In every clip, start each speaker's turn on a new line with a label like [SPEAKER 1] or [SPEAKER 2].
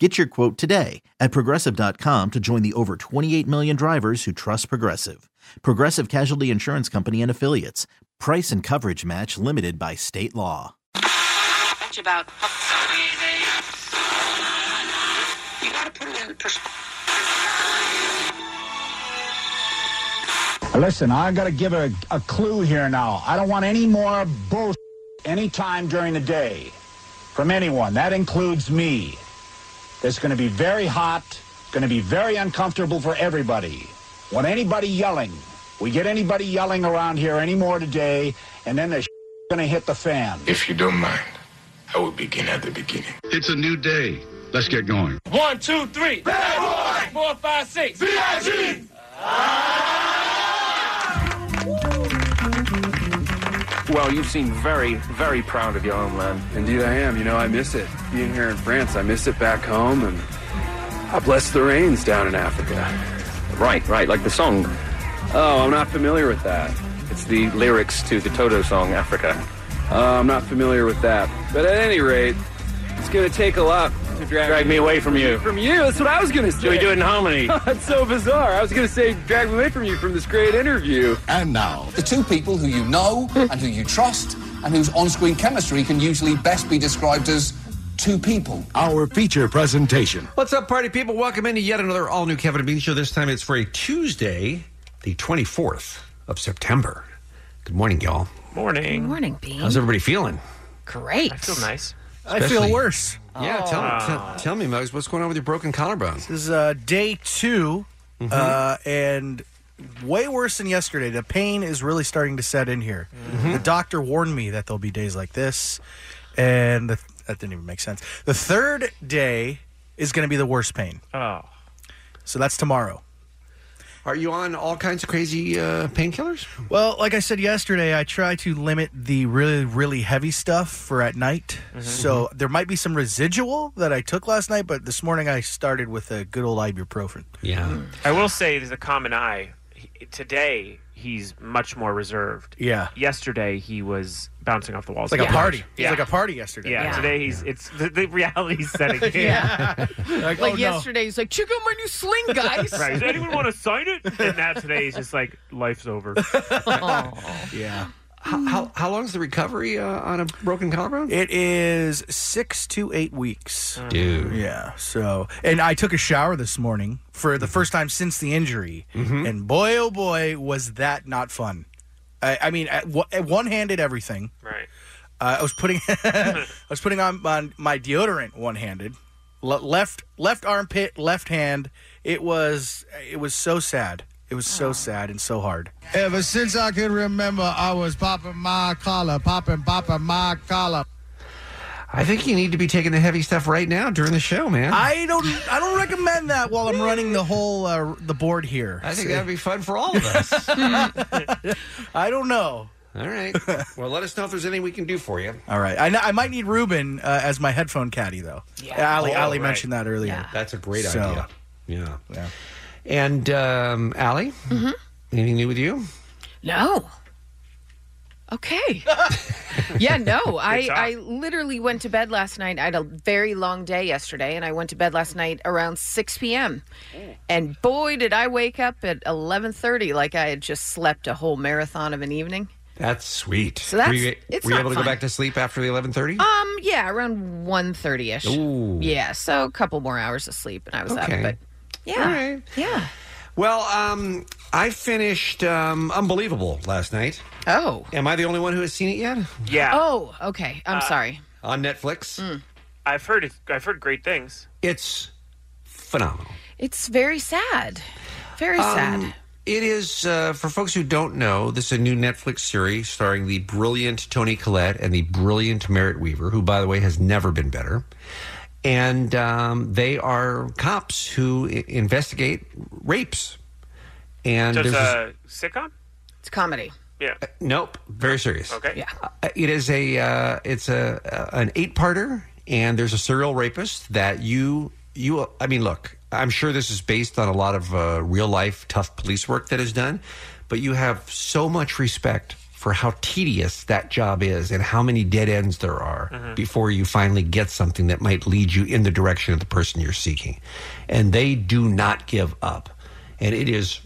[SPEAKER 1] Get your quote today at progressive.com to join the over 28 million drivers who trust Progressive. Progressive Casualty Insurance Company and Affiliates. Price and coverage match limited by state law.
[SPEAKER 2] much about. You gotta put it in perspective.
[SPEAKER 3] Listen, I gotta give a, a clue here now. I don't want any more bull anytime during the day from anyone. That includes me. It's gonna be very hot, it's gonna be very uncomfortable for everybody. Want anybody yelling. We get anybody yelling around here anymore today, and then the gonna hit the fan.
[SPEAKER 4] If you don't mind, I will begin at the beginning.
[SPEAKER 5] It's a new day. Let's get going.
[SPEAKER 6] One, two, three. Bad boy. Four, five, six. VIG.
[SPEAKER 5] Ah!
[SPEAKER 7] Well, you seem very, very proud of your homeland.
[SPEAKER 8] Indeed, I am. You know, I miss it. Being here in France, I miss it back home, and I bless the rains down in Africa.
[SPEAKER 7] Right, right, like the song.
[SPEAKER 8] Oh, I'm not familiar with that.
[SPEAKER 7] It's the lyrics to the Toto song, Africa.
[SPEAKER 8] Uh, I'm not familiar with that. But at any rate, it's gonna take a lot to drag,
[SPEAKER 7] Drag me away from you.
[SPEAKER 8] from you. That's what I was gonna say.
[SPEAKER 7] Do we do it in harmony?
[SPEAKER 8] That's so bizarre. I was gonna say, drag me away from you from this great interview.
[SPEAKER 5] And now,
[SPEAKER 9] the two people who you know and who you trust and whose on-screen chemistry can usually best be described as two people.
[SPEAKER 5] our feature presentation.
[SPEAKER 10] What's up, party people? Welcome into yet another all new Kevin and Bean show. This time it's for a Tuesday, the 24th of September. Good morning, y'all.
[SPEAKER 6] Morning.
[SPEAKER 11] Morning, Bean.
[SPEAKER 10] How's everybody feeling?
[SPEAKER 11] Great.
[SPEAKER 6] I feel nice. Oh.
[SPEAKER 10] I feel worse. Oh. Yeah, tell, tell, tell me, Mugs, what's going on with your broken collarbone?
[SPEAKER 12] This is uh, day 2 uh, and way worse than yesterday. The pain is really starting to set in here. The doctor warned me that there'll be days like this, and the, that didn't even make sense. The third day is going to be the worst pain.
[SPEAKER 6] Oh.
[SPEAKER 12] So that's tomorrow.
[SPEAKER 10] Are you on all kinds of crazy uh, painkillers?
[SPEAKER 12] Well, like I said yesterday, I try to limit the really, really heavy stuff for at night. So there might be some residual that I took last night, but this morning I started with a good old ibuprofen.
[SPEAKER 10] Yeah.
[SPEAKER 12] Hmm.
[SPEAKER 6] I will say there's a common eye. He- today, he's much more reserved.
[SPEAKER 12] Yeah.
[SPEAKER 6] Yesterday, he was bouncing off the walls.
[SPEAKER 12] It's like a
[SPEAKER 6] Yeah.
[SPEAKER 12] party.
[SPEAKER 6] Yeah.
[SPEAKER 12] It's like a party yesterday.
[SPEAKER 6] Yeah,
[SPEAKER 11] Yeah.
[SPEAKER 6] today he's it's the, the reality's setting in.
[SPEAKER 12] Like,
[SPEAKER 11] Like
[SPEAKER 12] oh, no.
[SPEAKER 11] yesterday, he's like, check out my new sling, guys.
[SPEAKER 6] Right. Does anyone want to sign it? And now today he's just like life's over.
[SPEAKER 11] Aw.
[SPEAKER 12] Yeah.
[SPEAKER 10] How,
[SPEAKER 12] Mm.
[SPEAKER 10] how, how long is the recovery uh, on a broken collarbone?
[SPEAKER 12] It is six to eight weeks.
[SPEAKER 10] Dude.
[SPEAKER 12] Yeah. So, and I took a shower this morning for the first time since the injury, and boy, oh boy, was that not fun. I, I mean, at, wa- at one handed everything.
[SPEAKER 6] Right.
[SPEAKER 12] Uh, I was putting, I was putting on, on my deodorant one handed, Le- left left armpit, left hand. It was it was so sad. It was so sad and so hard.
[SPEAKER 5] Ever since I can remember, I was popping my collar, popping, popping my collar.
[SPEAKER 10] I think you need to be taking the heavy stuff right now during the show, man.
[SPEAKER 12] I don't I don't recommend that while I'm running the whole uh, the board here.
[SPEAKER 10] I think that would be fun for all of us. all
[SPEAKER 12] I don't know.
[SPEAKER 10] right. Well, let us know if there's anything we can do for you.
[SPEAKER 12] All right, I, kn- I might need Ruben uh, as my headphone caddy though.
[SPEAKER 11] Yeah.
[SPEAKER 12] Ali,
[SPEAKER 6] Oh,
[SPEAKER 12] Ali
[SPEAKER 6] right.
[SPEAKER 12] mentioned that earlier.
[SPEAKER 11] Yeah.
[SPEAKER 10] That's a great
[SPEAKER 12] So-
[SPEAKER 10] idea. Yeah. And um, Allie, anything new with you?
[SPEAKER 11] Mm-hmm. No. Okay. yeah, no. I,
[SPEAKER 6] talk.
[SPEAKER 11] I literally went to bed last night. I had a very long day yesterday, and I went to bed last night around 6 p.m. And boy, did I wake up at 11:30 like I had just slept a whole marathon of an evening.
[SPEAKER 10] That's sweet.
[SPEAKER 11] So that's-
[SPEAKER 10] were you,
[SPEAKER 11] it's
[SPEAKER 10] were you
[SPEAKER 11] not
[SPEAKER 10] able to
[SPEAKER 11] fun.
[SPEAKER 10] go back to sleep after the eleven thirty?
[SPEAKER 11] Um, yeah, around 1:30ish.
[SPEAKER 10] Ooh.
[SPEAKER 11] Yeah, so a couple more hours of sleep, and I was
[SPEAKER 10] Okay.
[SPEAKER 11] up. But yeah,
[SPEAKER 10] All right.
[SPEAKER 11] yeah.
[SPEAKER 10] Well, um, I finished um, Unbelievable last night.
[SPEAKER 11] Oh,
[SPEAKER 10] Am I the only one who has seen it yet Uh,
[SPEAKER 6] Yeah.
[SPEAKER 11] Oh, okay.
[SPEAKER 6] Uh,
[SPEAKER 11] I'm sorry.
[SPEAKER 10] on Netflix?
[SPEAKER 12] Hmm.
[SPEAKER 6] I've heard it, I've heard great things.
[SPEAKER 10] It's phenomenal.
[SPEAKER 11] It's very sad. Very
[SPEAKER 6] Um,
[SPEAKER 11] sad.
[SPEAKER 10] It is, uh, for folks who don't know, this is a new Netflix series starring the brilliant Tony Collette and the brilliant Merritt Weaver, who, by the way, has never been better. And um, they are cops who I- investigate rapes. And
[SPEAKER 6] Just
[SPEAKER 11] uh,
[SPEAKER 10] there's this-
[SPEAKER 6] a sitcom?
[SPEAKER 11] It's comedy.
[SPEAKER 6] Yeah.
[SPEAKER 10] Nope. Very serious.
[SPEAKER 6] Okay. Hmm. Yeah.
[SPEAKER 10] Uh, It is a uh, it's a uh, an eight parter, and there's a serial rapist that you you. I mean, look, I'm sure this is based on a lot of uh, real life tough police work that is done, but you have so much respect for how tedious that job is and how many dead ends there are
[SPEAKER 13] Mhm.
[SPEAKER 10] before you finally get something that might lead you in the direction of the person you're seeking. And they do not give up. And it is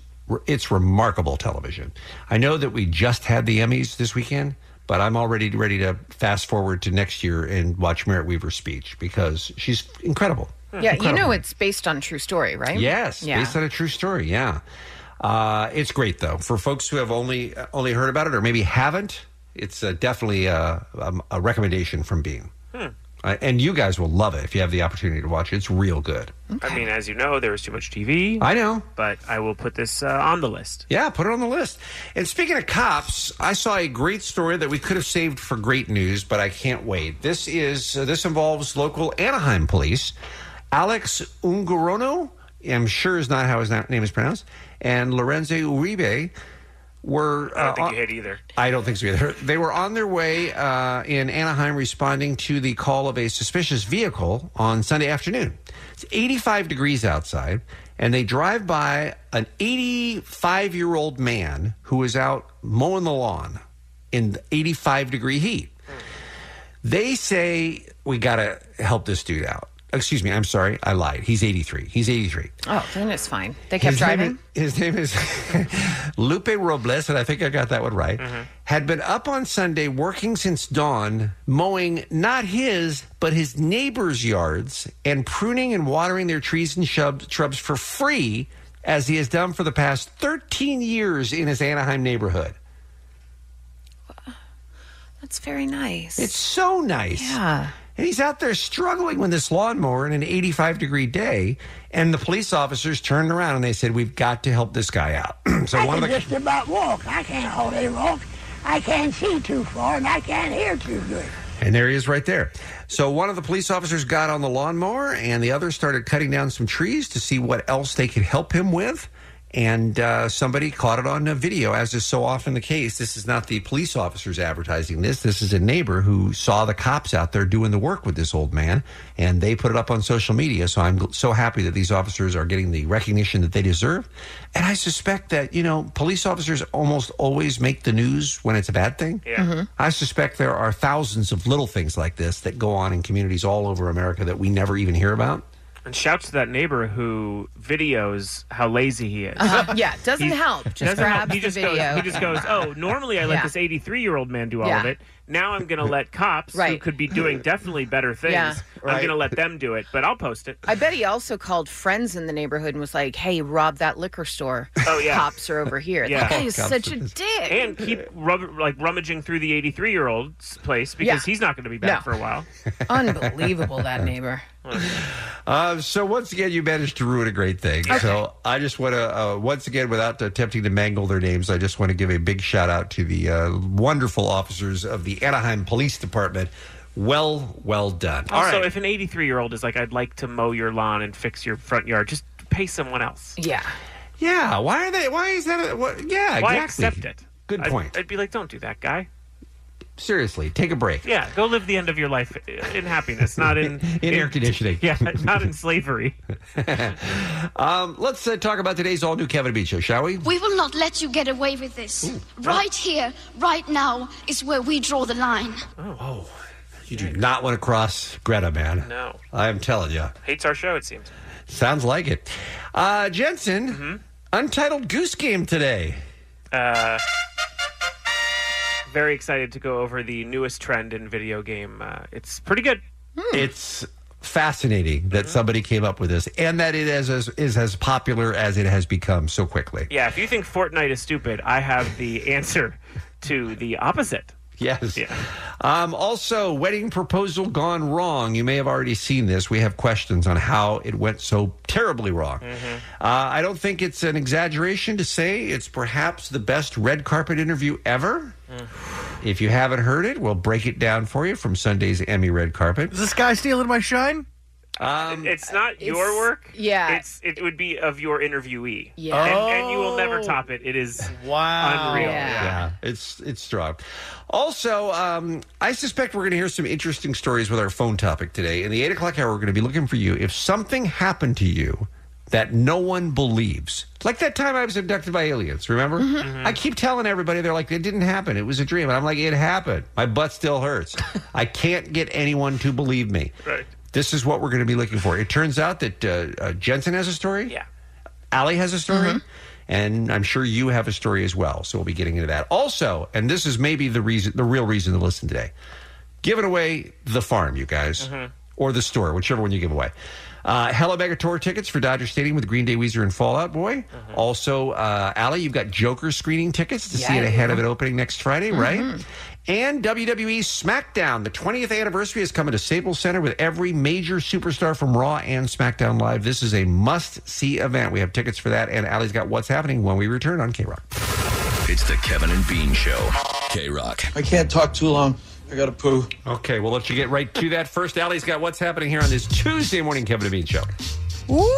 [SPEAKER 10] it's remarkable television. I know that we just had the Emmys this weekend, but I'm already ready to fast forward to next year and watch Merritt Weaver's speech because she's incredible.
[SPEAKER 11] Yeah, you
[SPEAKER 10] Incredible.
[SPEAKER 11] know it's based on true story, right?
[SPEAKER 10] Yes,
[SPEAKER 11] Yeah.
[SPEAKER 10] based on a true story. Yeah, uh, it's great though for folks who have only only heard about it or maybe haven't. It's uh, definitely a, um, a recommendation from Bean,
[SPEAKER 6] Hmm.
[SPEAKER 10] uh, and you guys will love it if you have the opportunity to watch it. It's real good.
[SPEAKER 6] I mean, as you know, there was too much TV.
[SPEAKER 10] I know,
[SPEAKER 6] but I will put this uh, on the list.
[SPEAKER 10] Yeah, put it on the list. And speaking of cops, I saw a great story that we could have saved for great news, but I can't wait. This is uh, this involves local Anaheim police. Alex Ungarono, I'm sure is not how his na- name is pronounced, and Lorenzo Uribe were. uh,
[SPEAKER 6] I don't think
[SPEAKER 10] on-
[SPEAKER 6] you hit either.
[SPEAKER 10] I don't think so either. They were on their way uh, in Anaheim responding to the call of a suspicious vehicle on Sunday afternoon. It's 85 degrees outside, and they drive by an 85 year old man who was out mowing the lawn in the 85 degree heat. They say, We got to help this dude out. Excuse me, I'm sorry, I lied. He's 83. He's 83.
[SPEAKER 11] Oh, then it's fine. They kept
[SPEAKER 10] His name
[SPEAKER 11] driving.
[SPEAKER 10] is- his name is Lupe Robles, and I think I got that one right.
[SPEAKER 14] Mm-hmm.
[SPEAKER 10] Had been up on Sunday working since dawn, mowing not his, but his neighbors' yards and pruning and watering their trees and shrubs, shrubs for free, as he has done for the past 13 years in his Anaheim neighborhood.
[SPEAKER 11] That's very nice.
[SPEAKER 10] It's so nice.
[SPEAKER 11] Yeah.
[SPEAKER 10] And he's out there struggling with this lawnmower in an 85 degree day. And the police officers turned around and they said, We've got to help this guy out. so
[SPEAKER 14] I
[SPEAKER 10] one
[SPEAKER 14] can
[SPEAKER 10] of the
[SPEAKER 14] just about walk. I can't hardly walk. I can't see too far, and I can't hear too good.
[SPEAKER 10] And there he is right there. So one of the police officers got on the lawnmower, and the other started cutting down some trees to see what else they could help him with. And uh, somebody caught it on a video, as is so often the case. This is not the police officers advertising this. This is a neighbor who saw the cops out there doing the work with this old man, and they put it up on social media. So I'm gl- so happy that these officers are getting the recognition that they deserve. And I suspect that, you know, police officers almost always make the news when it's a bad thing.
[SPEAKER 6] Yeah. Mhm.
[SPEAKER 10] I suspect there are thousands of little things like this that go on in communities all over America that we never even hear about.
[SPEAKER 6] And shout to that neighbor who videos how lazy he is.
[SPEAKER 11] Uh-huh. Yeah, it doesn't help. Just
[SPEAKER 6] doesn't help.
[SPEAKER 11] grabs
[SPEAKER 6] He
[SPEAKER 11] the
[SPEAKER 6] just goes-
[SPEAKER 11] video.
[SPEAKER 6] he just goes, oh, normally I let
[SPEAKER 11] Yeah.
[SPEAKER 6] this 83 year old man do all of
[SPEAKER 11] Yeah.
[SPEAKER 6] it. Now I'm going to let cops who could be doing definitely better things.
[SPEAKER 11] Yeah.
[SPEAKER 6] I'm
[SPEAKER 11] Right.
[SPEAKER 6] going to let them do it, but I'll post it.
[SPEAKER 11] I bet he also called friends in the neighborhood and was like, "Hey, rob that liquor store.
[SPEAKER 6] Oh, yeah.
[SPEAKER 11] Cops are over here. That guy is such a dick.
[SPEAKER 6] And keep rub- like rummaging through the 83 year old's place because
[SPEAKER 11] Yeah.
[SPEAKER 6] he's not going to be back
[SPEAKER 11] No.
[SPEAKER 6] for a while.
[SPEAKER 11] unbelievable that neighbor.
[SPEAKER 10] Uh, so once again, you managed to ruin a great thing. So I just want to, uh, once again, without attempting to mangle their names, I just want to give a big shout out to the uh, wonderful officers of the Anaheim Police Department. Well, well done. All
[SPEAKER 6] Also,
[SPEAKER 10] right.
[SPEAKER 6] if an 83 year old is like, I'd like to mow your lawn and fix your front yard, just pay someone else.
[SPEAKER 11] Yeah.
[SPEAKER 10] Yeah. Why are they? Why is that? A, what, yeah.
[SPEAKER 6] Why
[SPEAKER 10] exactly.
[SPEAKER 6] accept it?
[SPEAKER 10] Good
[SPEAKER 6] I'd-
[SPEAKER 10] point.
[SPEAKER 6] I'd, be like, don't do that, guy.
[SPEAKER 10] Seriously, take a break.
[SPEAKER 6] Yeah, go live the end of your life in happiness, not in
[SPEAKER 10] In air conditioning.
[SPEAKER 6] Yeah, not in slavery.
[SPEAKER 10] um, let's uh, talk about today's all new Kevin Beach show, shall we?
[SPEAKER 15] We will not let you get away with this. right here, right now, is where we draw the line.
[SPEAKER 10] Oh, you do not want to cross Greta, man.
[SPEAKER 6] No.
[SPEAKER 10] I'm telling you.
[SPEAKER 6] Hates our show, it seems.
[SPEAKER 10] Sounds like it. Uh, Jensen,
[SPEAKER 6] Mm-hmm.
[SPEAKER 10] Untitled Goose Game today.
[SPEAKER 6] Uh, very excited to go over the newest trend in video game. Uh, it's pretty good.
[SPEAKER 10] Hmm.
[SPEAKER 6] Mm-hmm.
[SPEAKER 10] It's fascinating that somebody came up with this and that it is as, is as popular as it has become so quickly.
[SPEAKER 6] Yeah, if you think Fortnite is stupid, I have the answer to the opposite.
[SPEAKER 10] Yes. Um, also, wedding proposal gone wrong. You may have already seen this. We have questions on how it went so terribly wrong. Uh, I don't think it's an exaggeration to say it's perhaps the best red carpet interview ever. If you haven't heard it, we'll break it down for you from Sunday's Emmy red carpet.
[SPEAKER 12] Is this guy stealing my shine?
[SPEAKER 10] Um,
[SPEAKER 6] it's not your work.
[SPEAKER 11] yeah.
[SPEAKER 6] It's it would be of your interviewee.
[SPEAKER 11] Yeah.
[SPEAKER 6] And, and you will never top it. It is wow. unreal.
[SPEAKER 10] Yeah. it's it's strong. Also, um, I suspect we're going to hear some interesting stories with our phone topic today. In the eight o'clock hour, we're going to be looking for you. If something happened to you that no one believes, like that time I was abducted by aliens, remember? I keep telling everybody, they're like, it didn't happen. It was a dream. And I'm like, it happened. My butt still hurts. I can't get anyone to believe me. Right. This is what we're going to be looking for. It turns out that uh, uh, Jensen has a story. Yeah. Allie has a story. And I'm sure you have a story as well. So we'll be getting into that. Also, and this is maybe the reason, the real reason to listen today giving away the farm, you guys,
[SPEAKER 13] Mhm.
[SPEAKER 10] or the store, whichever one you give away. Uh, Hello Mega Tour tickets for Dodger Stadium with Green Day, Weezer, and Fallout Boy. Also, uh, Allie, you've got Joker screening tickets to see
[SPEAKER 13] Yeah,
[SPEAKER 10] it
[SPEAKER 13] I
[SPEAKER 10] ahead
[SPEAKER 13] do.
[SPEAKER 10] of it opening next Friday,
[SPEAKER 13] Mhm.
[SPEAKER 10] right? And WWE SmackDown, the 20th anniversary is coming to Staples Center with every major superstar from Raw and SmackDown Live. This is a must see event. We have tickets for that, and Allie's got what's happening when we return on K Rock.
[SPEAKER 16] It's the Kevin and Bean Show. K Rock.
[SPEAKER 10] I can't talk too long. I got to poo. Okay, we'll let you get right to that. First, Allie's got what's happening here on this Tuesday morning Kevin and Bean Show.
[SPEAKER 11] Woo!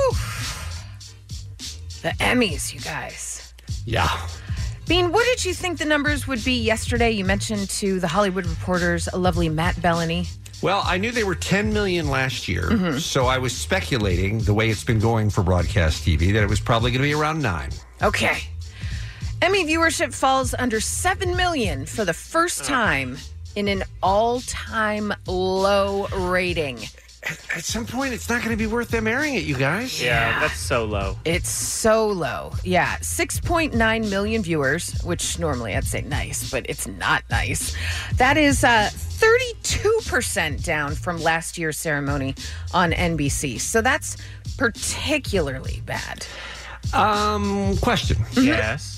[SPEAKER 11] The Emmys, you guys.
[SPEAKER 10] Yeah.
[SPEAKER 11] Bean, what did you think the numbers would be yesterday? You mentioned to the Hollywood Reporter's lovely Matt Bellany.
[SPEAKER 10] Well, I knew they were 10 million last year, so I was speculating the way it's been going for broadcast TV that it was probably going to be around nine.
[SPEAKER 11] Okay. Emmy viewership falls under 7 million for the first time in an all time low rating.
[SPEAKER 10] At some point, it's not going to be worth them airing it, you guys.
[SPEAKER 6] Yeah, that's so low.
[SPEAKER 11] It's so low. Yeah, 6.9 million viewers, which normally I'd say nice, but it's not nice. That is uh, 32% down from last year's ceremony on NBC. So that's particularly bad.
[SPEAKER 10] Um, question.
[SPEAKER 6] Yes.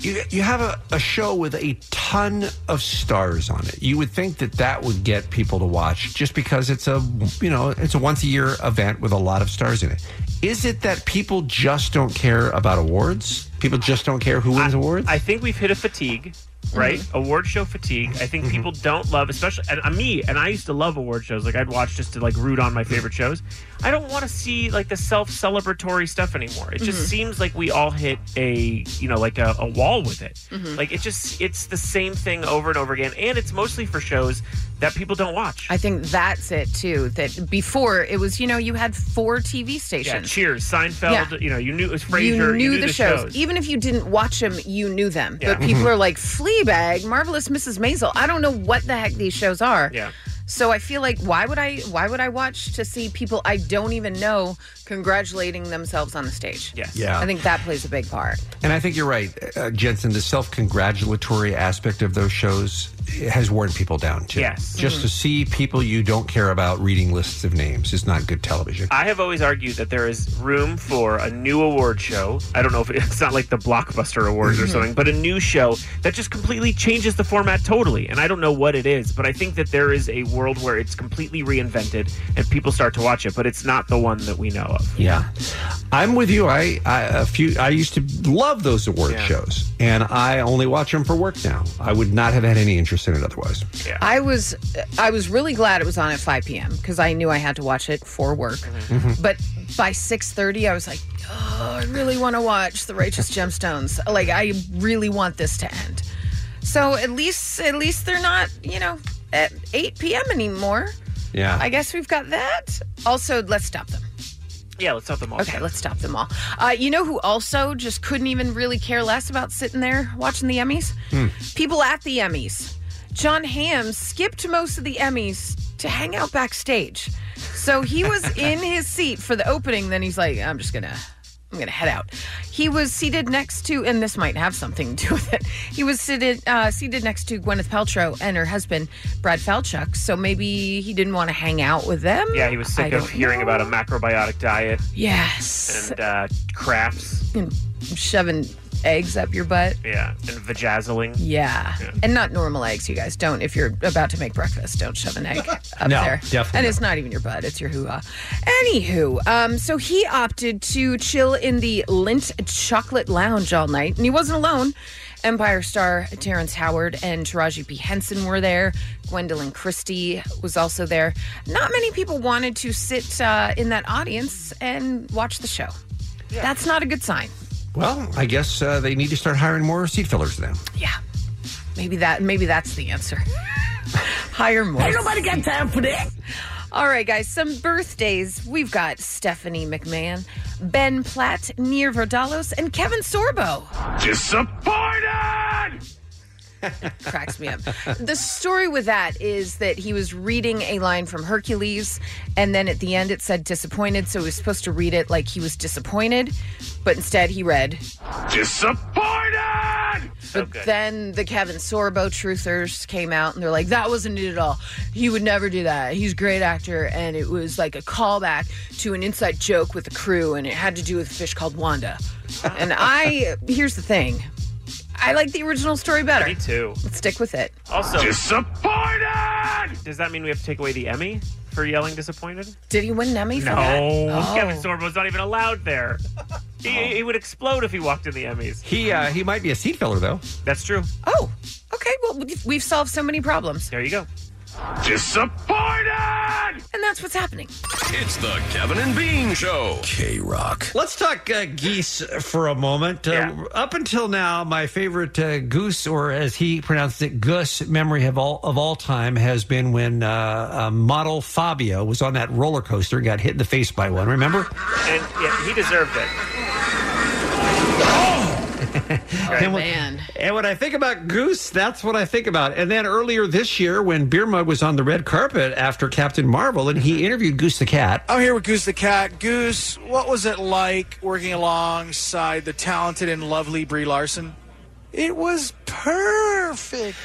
[SPEAKER 10] You, you have a, a show with a ton of stars on it. You would think that that would get people to watch just because it's a, you know, it's a once a year event with a lot of stars in it. Is it that people just don't care about awards? People just don't care who wins awards?
[SPEAKER 6] I think we've hit a fatigue, right?
[SPEAKER 11] Mm-hmm.
[SPEAKER 6] Award show fatigue. I think people don't love, especially and uh, me. And I used to love award shows. Like I'd watch just to like root on my favorite shows. I don't want to see like the self-celebratory stuff anymore. It
[SPEAKER 11] Mm-hmm.
[SPEAKER 6] just
[SPEAKER 13] Mhm.
[SPEAKER 6] seems like we all hit a you know like a, a wall with it.
[SPEAKER 11] Mm-hmm.
[SPEAKER 13] Mhm.
[SPEAKER 6] Like it just it's the same thing over and over again, and it's mostly for shows that people don't watch.
[SPEAKER 11] I think that's it too. That before it was, you know, you had four TV
[SPEAKER 6] Yeah,
[SPEAKER 11] stations.
[SPEAKER 6] Cheers, Seinfeld. You know, you knew it was Frasier.
[SPEAKER 11] you knew the, shows.
[SPEAKER 6] shows.
[SPEAKER 11] Even if you didn't watch them, you knew them.
[SPEAKER 6] Yeah.
[SPEAKER 11] But people
[SPEAKER 6] Mhm.
[SPEAKER 11] are like Fleabag, Marvelous Mrs. Maisel. I don't know what the heck these shows are.
[SPEAKER 6] Yeah.
[SPEAKER 11] So I feel like why would I why would I watch to see people I don't even know congratulating themselves on the stage?
[SPEAKER 6] Yes.
[SPEAKER 10] Yeah.
[SPEAKER 11] I think that plays a big part.
[SPEAKER 10] And I think you're right, uh, Jensen. The self congratulatory aspect of those shows has worn people down too.
[SPEAKER 6] Yes. Mm-hmm.
[SPEAKER 10] Just to see people you don't care about reading lists of names is not good television.
[SPEAKER 6] I have always argued that there is room for a new award show. I don't know if it- it's not like the Blockbuster Awards or
[SPEAKER 13] Mhm.
[SPEAKER 6] something, but a new show that just completely changes the format totally. And I don't know what it is, but I think that there is a world where it's completely reinvented and people start to watch it, but it's not the one that we know of.
[SPEAKER 10] Yeah, I'm with you. I, I a few. I used to love those award
[SPEAKER 6] Yeah.
[SPEAKER 10] shows, and I only watch them for work now. I would not have had any interest in it otherwise.
[SPEAKER 11] I was I was really glad it was on at 5 p.m. because I knew I had to watch it for work.
[SPEAKER 10] Mhm.
[SPEAKER 11] But by 6:30, I was like, oh, I really want to watch The Righteous Gemstones. Like, I really want this to end. So at least at least they're not you know at 8 p.m. anymore.
[SPEAKER 10] Yeah.
[SPEAKER 11] I guess we've got that. Also, let's stop them.
[SPEAKER 6] Yeah, let's stop them all.
[SPEAKER 11] Okay, let's stop them all. Uh, you know who also just couldn't even really care less about sitting there watching the Emmys? people at the Emmys. John Hamm skipped most of the Emmys to hang out backstage. So he was in his seat for the opening, then he's like, I'm just gonna I'm gonna head out. He was seated next to, and this might have something to do with it. He was seated uh, seated next to Gwyneth Paltrow and her husband Brad Falchuk. So maybe he didn't want to hang out with them.
[SPEAKER 6] Yeah, he was sick
[SPEAKER 11] Um, I
[SPEAKER 6] of
[SPEAKER 11] don't
[SPEAKER 6] hearing
[SPEAKER 11] know.
[SPEAKER 6] about a macrobiotic diet.
[SPEAKER 11] Yes.
[SPEAKER 6] And uh, crafts.
[SPEAKER 11] And shoving eggs up your butt.
[SPEAKER 6] Yeah. And vajazzling.
[SPEAKER 11] Yeah. And not normal eggs, you guys. Don't, if you're about to make breakfast, don't shove an egg up
[SPEAKER 6] No,
[SPEAKER 11] there.
[SPEAKER 6] definitely
[SPEAKER 11] And it's not even your butt, it's your hoo ha. Anywho, um, so he opted to chill in the Lint Chocolate Lounge all night, and he wasn't alone. Empire star Terrence Howard and Taraji P. Henson were there. Gwendolyn Christie was also there. Not many people wanted to sit uh, in that audience and watch the show. That's not a good sign.
[SPEAKER 10] Well, I guess uh, they need to start hiring more seat fillers then.
[SPEAKER 11] Yeah. Maybe that maybe that's the answer. Hire more.
[SPEAKER 10] Ain't
[SPEAKER 14] nobody got time for that.
[SPEAKER 11] All right, guys, some birthdays. We've got Stephanie McMahon, Ben Platt, Nir Vardalos, and Kevin Sorbo.
[SPEAKER 4] Disappointed!
[SPEAKER 11] Cracks me up. The story with that is that he was reading a line from Hercules, and then at the end it said disappointed, so he was supposed to read it like he was disappointed, but instead he read
[SPEAKER 4] Disappointed!
[SPEAKER 11] But then the Kevin Sorbo truthers came out and they're like, that wasn't it at all. He would never do that. He's a great actor. And it was like a callback to an inside joke with the crew and it had to do with a fish called Wanda. And I, here's the thing I like the original story better.
[SPEAKER 6] Me too.
[SPEAKER 11] Let's stick with it.
[SPEAKER 6] Also,
[SPEAKER 4] disappointed.
[SPEAKER 6] Does that mean we have to take away the Emmy for yelling disappointed?
[SPEAKER 11] Did he win an Emmy for
[SPEAKER 6] No,
[SPEAKER 11] that? Oh.
[SPEAKER 6] Kevin Sorbo's not even allowed there. He, he would explode if he walked in the Emmys.
[SPEAKER 10] He uh, he might be a seat filler though.
[SPEAKER 6] That's true.
[SPEAKER 11] Oh, okay. Well, we've- we've solved so many problems.
[SPEAKER 6] There you go.
[SPEAKER 4] Disappointed.
[SPEAKER 11] And that's what's happening.
[SPEAKER 16] It's the Kevin and Bean Show. K Rock.
[SPEAKER 10] Let's talk uh, geese for a moment. Uh, up until now, my favorite uh, goose, or as he pronounced it, goose memory of all of all time has been when uh, uh, model Fabio was on that roller coaster and got hit in the face by one. Remember?
[SPEAKER 6] And yeah, he deserved it.
[SPEAKER 10] and when, And when I think about Goose, that's what I think about. And then earlier this year, when Beer Mug was on the red carpet after Captain Marvel, and he interviewed Goose the cat.
[SPEAKER 13] I'm here with Goose the Cat. Goose, what was it like working alongside the talented and lovely Brie Larson? It was perfect.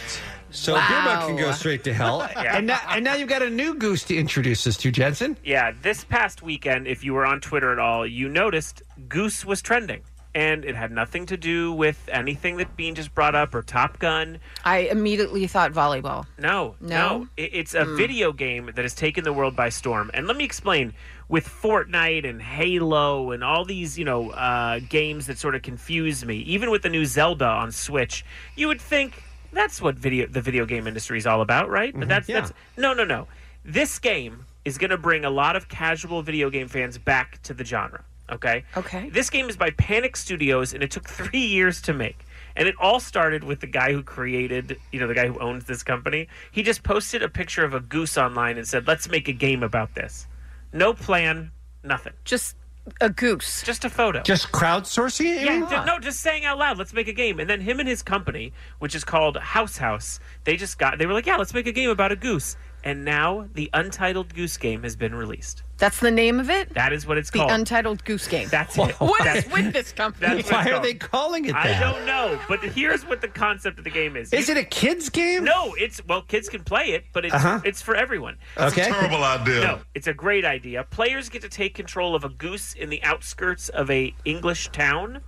[SPEAKER 10] So Beer Mug can go straight to hell. and, now, and now you've got a new Goose to introduce us to, Jensen.
[SPEAKER 6] Yeah, this past weekend, if you were on Twitter at all, you noticed Goose was trending. And it had nothing to do with anything that Bean just brought up or Top Gun.
[SPEAKER 11] I immediately thought volleyball.
[SPEAKER 6] No,
[SPEAKER 11] No?
[SPEAKER 6] no. It- It's a
[SPEAKER 11] Hmm.
[SPEAKER 6] video game that has taken the world by storm. And let me explain with Fortnite and Halo and all these, you know, uh, games that sort of confuse me, even with the new Zelda on Switch, you would think that's what video the video game industry is all about, right?
[SPEAKER 11] Mm-hmm.
[SPEAKER 6] But that's
[SPEAKER 10] yeah.
[SPEAKER 6] that's no, no, no. This game is going to bring a lot of casual video game fans back to the genre, okay?
[SPEAKER 11] Okay.
[SPEAKER 6] This game is by Panic Studios, and it took three years to make. And it all started with the guy who created, you know, the guy who owns this company. He just posted a picture of a goose online and said, let's make a game about this. No plan, nothing.
[SPEAKER 11] Just a goose.
[SPEAKER 6] Just a photo.
[SPEAKER 10] Just crowdsourcing it? you
[SPEAKER 6] Yeah,
[SPEAKER 10] mean?
[SPEAKER 6] ju- no, just saying out loud, let's make a game. And then him and his company, which is called House House, they just got, they were like, yeah, let's make a game about a goose. And now the Untitled Goose Game has been released.
[SPEAKER 11] That's the name of it?
[SPEAKER 6] That is what it's
[SPEAKER 11] the
[SPEAKER 6] called.
[SPEAKER 11] Untitled Goose Game.
[SPEAKER 6] That's it.
[SPEAKER 11] What
[SPEAKER 6] That's-
[SPEAKER 11] is with this company?
[SPEAKER 6] That's what it's called.
[SPEAKER 10] calling it
[SPEAKER 6] I
[SPEAKER 10] that?
[SPEAKER 6] don't know, but here's what the concept of the game is.
[SPEAKER 10] Is it a kids' game?
[SPEAKER 6] No, it's well, kids can play it, but it's
[SPEAKER 10] Uh-huh.
[SPEAKER 6] it's for everyone.
[SPEAKER 10] That's a Okay. terrible idea.
[SPEAKER 6] No, it's a great idea. Players get to take control of a goose in the outskirts of a English town,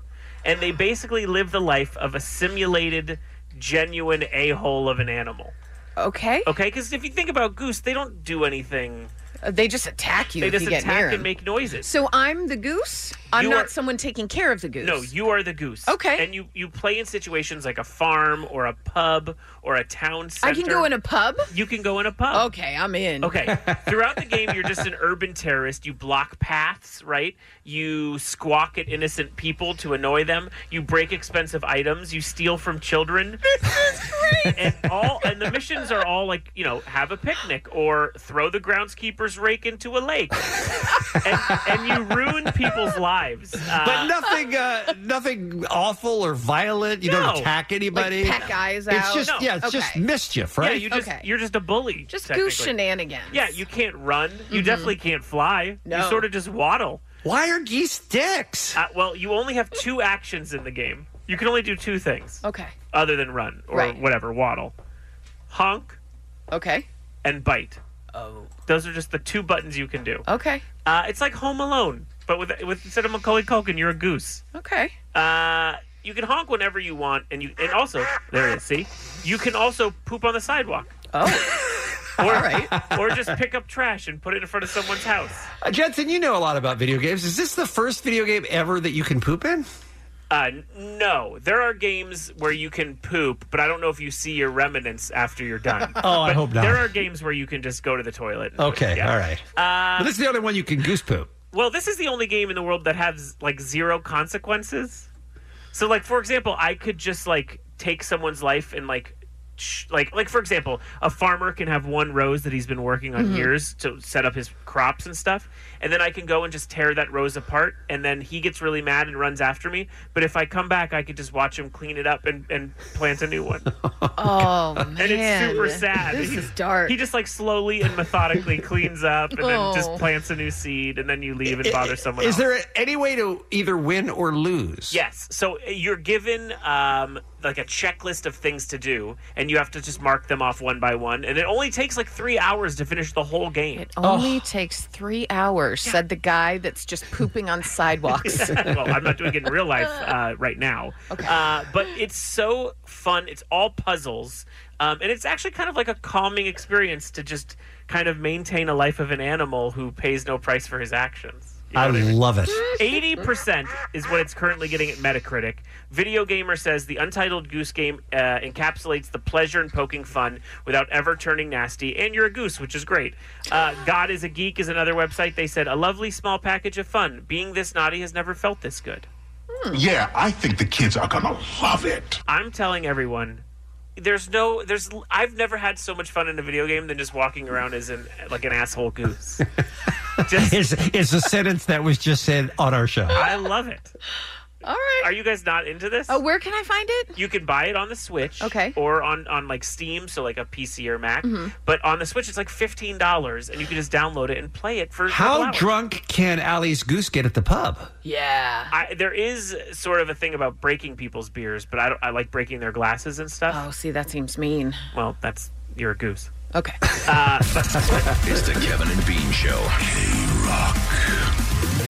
[SPEAKER 6] and they basically live the life of a simulated, genuine a hole of an animal.
[SPEAKER 11] Okay.
[SPEAKER 6] Okay, because if you think about goose, they don't do anything.
[SPEAKER 11] Uh, They just attack you
[SPEAKER 6] They
[SPEAKER 11] if
[SPEAKER 6] just
[SPEAKER 11] you get near
[SPEAKER 6] attack and
[SPEAKER 11] him.
[SPEAKER 6] make noises.
[SPEAKER 11] So I'm the goose. I'm
[SPEAKER 6] You
[SPEAKER 11] not
[SPEAKER 6] are-
[SPEAKER 11] someone taking care of the goose.
[SPEAKER 6] No, you are the goose.
[SPEAKER 11] Okay.
[SPEAKER 6] And you you play in situations like a farm or a pub or a town center.
[SPEAKER 11] I can go in a pub.
[SPEAKER 6] You can go in a pub.
[SPEAKER 11] Okay, I'm in.
[SPEAKER 6] Okay. Throughout the game, you're just an urban terrorist. You block paths, right? You squawk at innocent people to annoy them. You break expensive items. You steal from children. And all and the missions are all like you know have a picnic or throw the groundskeeper's rake into a lake, and, and you ruin people's lives. Uh,
[SPEAKER 10] but nothing, uh, nothing awful or violent. You
[SPEAKER 6] No.
[SPEAKER 10] don't attack anybody.
[SPEAKER 6] Like peck eyes
[SPEAKER 10] it's
[SPEAKER 6] out?
[SPEAKER 10] Just,
[SPEAKER 6] No.
[SPEAKER 10] Yeah, it's just
[SPEAKER 6] Okay.
[SPEAKER 10] mischief, right?
[SPEAKER 6] Yeah, you just you're just a bully.
[SPEAKER 11] Just
[SPEAKER 6] technically.
[SPEAKER 11] goose shenanigans. Mm-hmm.
[SPEAKER 6] Yeah, you can't run. You definitely can't fly. You
[SPEAKER 11] No.
[SPEAKER 6] sort of just waddle.
[SPEAKER 10] Why are geese dicks?
[SPEAKER 6] Uh, well, you only have two actions in the game. You can only do two things
[SPEAKER 11] Okay.
[SPEAKER 6] other than run or
[SPEAKER 11] Right.
[SPEAKER 6] whatever, waddle. Honk
[SPEAKER 11] Okay.
[SPEAKER 6] and bite. Oh. Those are just the two buttons you can do.
[SPEAKER 11] Okay.
[SPEAKER 6] Uh, it's like Home Alone, but with, with instead of Macaulay Culkin, you're a goose.
[SPEAKER 11] Okay.
[SPEAKER 6] Uh, you can honk whenever you want, and you and also there it is. See, you can also poop on the sidewalk.
[SPEAKER 11] Oh.
[SPEAKER 6] Or, or just pick up trash and put it in front of someone's house.
[SPEAKER 10] Uh, Jensen, you know a lot about video games. Is this the first video game ever that you can poop in?
[SPEAKER 6] Uh, no, there are games where you can poop, but I don't know if you see your remnants after you're done.
[SPEAKER 10] Oh, I
[SPEAKER 6] But
[SPEAKER 10] hope not.
[SPEAKER 6] There are games where you can just go to the toilet. and
[SPEAKER 10] Okay,
[SPEAKER 6] poop, yeah.
[SPEAKER 10] all right.
[SPEAKER 6] Uh,
[SPEAKER 10] but this is the only one you can goose poop.
[SPEAKER 6] Well, this is the only game in the world that has like zero consequences. So, like for example, I could just like take someone's life and like, sh- like like for example, a farmer can have one rose that he's been working on
[SPEAKER 11] Mm-hmm.
[SPEAKER 17] Mhm.
[SPEAKER 6] years to set up his crops and stuff, and then I can go and just tear that rose apart, and then he gets really mad and runs after me. But if I come back, I could just watch him clean it up and and plant a new one.
[SPEAKER 11] Oh man,
[SPEAKER 6] And it's super sad.
[SPEAKER 11] This
[SPEAKER 6] He-
[SPEAKER 11] is dark.
[SPEAKER 6] He just like slowly and methodically cleans up and then just
[SPEAKER 11] Oh.
[SPEAKER 6] plants a new seed and then you leave and bother someone
[SPEAKER 10] Is
[SPEAKER 6] else.
[SPEAKER 10] there any way to either win or lose?
[SPEAKER 6] Yes. So uh, you're given um, like a checklist of things to do, and you have to just mark them off one by one. And it only takes like three hours to finish the whole game.
[SPEAKER 11] It only takes three hours, said the guy that's just pooping on sidewalks.
[SPEAKER 6] well, I'm not doing it in real life uh, right now. Okay. Uh, but it's so fun. It's all puzzles. Um, and it's actually kind of like a calming experience to just kind of maintain a life of an animal who pays no price for his actions.
[SPEAKER 10] I love it.
[SPEAKER 6] Eighty percent is what it's currently getting at Metacritic. Video Gamer says the Untitled Goose Game uh, encapsulates the pleasure in poking fun without ever turning nasty, and you're a goose, which is great. Uh, God is a geek is another website. They said a lovely small package of fun. Being this naughty has never felt this good.
[SPEAKER 18] Hmm.
[SPEAKER 19] Yeah, I think the kids are gonna love it.
[SPEAKER 6] I'm telling everyone. There's no, there's. I've never had so much fun in a video game than just walking around as an like an asshole goose.
[SPEAKER 10] it's, it's a sentence that was just said on our show.
[SPEAKER 6] I love it.
[SPEAKER 11] All right.
[SPEAKER 6] Are you guys not into this?
[SPEAKER 11] oh, where can I find it?
[SPEAKER 6] You can buy it on the Switch, okay, or on on like Steam, so like a PC or Mac.
[SPEAKER 11] Mhm.
[SPEAKER 6] But on the Switch, it's like fifteen dollars, and you can just download it and play it for. a couple
[SPEAKER 10] How
[SPEAKER 6] hours.
[SPEAKER 10] drunk can Ali's goose get at the pub?
[SPEAKER 11] Yeah,
[SPEAKER 6] I, there is sort of a thing about breaking people's beers, but I don't, I like breaking their glasses and stuff. Oh,
[SPEAKER 11] see, that seems mean.
[SPEAKER 6] Well, that's you're a goose.
[SPEAKER 11] Okay.
[SPEAKER 6] Uh,
[SPEAKER 16] It's the Kevin and Bean Show.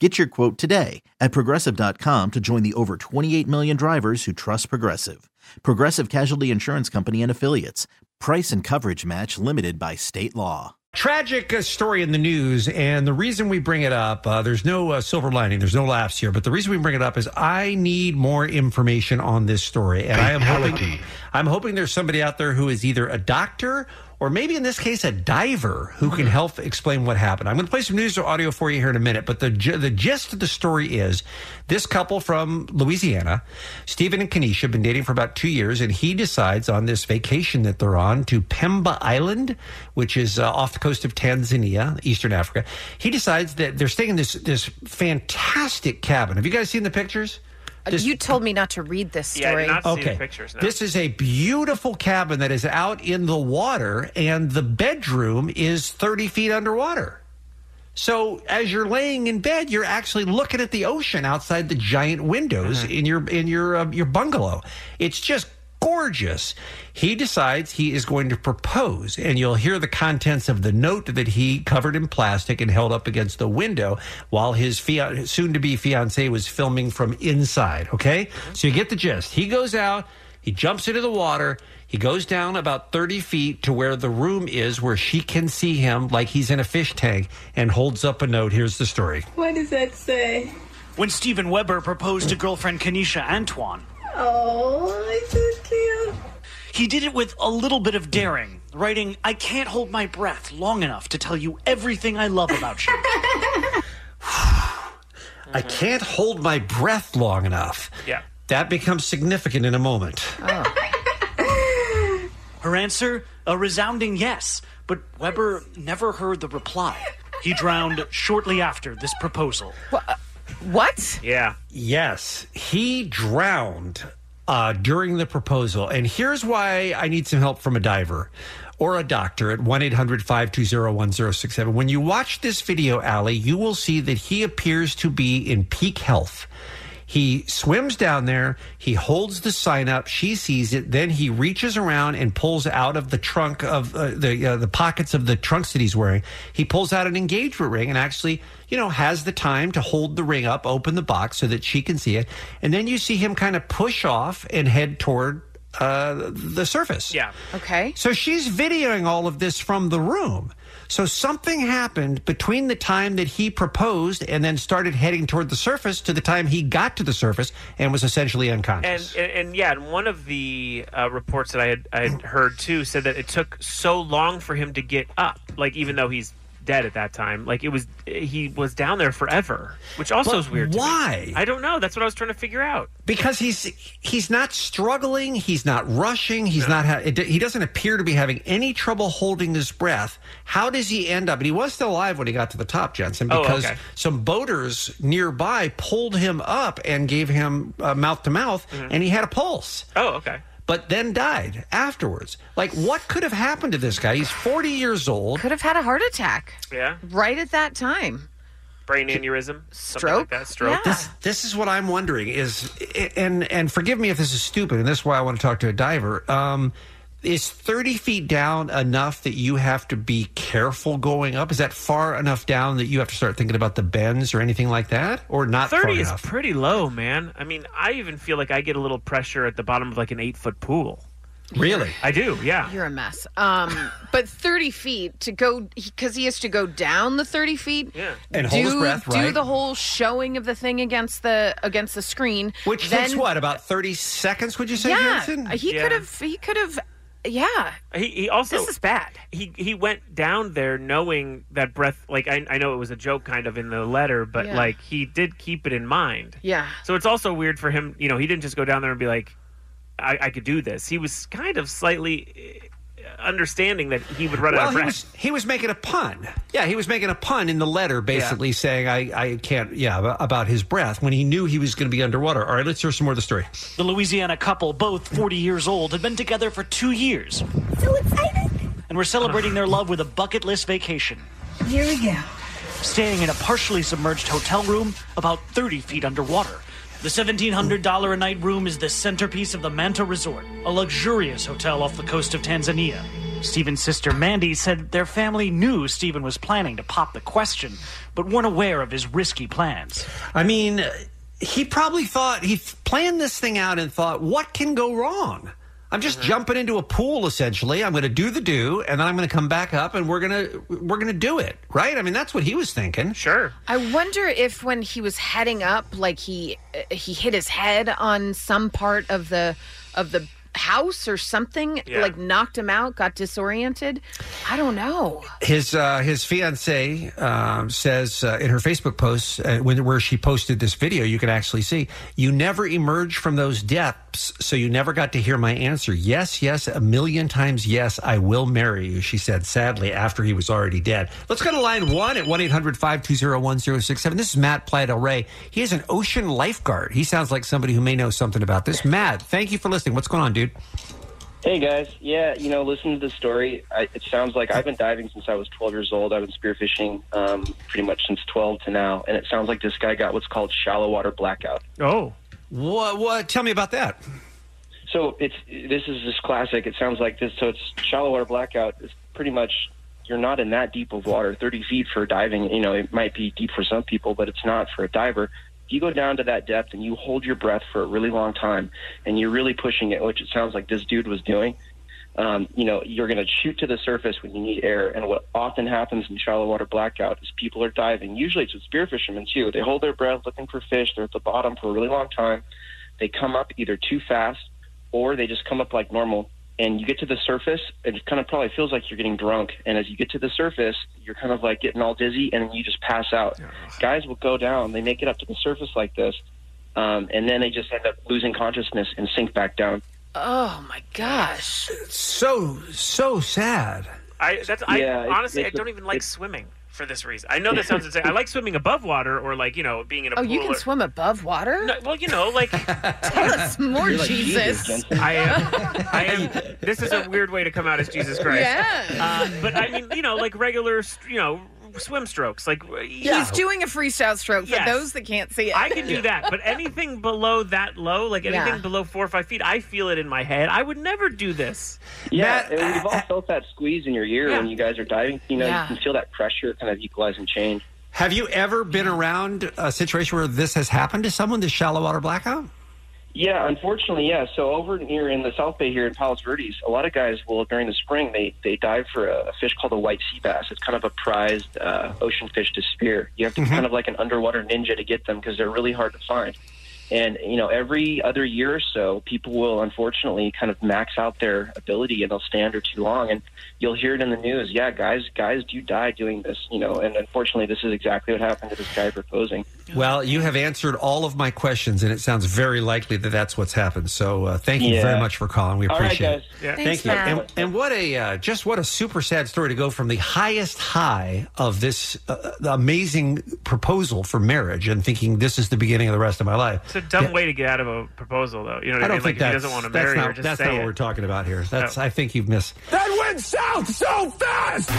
[SPEAKER 1] Get your quote today at progressive.com to join the over 28 million drivers who trust Progressive. Progressive Casualty Insurance Company and Affiliates. Price and coverage match limited by state law.
[SPEAKER 10] Tragic uh, story in the news, and the reason we bring it up, uh, there's no uh, silver lining, there's no laughs here, but the reason we bring it up is I need more information on this story, and I am hoping, I'm hoping there's somebody out there who is either a doctor or maybe in this case a diver who can help explain what happened. I'm going to play some news or audio for you here in a minute, but the gi- the gist of the story is this couple from Louisiana, Stephen and Kenesha, have been dating for about two years, and he decides on this vacation that they're on to Pemba Island, which is uh, off the coast of Tanzania, Eastern Africa. He decides that they're staying in this this fantastic cabin. Have you guys seen the pictures?
[SPEAKER 11] Uh,
[SPEAKER 10] This-
[SPEAKER 11] you told me not to read this story.
[SPEAKER 10] this is a beautiful cabin that is out in the water, and the bedroom is 30 feet underwater. So as you're laying in bed, you're actually looking at the ocean outside the giant windows in your in your uh, your bungalow. It's just gorgeous. He decides he is going to propose, and you'll hear the contents of the note that he covered in plastic and held up against the window while his fia- soon-to-be fiance was filming from inside. Okay, so you get the gist. He goes out. He jumps into the water. He goes down about 30 feet to where the room is where she can see him like he's in a fish tank and holds up a note. Here's the story.
[SPEAKER 18] What does that say?
[SPEAKER 20] When Steven Weber proposed to girlfriend Kanisha Antoine,
[SPEAKER 18] Oh, it's so cute.
[SPEAKER 20] he did it with a little bit of daring, writing, I can't hold my breath long enough to tell you everything I love about you.
[SPEAKER 10] I can't hold my breath long enough.
[SPEAKER 20] Yeah.
[SPEAKER 10] That becomes significant in a moment.
[SPEAKER 20] Her answer, a resounding yes, but Weber never heard the reply. He drowned shortly after this proposal.
[SPEAKER 11] What?
[SPEAKER 6] Yeah.
[SPEAKER 10] Yes, he drowned uh, during the proposal. And here's why I need some help from a diver or a doctor at 1 800 520 1067. When you watch this video, Allie, you will see that he appears to be in peak health. He swims down there. He holds the sign up. She sees it. Then he reaches around and pulls out of the trunk of uh, the uh, the pockets of the trunks that he's wearing. He pulls out an engagement ring and actually, you know, has the time to hold the ring up, open the box so that she can see it. And then you see him kind of push off and head toward uh, the surface. Yeah.
[SPEAKER 11] Okay.
[SPEAKER 10] So she's videoing all of this from the room. So something happened between the time that he proposed and then started heading toward the surface to the time he got to the surface and was essentially unconscious.
[SPEAKER 6] And, and, and yeah, and one of the uh, reports that I had I had heard too said that it took so long for him to get up, like even though he's dead at that time, like it was he was down there forever, which also
[SPEAKER 10] But
[SPEAKER 6] is weird. to me.
[SPEAKER 10] why?
[SPEAKER 6] I don't know. That's what I was trying to figure out.
[SPEAKER 10] because he's he's not struggling, he's not rushing, he's not ha- it- he doesn't appear to be having any trouble holding his breath. How does he end up? And he was still alive when he got to the top, Jensen,
[SPEAKER 6] Oh,
[SPEAKER 10] because
[SPEAKER 6] okay.
[SPEAKER 10] some boaters nearby pulled him up and gave him uh, mouth to mouth, and he had a pulse.
[SPEAKER 6] Mm-hmm. Oh, okay.
[SPEAKER 10] But then died afterwards. Like, what could have happened to this guy? He's 40 years old.
[SPEAKER 11] Could have had a heart attack
[SPEAKER 6] Yeah,
[SPEAKER 11] right at that time.
[SPEAKER 6] brain aneurysm, something
[SPEAKER 11] Stroke?
[SPEAKER 6] like that. Stroke.
[SPEAKER 10] This
[SPEAKER 11] Ah.
[SPEAKER 10] this is what I'm wondering is and and forgive me if this is stupid and this is why I want to talk to a diver. Um, is 30 feet down enough that you have to be careful going up? Is that far enough down that you have to start thinking about the bends or anything like that, or not far
[SPEAKER 6] 30 is
[SPEAKER 10] enough?
[SPEAKER 6] pretty low, man. I mean, I even feel like I get a little pressure at the bottom of like an eight foot pool.
[SPEAKER 10] Really?
[SPEAKER 6] I do, yeah.
[SPEAKER 11] You're a mess. Um, but 30 feet to go, because he has to go down the 30 feet. Yeah.
[SPEAKER 10] And hold his breath,
[SPEAKER 11] Do
[SPEAKER 10] right?
[SPEAKER 11] the whole showing of the thing against the against the screen.
[SPEAKER 10] Which
[SPEAKER 11] then,
[SPEAKER 10] takes what about 30 seconds? Would you say,
[SPEAKER 11] yeah,
[SPEAKER 10] Jensen?
[SPEAKER 11] he could have. He could have. Yeah.
[SPEAKER 6] He, he also
[SPEAKER 11] This is bad.
[SPEAKER 6] He he went down there knowing that breath. Like I, I know it was a joke, kind of in the letter, but
[SPEAKER 11] Yeah.
[SPEAKER 6] like he did keep it in mind.
[SPEAKER 11] Yeah.
[SPEAKER 6] So it's also weird for him. You know, he didn't just go down there and be like, "I, I could do this." He was kind of slightly eh, understanding that he would run out
[SPEAKER 10] well,
[SPEAKER 6] of
[SPEAKER 10] he
[SPEAKER 6] breath.
[SPEAKER 10] was, he was making a pun. Yeah, he was making a pun in the letter, basically saying, I, I can't, yeah, ab- about his breath when he knew he was going to be underwater. All right, let's hear some more of the story.
[SPEAKER 20] The Louisiana couple, both 40 years old, had been together for two years. So excited! And were celebrating their love with a bucket list vacation.
[SPEAKER 18] Here we go.
[SPEAKER 20] Staying in a partially submerged hotel room about 30 feet underwater. The $1,700 a night room is the centerpiece of the Manta Resort, a luxurious hotel off the coast of Tanzania. Stephen's sister Mandy said their family knew Stephen was planning to pop the question, but weren't aware of his risky plans.
[SPEAKER 10] I mean, he probably thought he planned this thing out and thought, what can go wrong? I'm just jumping into a pool essentially. I'm going to do the do, and then I'm going to come back up, and we're going to we're going to do it, right? I mean, that's what he was thinking.
[SPEAKER 6] Sure.
[SPEAKER 11] I wonder if when he was heading up, like he uh, he hit his head on some part of the of the house or something,
[SPEAKER 10] Yeah.
[SPEAKER 11] like knocked him out, got disoriented. I don't know.
[SPEAKER 10] His uh, his fiance um, says uh, in her Facebook post uh, when, where she posted this video, you can actually see you never emerge from those depths, so you never got to hear my answer. Yes, yes, a million times yes, I will marry you. She said sadly after he was already dead. Let's go to line one at one 1067 This is Matt Plaidel Ray. He is an ocean lifeguard. He sounds like somebody who may know something about this. Matt, thank you for listening. What's going on, dude?
[SPEAKER 17] Hey guys, yeah, you know, listen to the story. I, it sounds like I've been diving since I was 12 years old. I've been spearfishing um, pretty much since 12 to now, and it sounds like this guy got what's called shallow water blackout.
[SPEAKER 6] Oh,
[SPEAKER 10] what? What? Tell me about that.
[SPEAKER 17] So it's this is just classic. It sounds like this. So it's shallow water blackout is pretty much you're not in that deep of water. 30 feet for diving, you know, it might be deep for some people, but it's not for a diver. If you go down to that depth and you hold your breath for a really long time, and you're really pushing it, which it sounds like this dude was doing. Um, you know, you're going to shoot to the surface when you need air. And what often happens in shallow water blackout is people are diving. Usually it's with spear fishermen too. They hold their breath looking for fish. They're at the bottom for a really long time. They come up either too fast or they just come up like normal. And you get to the surface, and it kind of probably feels like you're getting drunk. And as you get to the surface, you're kind of like getting all dizzy, and then you just pass out. Guys will go down, they make it up to the surface like this, um, and then they just end up losing consciousness and sink back down.
[SPEAKER 11] Oh my gosh.
[SPEAKER 10] So so sad.
[SPEAKER 6] I that's I
[SPEAKER 17] Yeah, it's-
[SPEAKER 6] honestly
[SPEAKER 17] it's
[SPEAKER 6] I
[SPEAKER 17] a-
[SPEAKER 6] don't even like swimming for this reason. I know that sounds insane. I like swimming above water or like you know being in a
[SPEAKER 11] Oh,
[SPEAKER 6] pool.
[SPEAKER 11] you can
[SPEAKER 6] or-
[SPEAKER 11] swim above water?
[SPEAKER 6] No, well, you know, like
[SPEAKER 11] Tell us more,
[SPEAKER 6] You're like Jesus,
[SPEAKER 11] Jesus.
[SPEAKER 6] Jensen. I am. I am. This is a weird way to come out as Jesus Christ. Um,
[SPEAKER 11] Yes.
[SPEAKER 6] Uh, but I mean, you know, like regular, you know, swim strokes. Like uh, he's
[SPEAKER 11] He's doing a freestyle stroke for
[SPEAKER 6] Yes.
[SPEAKER 11] those that can't see it.
[SPEAKER 6] I can do that, but anything below that low, like anything
[SPEAKER 11] Yeah.
[SPEAKER 6] below four or five feet, I feel it in my head. I would never do this.
[SPEAKER 17] Yeah, and we've all felt that squeeze in your ear when you guys are diving. You know,
[SPEAKER 6] Yeah.
[SPEAKER 17] you can feel that pressure kind of equalize and change.
[SPEAKER 10] Have you ever been around a situation where this has happened to someone, this shallow water blackout?
[SPEAKER 17] Yeah, unfortunately, yeah. So over near in the South Bay here in Palos Verdes, a lot of guys will during the spring they they dive for a, a fish called a white sea bass. It's kind of a prized uh, ocean fish to spear. You have to be kind of like an underwater ninja to get them because they're really hard to find. And you know, every other year or so, people will unfortunately kind of max out their ability and they'll stand or too long. And you'll hear it in the news. Yeah, guys, guys do die doing this. You know, and unfortunately, this is exactly what happened to this guy proposing.
[SPEAKER 10] Well, you have answered all of my questions, and it sounds very likely that that's what's happened. So, uh, thank you
[SPEAKER 17] Yeah.
[SPEAKER 10] very much for calling. We
[SPEAKER 17] All right,
[SPEAKER 10] appreciate
[SPEAKER 17] guys.
[SPEAKER 10] it.
[SPEAKER 17] Yeah.
[SPEAKER 10] Thank
[SPEAKER 17] Thanks,
[SPEAKER 10] you.
[SPEAKER 17] Matt.
[SPEAKER 10] And, and what a uh, just what a super sad story to go from the highest high of this uh, the amazing proposal for marriage and thinking this is the beginning of the rest of my life.
[SPEAKER 6] It's a dumb way to get out of a proposal, though. You know what I,
[SPEAKER 10] I don't
[SPEAKER 6] mean?
[SPEAKER 10] think
[SPEAKER 6] like, if
[SPEAKER 10] that's,
[SPEAKER 6] he doesn't want to
[SPEAKER 10] that's
[SPEAKER 6] marry
[SPEAKER 10] not,
[SPEAKER 6] her, just
[SPEAKER 10] that's
[SPEAKER 6] say
[SPEAKER 10] not what
[SPEAKER 6] it.
[SPEAKER 10] we're talking about here. That's I think you've missed.
[SPEAKER 16] That went south so fast!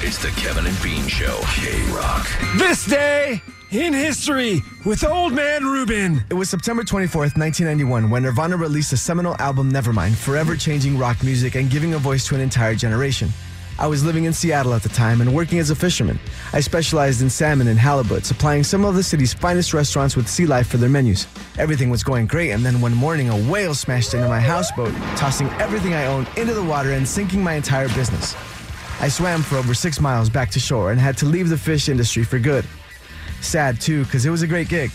[SPEAKER 16] It's the Kevin and Bean Show. K Rock.
[SPEAKER 21] This day in history with Old Man Rubin. It was September 24th, 1991, when Nirvana released the seminal album Nevermind, forever changing rock music and giving a voice to an entire generation. I was living in Seattle at the time and working as a fisherman. I specialized in salmon and halibut, supplying some of the city's finest restaurants with sea life for their menus. Everything was going great, and then one morning a whale smashed into my houseboat, tossing everything I owned into the water and sinking my entire business. I swam for over six miles back to shore and had to leave the fish industry for good. Sad too, because it was a great gig.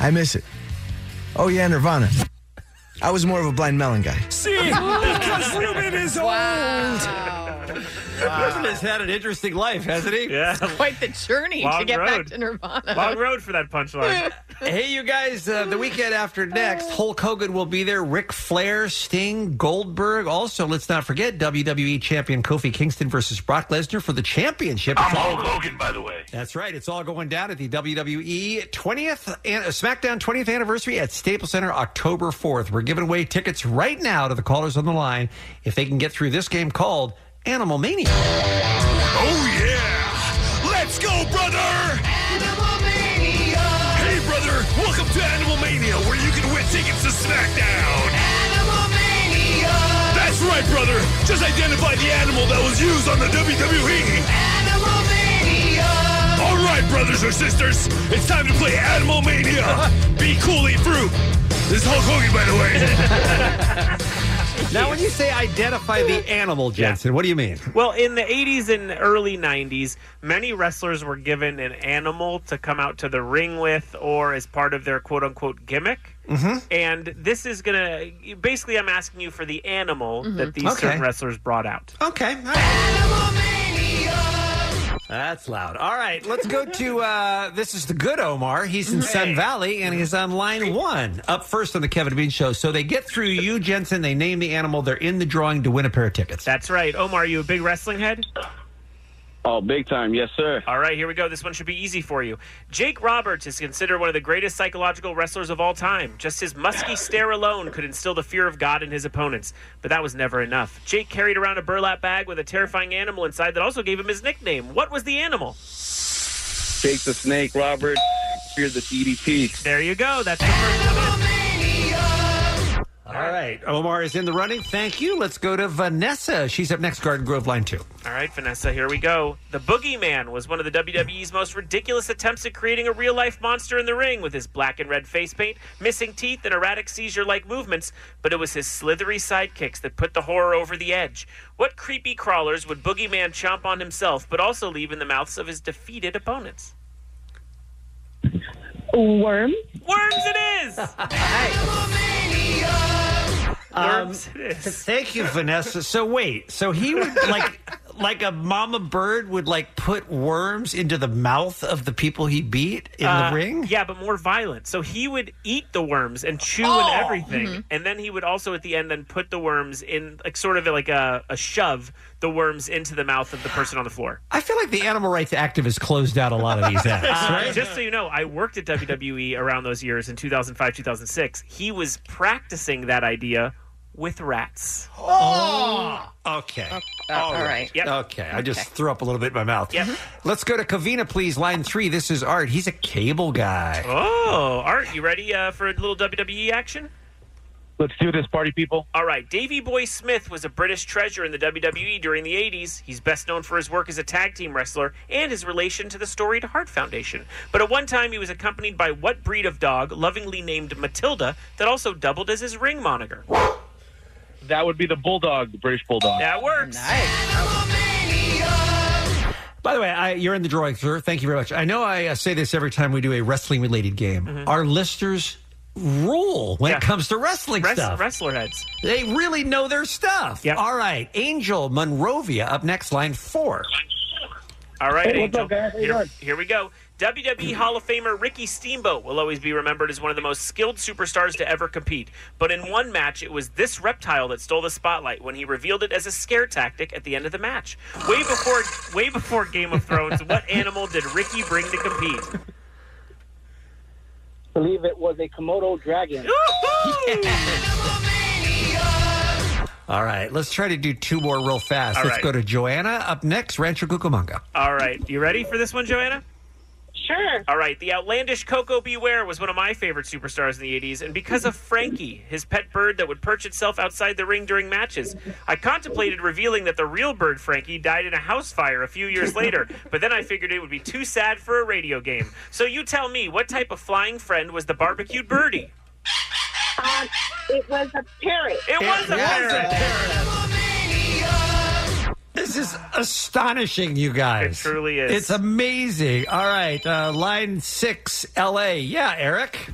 [SPEAKER 21] I miss it. Oh yeah, Nirvana. I was more of a blind melon guy.
[SPEAKER 4] See, because Ruben is old.
[SPEAKER 10] Ruben has had an interesting life, hasn't he?
[SPEAKER 6] Yeah.
[SPEAKER 11] Quite the journey
[SPEAKER 10] Long
[SPEAKER 11] to get
[SPEAKER 10] road.
[SPEAKER 11] back to Nirvana.
[SPEAKER 10] Long
[SPEAKER 6] road for that punchline.
[SPEAKER 10] hey, you guys, uh, the weekend after next, Hulk Hogan will be there. Ric Flair, Sting, Goldberg. Also, let's not forget WWE champion Kofi Kingston versus Brock Lesnar for the championship. It's all-
[SPEAKER 16] Hogan, by the way.
[SPEAKER 10] That's right. It's all going down at the E WWE 20th an- uh, SmackDown 20th anniversary at Staples Center October 4th. We're giving away tickets right now to the callers on the line if they can get through this game called Animal Mania.
[SPEAKER 16] Oh, yeah! Let's go, brother! Animal Mania! Hey, brother, welcome to Animal Mania, where you can win tickets to SmackDown! Animal Mania! That's right, brother! Just identify the animal that was used on the E. WWE! Animal Mania! All right, brothers or sisters, it's time to play Animal Mania! Be cool, eat fruit! This is Hulk Hogan, by the way!
[SPEAKER 10] Now, when you say identify the animal, Jensen, what do you mean?
[SPEAKER 6] Well, in the 80s and early 90s, many wrestlers were given an animal to come out to the ring with or as part of their quote unquote gimmick.
[SPEAKER 4] Mm-hmm.
[SPEAKER 6] And this is going to basically, I'm asking you for the animal
[SPEAKER 4] Mhm.
[SPEAKER 6] that these
[SPEAKER 4] Okay.
[SPEAKER 6] certain wrestlers brought out.
[SPEAKER 10] Okay. That's loud. All right, let's go to uh, this is the good Omar. He's in Sun Valley and he's on line one. Up first on the Kevin Bean Show. So they get through you, Jensen. They name the animal. They're in the drawing to win a pair of tickets.
[SPEAKER 6] That's right. Omar, you a big wrestling head?
[SPEAKER 22] Oh, big time. Yes, sir.
[SPEAKER 6] All right, here we go. This one should be easy for you. Jake Roberts is considered one of the greatest psychological wrestlers of all time. Just his musky stare alone could instill the fear of God in his opponents, but that was never enough. Jake carried around a burlap bag with a terrifying animal inside that also gave him his nickname. What was the animal?
[SPEAKER 22] Jake the Snake, Robert. Here's the DDP.
[SPEAKER 6] There you go. That's the first one.
[SPEAKER 10] All right, Omar is in the running. Thank you. Let's go to Vanessa. She's up next, Garden Grove line two.
[SPEAKER 6] All right, Vanessa, here we go. The Boogeyman was one of the WWE's most ridiculous attempts at creating a real life monster in the ring with his black and red face paint, missing teeth, and erratic seizure like movements, but it was his slithery sidekicks that put the horror over the edge. What creepy crawlers would Boogeyman chomp on himself, but also leave in the mouths of his defeated opponents?
[SPEAKER 23] Worm.
[SPEAKER 6] Worms it is!
[SPEAKER 19] Um,
[SPEAKER 11] Um,
[SPEAKER 6] Worms it is.
[SPEAKER 10] Thank you, Vanessa. So wait, so he would like like a mama bird would like put worms into the mouth of the people he beat in
[SPEAKER 6] Uh,
[SPEAKER 10] the ring?
[SPEAKER 6] Yeah, but more violent. So he would eat the worms and chew
[SPEAKER 10] Oh!
[SPEAKER 6] and everything,
[SPEAKER 10] Mhm.
[SPEAKER 6] and then he would also at the end then put the worms in like sort of like a, a shove the worms into the mouth of the person on the floor.
[SPEAKER 10] I feel like the animal rights activists closed out a lot of these acts,
[SPEAKER 6] Uh,
[SPEAKER 10] right?
[SPEAKER 6] Just so you know, I worked at E WWE around those years in 2005, 2006. He was practicing that idea with rats.
[SPEAKER 10] Oh. Okay.
[SPEAKER 11] Uh,
[SPEAKER 6] all right. Yep.
[SPEAKER 10] Okay. I just threw up a little bit in my mouth. Let's go to Kavina, please. Line three. This is Art. He's a cable guy.
[SPEAKER 6] Oh, Art, you ready uh, for a little WWE action?
[SPEAKER 2] Let's do this, party people.
[SPEAKER 6] All right, Davy Boy Smith was a British treasure in the WWE during the 80s. He's best known for his work as a tag team wrestler and his relation to the Storied Heart Foundation. But at one time, he was accompanied by what breed of dog, lovingly named Matilda, that also doubled as his ring moniker?
[SPEAKER 2] That would be the bulldog, the British bulldog.
[SPEAKER 6] That works.
[SPEAKER 10] By the way, I, you're in the drawing, sir. Thank you very much. I know I uh, say this every time we do a wrestling related game. Our listeners rule when
[SPEAKER 6] Mm-hmm. Yeah.
[SPEAKER 10] it comes to wrestling
[SPEAKER 6] Wrest-
[SPEAKER 10] stuff.
[SPEAKER 6] Wrestler heads.
[SPEAKER 10] They really know their stuff. All right. Angel Monrovia up next, line four.
[SPEAKER 6] All right,
[SPEAKER 10] Hey, what's
[SPEAKER 6] Angel.
[SPEAKER 10] up, guys? How you
[SPEAKER 6] Here,
[SPEAKER 10] doing?
[SPEAKER 6] here we go. WWE Hall of Famer Ricky Steamboat will always be remembered as one of the most skilled superstars to ever compete. But in one match, it was this reptile that stole the spotlight when he revealed it as a scare tactic at the end of the match. Way before, way before Game of Thrones, what animal did Ricky bring to compete?
[SPEAKER 3] believe it was a Komodo dragon.
[SPEAKER 10] All right. Let's try to do two more real fast.
[SPEAKER 6] All
[SPEAKER 10] let's
[SPEAKER 6] right.
[SPEAKER 10] go to Joanna up next, Rancho Cucamonga.
[SPEAKER 6] All right, you ready for this one, Joanna? Sure. All right, the outlandish Coco Beware was one of my favorite superstars in the 80s, and because of Frankie, his pet bird that would perch itself outside the ring during matches, I contemplated revealing that the real bird Frankie died in a house fire a few years later, but then I figured it would be too sad for a radio game. So you tell me, what type of flying friend was the barbecued birdie?
[SPEAKER 18] Um, it was a parrot.
[SPEAKER 6] It was a parrot.
[SPEAKER 10] This is astonishing, you guys. It
[SPEAKER 6] truly is.
[SPEAKER 10] It's amazing. All right, uh, line six, L.A. Yeah, Eric.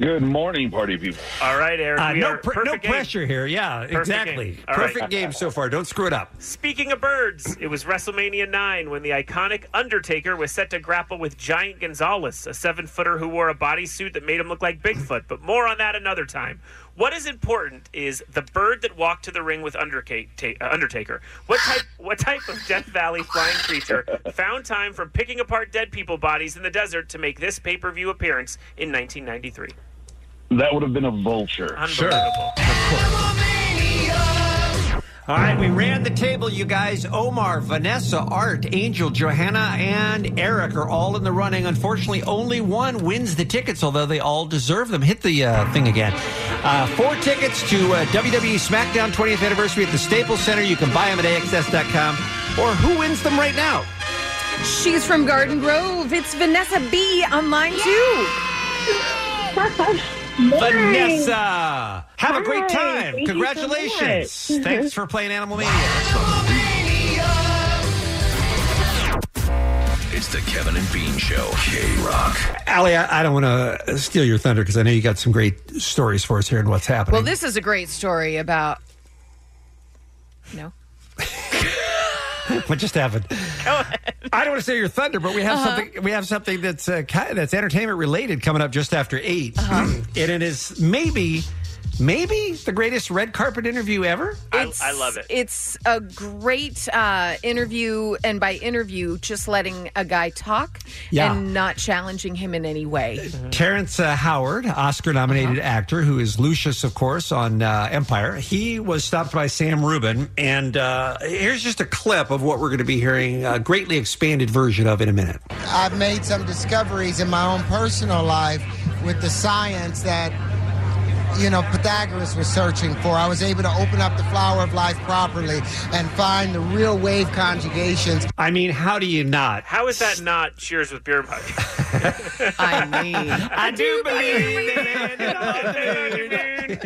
[SPEAKER 2] Good morning, party people.
[SPEAKER 6] All right, Eric.
[SPEAKER 10] Uh,
[SPEAKER 6] we
[SPEAKER 10] no
[SPEAKER 6] are
[SPEAKER 10] pr- no
[SPEAKER 6] perfect game.
[SPEAKER 10] pressure here. Yeah,
[SPEAKER 6] Perfect
[SPEAKER 10] exactly.
[SPEAKER 6] game. All right.
[SPEAKER 10] Perfect game so far. Don't screw it up.
[SPEAKER 6] Speaking of birds, it was WrestleMania 9 when the iconic Undertaker was set to grapple with Giant Gonzalez, a seven footer who wore a bodysuit that made him look like Bigfoot, but more on that another time. What is important is the bird that walked to the ring with Underca- ta- uh, Undertaker. What type, what type of Death Valley flying creature found time from picking apart dead people bodies in the desert to make this pay per view appearance in 1993?
[SPEAKER 2] That would have been a vulture.
[SPEAKER 6] Unbelievable.
[SPEAKER 10] All right, we ran the table, you guys. Omar, Vanessa, Art, Angel, Johanna, and Eric are all in the running. Unfortunately, only one wins the tickets, although they all deserve them. Hit the uh, thing again. Uh, four tickets to uh, WWE SmackDown 20th Anniversary at the Staples Center. You can buy them at AXS.com. Or who wins them right now?
[SPEAKER 11] She's from Garden Grove. It's Vanessa B on line two.
[SPEAKER 10] Vanessa! Have a great
[SPEAKER 11] Hi,
[SPEAKER 10] time.
[SPEAKER 11] thank you so
[SPEAKER 10] Congratulations.
[SPEAKER 11] much.
[SPEAKER 10] Thanks for playing Animal Mania.
[SPEAKER 16] It's the Kevin and Bean Show. K Rock.
[SPEAKER 10] Allie, I, I don't want to steal your thunder because I know you got some great stories for us here and what's happening.
[SPEAKER 11] Well, this is a great story about. No.
[SPEAKER 10] what just happened? I don't want to steal your thunder, but we have
[SPEAKER 11] Uh-huh.
[SPEAKER 10] something. We have something that's uh, ki that's entertainment related coming up just after 8
[SPEAKER 11] Uh-huh.
[SPEAKER 10] and it is maybe, maybe the greatest red carpet interview ever.
[SPEAKER 11] It's- It's a great uh, interview, and by interview, just letting a guy talk
[SPEAKER 10] Yeah.
[SPEAKER 11] and not challenging him in any way.
[SPEAKER 10] Terrence uh, Howard, Oscar-nominated actor, who is Lucius, of course, on uh, Empire. He was stopped by Sam Rubin, and uh, here's just a clip of what we're going to be hearing a greatly expanded version of in a minute.
[SPEAKER 5] I've made some discoveries in my own personal life with the science that, you know, Pythagoras was searching for. I was able to open up the flower of life properly and find the real wave conjugations.
[SPEAKER 10] I mean, how do you not?
[SPEAKER 6] How is that not Cheers with Beer Mug?
[SPEAKER 11] I mean, I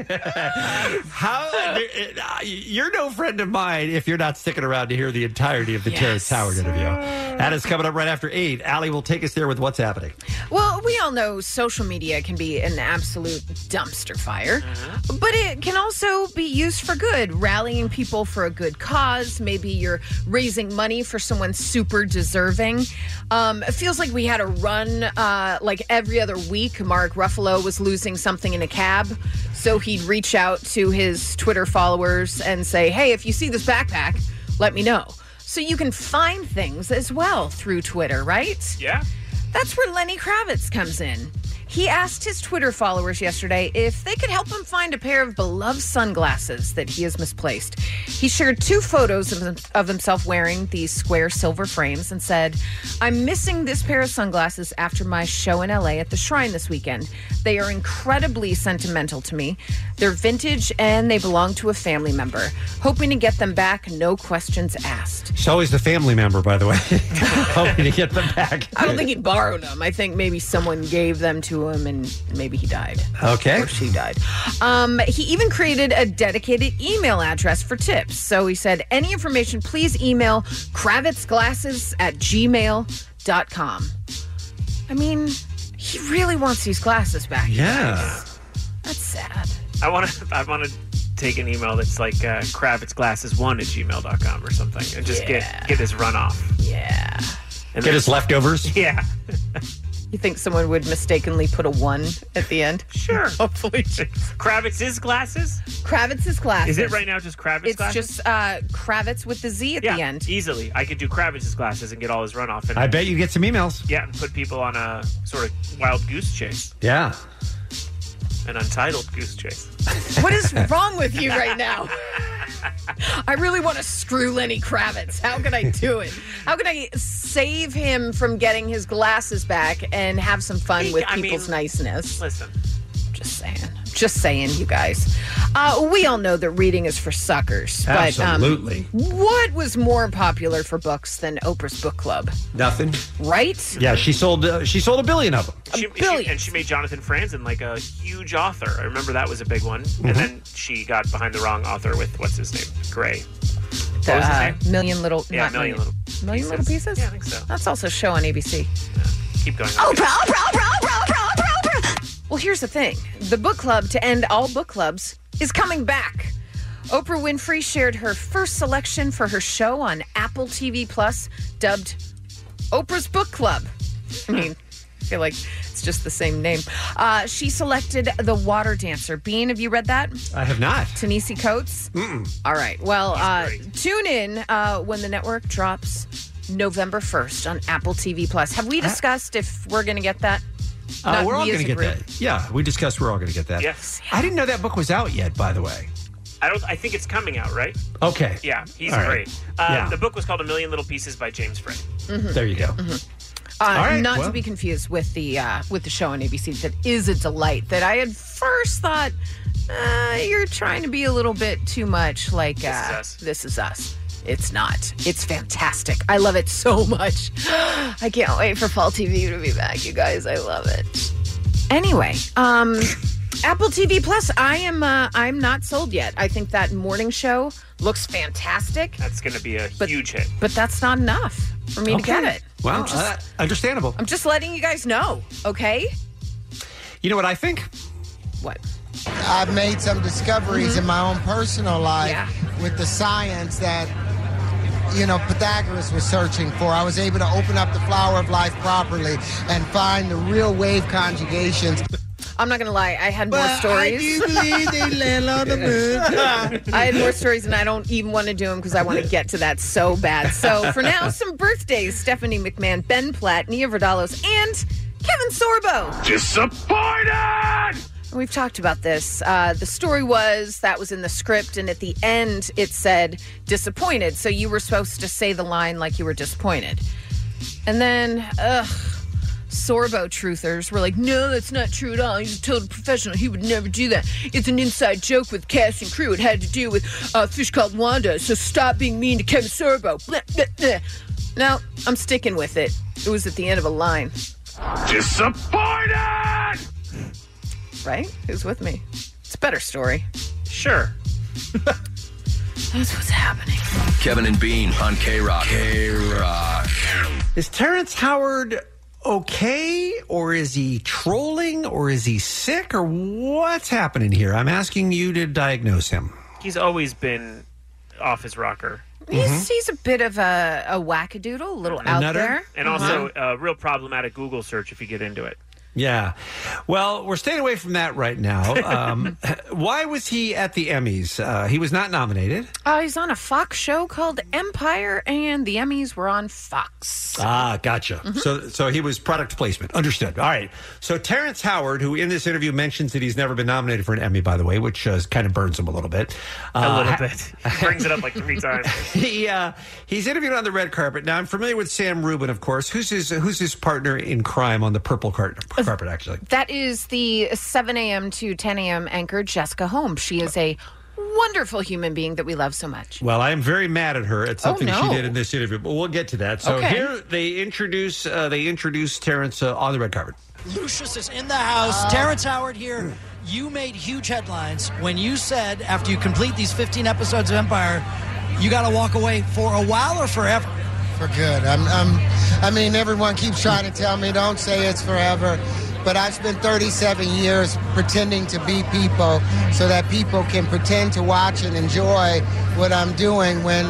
[SPEAKER 10] do How uh, you're no friend of mine if you're not sticking around to hear the entirety of the Terrence Howard interview. That is coming up right after eight. Allie will take us there with what's happening.
[SPEAKER 11] Well, we all know social media can be an absolute dumpster fire, but it can also be used for good, rallying people for a good cause. Maybe you're raising money for someone super deserving. Um, it feels like we had a run uh, like every other week. Mark Ruffalo was losing something in a cab, so he'd reach out to his Twitter followers and say, Hey, if you see this backpack, let me know. So you can find things as well through Twitter, right?
[SPEAKER 6] Yeah.
[SPEAKER 11] That's where Lenny Kravitz comes in. He asked his Twitter followers yesterday if they could help him find a pair of beloved sunglasses that he has misplaced. He shared two photos of, him- of himself wearing these square silver frames and said, I'm missing this pair of sunglasses after my show in LA at the Shrine this weekend. They are incredibly sentimental to me. They're vintage and they belong to a family member. Hoping to get them back, no questions asked.
[SPEAKER 10] It's always the family member, by the way, hoping to get them back.
[SPEAKER 11] I don't think he borrowed them. I think maybe someone gave them to him and maybe he died.
[SPEAKER 10] Okay.
[SPEAKER 11] she died. Um, he even created a dedicated email address for tips. So he said, any information, please email kravitzglasses at gmail.com. I mean, he really wants these glasses back.
[SPEAKER 10] Yeah.
[SPEAKER 11] That's sad.
[SPEAKER 6] I want to. I want to take an email that's like uh, kravitzglasses1 at gmail.com or something and just
[SPEAKER 11] Yeah.
[SPEAKER 6] get get his runoff.
[SPEAKER 11] Yeah.
[SPEAKER 6] And
[SPEAKER 10] Get
[SPEAKER 6] then-
[SPEAKER 10] his leftovers.
[SPEAKER 6] Yeah.
[SPEAKER 11] You think someone would mistakenly put a one at the end?
[SPEAKER 6] Sure.
[SPEAKER 11] Hopefully.
[SPEAKER 6] Kravitz's glasses?
[SPEAKER 11] Kravitz's glasses.
[SPEAKER 6] Is it right now just Kravitz
[SPEAKER 11] It's
[SPEAKER 6] glasses?
[SPEAKER 11] just um, uh, Kravitz with the Z at the end.
[SPEAKER 6] easily. I could do Kravitz's glasses and get all his runoff. And
[SPEAKER 10] I bet you get some emails.
[SPEAKER 6] Yeah, and put people on a sort of wild goose chase,
[SPEAKER 10] Yeah.
[SPEAKER 6] an untitled goose chase.
[SPEAKER 11] What is wrong with you right now? I really want to screw Lenny Kravitz. How can I do it? How can I save him from getting his glasses back and have some fun with
[SPEAKER 6] I mean,
[SPEAKER 11] people's niceness?
[SPEAKER 6] Listen.
[SPEAKER 11] Just saying. Just saying, you guys. Uh, we all know that reading is for suckers.
[SPEAKER 10] Absolutely.
[SPEAKER 11] But um, what was more popular for books than Oprah's book club?
[SPEAKER 10] Nothing.
[SPEAKER 11] Right?
[SPEAKER 10] Yeah, she sold. Uh, she sold a billion of them.
[SPEAKER 6] She, she- and she made Jonathan Franzen like a huge author. I remember that was a big one.
[SPEAKER 10] Mhm.
[SPEAKER 6] And then she got behind the wrong author with what's his name? Gray. What
[SPEAKER 11] The,
[SPEAKER 6] was his
[SPEAKER 11] uh,
[SPEAKER 6] name?
[SPEAKER 11] Million Little.
[SPEAKER 6] Yeah,
[SPEAKER 11] not
[SPEAKER 6] Million
[SPEAKER 11] Million Little Pieces? Yeah, I think so. That's also a show on ABC.
[SPEAKER 6] Keep going.
[SPEAKER 11] Oprah, Oprah, Oprah, Oprah, Oprah, Oprah, Oprah. Well, here's the thing the book club to end all book clubs is coming back. Oprah Winfrey shared her first selection for her show on Apple TV Plus, dubbed Oprah's Book Club. I mean, I feel like it's just the same name. Uh, she selected The Water Dancer. Bean, have you read that?
[SPEAKER 10] I have not.
[SPEAKER 11] Tanisi Coates? All right. Well, uh, tune in uh, when the network drops November 1st on Apple TV Plus. Have we discussed if we're going to get that?
[SPEAKER 10] Uh,
[SPEAKER 11] Not
[SPEAKER 10] we're all
[SPEAKER 11] we as
[SPEAKER 10] going to
[SPEAKER 11] a
[SPEAKER 10] get
[SPEAKER 11] group.
[SPEAKER 10] that. Yeah, we discussed. We're all going to get that.
[SPEAKER 6] Yes.
[SPEAKER 10] I didn't know that book was out yet. By the way.
[SPEAKER 6] I don't. I think it's coming out, right?
[SPEAKER 10] Okay.
[SPEAKER 6] Yeah, he's
[SPEAKER 10] All right.
[SPEAKER 6] great. Uh,
[SPEAKER 10] Yeah.
[SPEAKER 6] The book was called A Million Little Pieces by James Frey.
[SPEAKER 11] Mhm.
[SPEAKER 10] There you go.
[SPEAKER 11] Uh,
[SPEAKER 10] All right,
[SPEAKER 11] not
[SPEAKER 10] well.
[SPEAKER 11] to be confused with the uh, with the show on ABC that is a delight. That I had first thought uh, you're trying to be a little bit too much like uh, this, is us. It's not. It's fantastic. I love it so much. I can't wait for Fall TV to be back, you guys. I love it. Anyway, um, Apple TV Plus. I am. Uh, I'm not sold yet. I think that morning show looks fantastic,
[SPEAKER 6] That's going to be a huge hit.
[SPEAKER 11] but that's not enough for me to get it.
[SPEAKER 10] Well,
[SPEAKER 11] I'm just-
[SPEAKER 10] uh, understandable.
[SPEAKER 11] I'm just letting you guys know, okay?
[SPEAKER 10] You know what I think?
[SPEAKER 11] What?
[SPEAKER 5] I've made some discoveries
[SPEAKER 10] Mm-hmm.
[SPEAKER 5] in my own personal life with the science that, you know, Pythagoras was searching for. I was able to open up the flower of life properly and find the real wave conjugations.
[SPEAKER 11] I'm not gonna lie, I had more
[SPEAKER 5] But I
[SPEAKER 11] stories.
[SPEAKER 5] do believe they land on the moon.
[SPEAKER 11] I had more stories, and I don't even want to do them because I want to get to that so bad. So for now, some birthdays: Stephanie McMahon, Ben Platt, Nia Vardalos, and Kevin Sorbo.
[SPEAKER 16] Disappointed!
[SPEAKER 11] And We've talked about this. Uh, the story was that was in the script, and at the end it said disappointed. So you were supposed to say the line like you were disappointed. And then, ugh, Sorbo truthers were like, no, that's not true at all. He's a total professional. He would never do that. It's an inside joke with cast and crew. It had to do with uh, Fish Called Wanda. So stop being mean to Kevin Sorbo. Blah, blah, blah. No, I'm sticking with it. It was at the end of a line,
[SPEAKER 16] Disappointed!
[SPEAKER 11] right? Who's with me? It's a better story.
[SPEAKER 6] Sure.
[SPEAKER 11] That's what's happening.
[SPEAKER 16] Kevin and Bean on K Rock. K Rock.
[SPEAKER 10] Is Terrence Howard okay, or is he trolling, or is he sick, or what's happening here? I'm asking you to diagnose him.
[SPEAKER 6] He's always been off his rocker.
[SPEAKER 11] He's,
[SPEAKER 10] Mm-hmm.
[SPEAKER 11] he's a bit of a, a wackadoodle, a little out there. Uh-huh.
[SPEAKER 6] And also a real problematic Google search if you get into it.
[SPEAKER 10] Yeah. Well, we're staying away from that right now. Um, why was he at the Emmys? Uh, he was not nominated.
[SPEAKER 11] Uh, he's on a Fox show called Empire, and the Emmys were on Fox.
[SPEAKER 6] Uh.
[SPEAKER 10] Ah, gotcha. So, so he was product placement. Understood. All right. So Terrence Howard, who in this interview mentions that he's never been nominated for an Emmy, by the way, which uh, kind of burns him a little bit.
[SPEAKER 6] a
[SPEAKER 10] Uh,
[SPEAKER 6] little bit. He brings it up like three times.
[SPEAKER 10] he uh, he's interviewed on the red carpet. Now I'm familiar with Sam Rubin, of course. Who's his Who's his partner in crime on the purple car- carpet? Actually,
[SPEAKER 11] That is the 7 a.m. to 10 a.m. anchor, Jessica Holmes. She is a wonderful human being that we love so much.
[SPEAKER 10] well, I am very mad at her at
[SPEAKER 11] Oh,
[SPEAKER 10] something
[SPEAKER 11] no.
[SPEAKER 10] she did in this interview, but we'll get to that. So
[SPEAKER 11] Okay.
[SPEAKER 10] here they introduce uh, they introduce Terrence uh, on the red carpet.
[SPEAKER 7] Lucius is in the house. Terrence Howard here. You made huge headlines when you said, after you complete these 15 episodes of Empire, you got to walk away for a while or forever.
[SPEAKER 5] for good. I'm, I'm, I mean, everyone keeps trying to tell me, don't say it's forever. But I've spent 37 years pretending to be people so that people can pretend to watch and enjoy what I'm doing when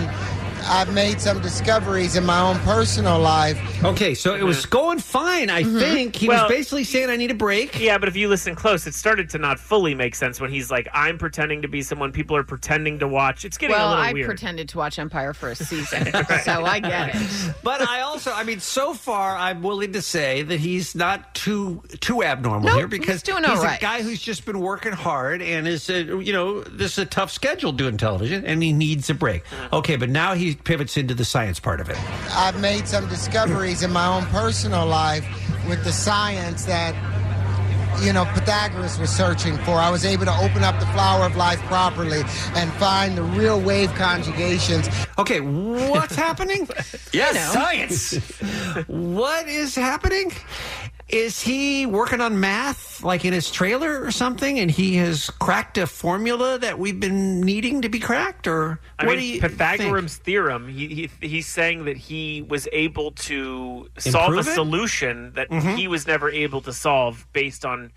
[SPEAKER 5] I've made some discoveries in my own personal life.
[SPEAKER 10] Okay, so it was going fine. I think he was basically saying I need a break.
[SPEAKER 6] Yeah, but if you listen close, it started to not fully make sense when he's like, "I'm pretending to be someone people are pretending to watch." It's getting a
[SPEAKER 11] well,
[SPEAKER 6] little
[SPEAKER 11] I
[SPEAKER 6] weird.
[SPEAKER 11] pretended to watch Empire for a season, so I get it.
[SPEAKER 10] But I also, I mean, so far I'm willing to say that he's not too too abnormal here because
[SPEAKER 11] he's doing all
[SPEAKER 10] he's
[SPEAKER 11] right.
[SPEAKER 10] a guy who's just been working hard and is, uh, you know, this is a tough schedule doing television and he needs a break.
[SPEAKER 11] Uh-huh.
[SPEAKER 10] Okay, but now he pivots into the science part of it.
[SPEAKER 5] I've made some discoveries in my own personal life with the science that you know Pythagoras was searching for. I was able to open up the flower of life properly and find the real wave conjugations.
[SPEAKER 10] Okay, what's happening?
[SPEAKER 5] Yes, You know. science.
[SPEAKER 10] what is happening? Is he working on math, like in his trailer or something, and he has cracked a formula that we've been needing to be cracked? Or
[SPEAKER 6] I
[SPEAKER 10] what do
[SPEAKER 6] mean,
[SPEAKER 10] you
[SPEAKER 6] Pythagoras' theorem. He, he he's saying that he was able to solve
[SPEAKER 10] Improve
[SPEAKER 6] a
[SPEAKER 10] it?
[SPEAKER 6] solution that
[SPEAKER 10] Mhm.
[SPEAKER 6] he was never able to solve based on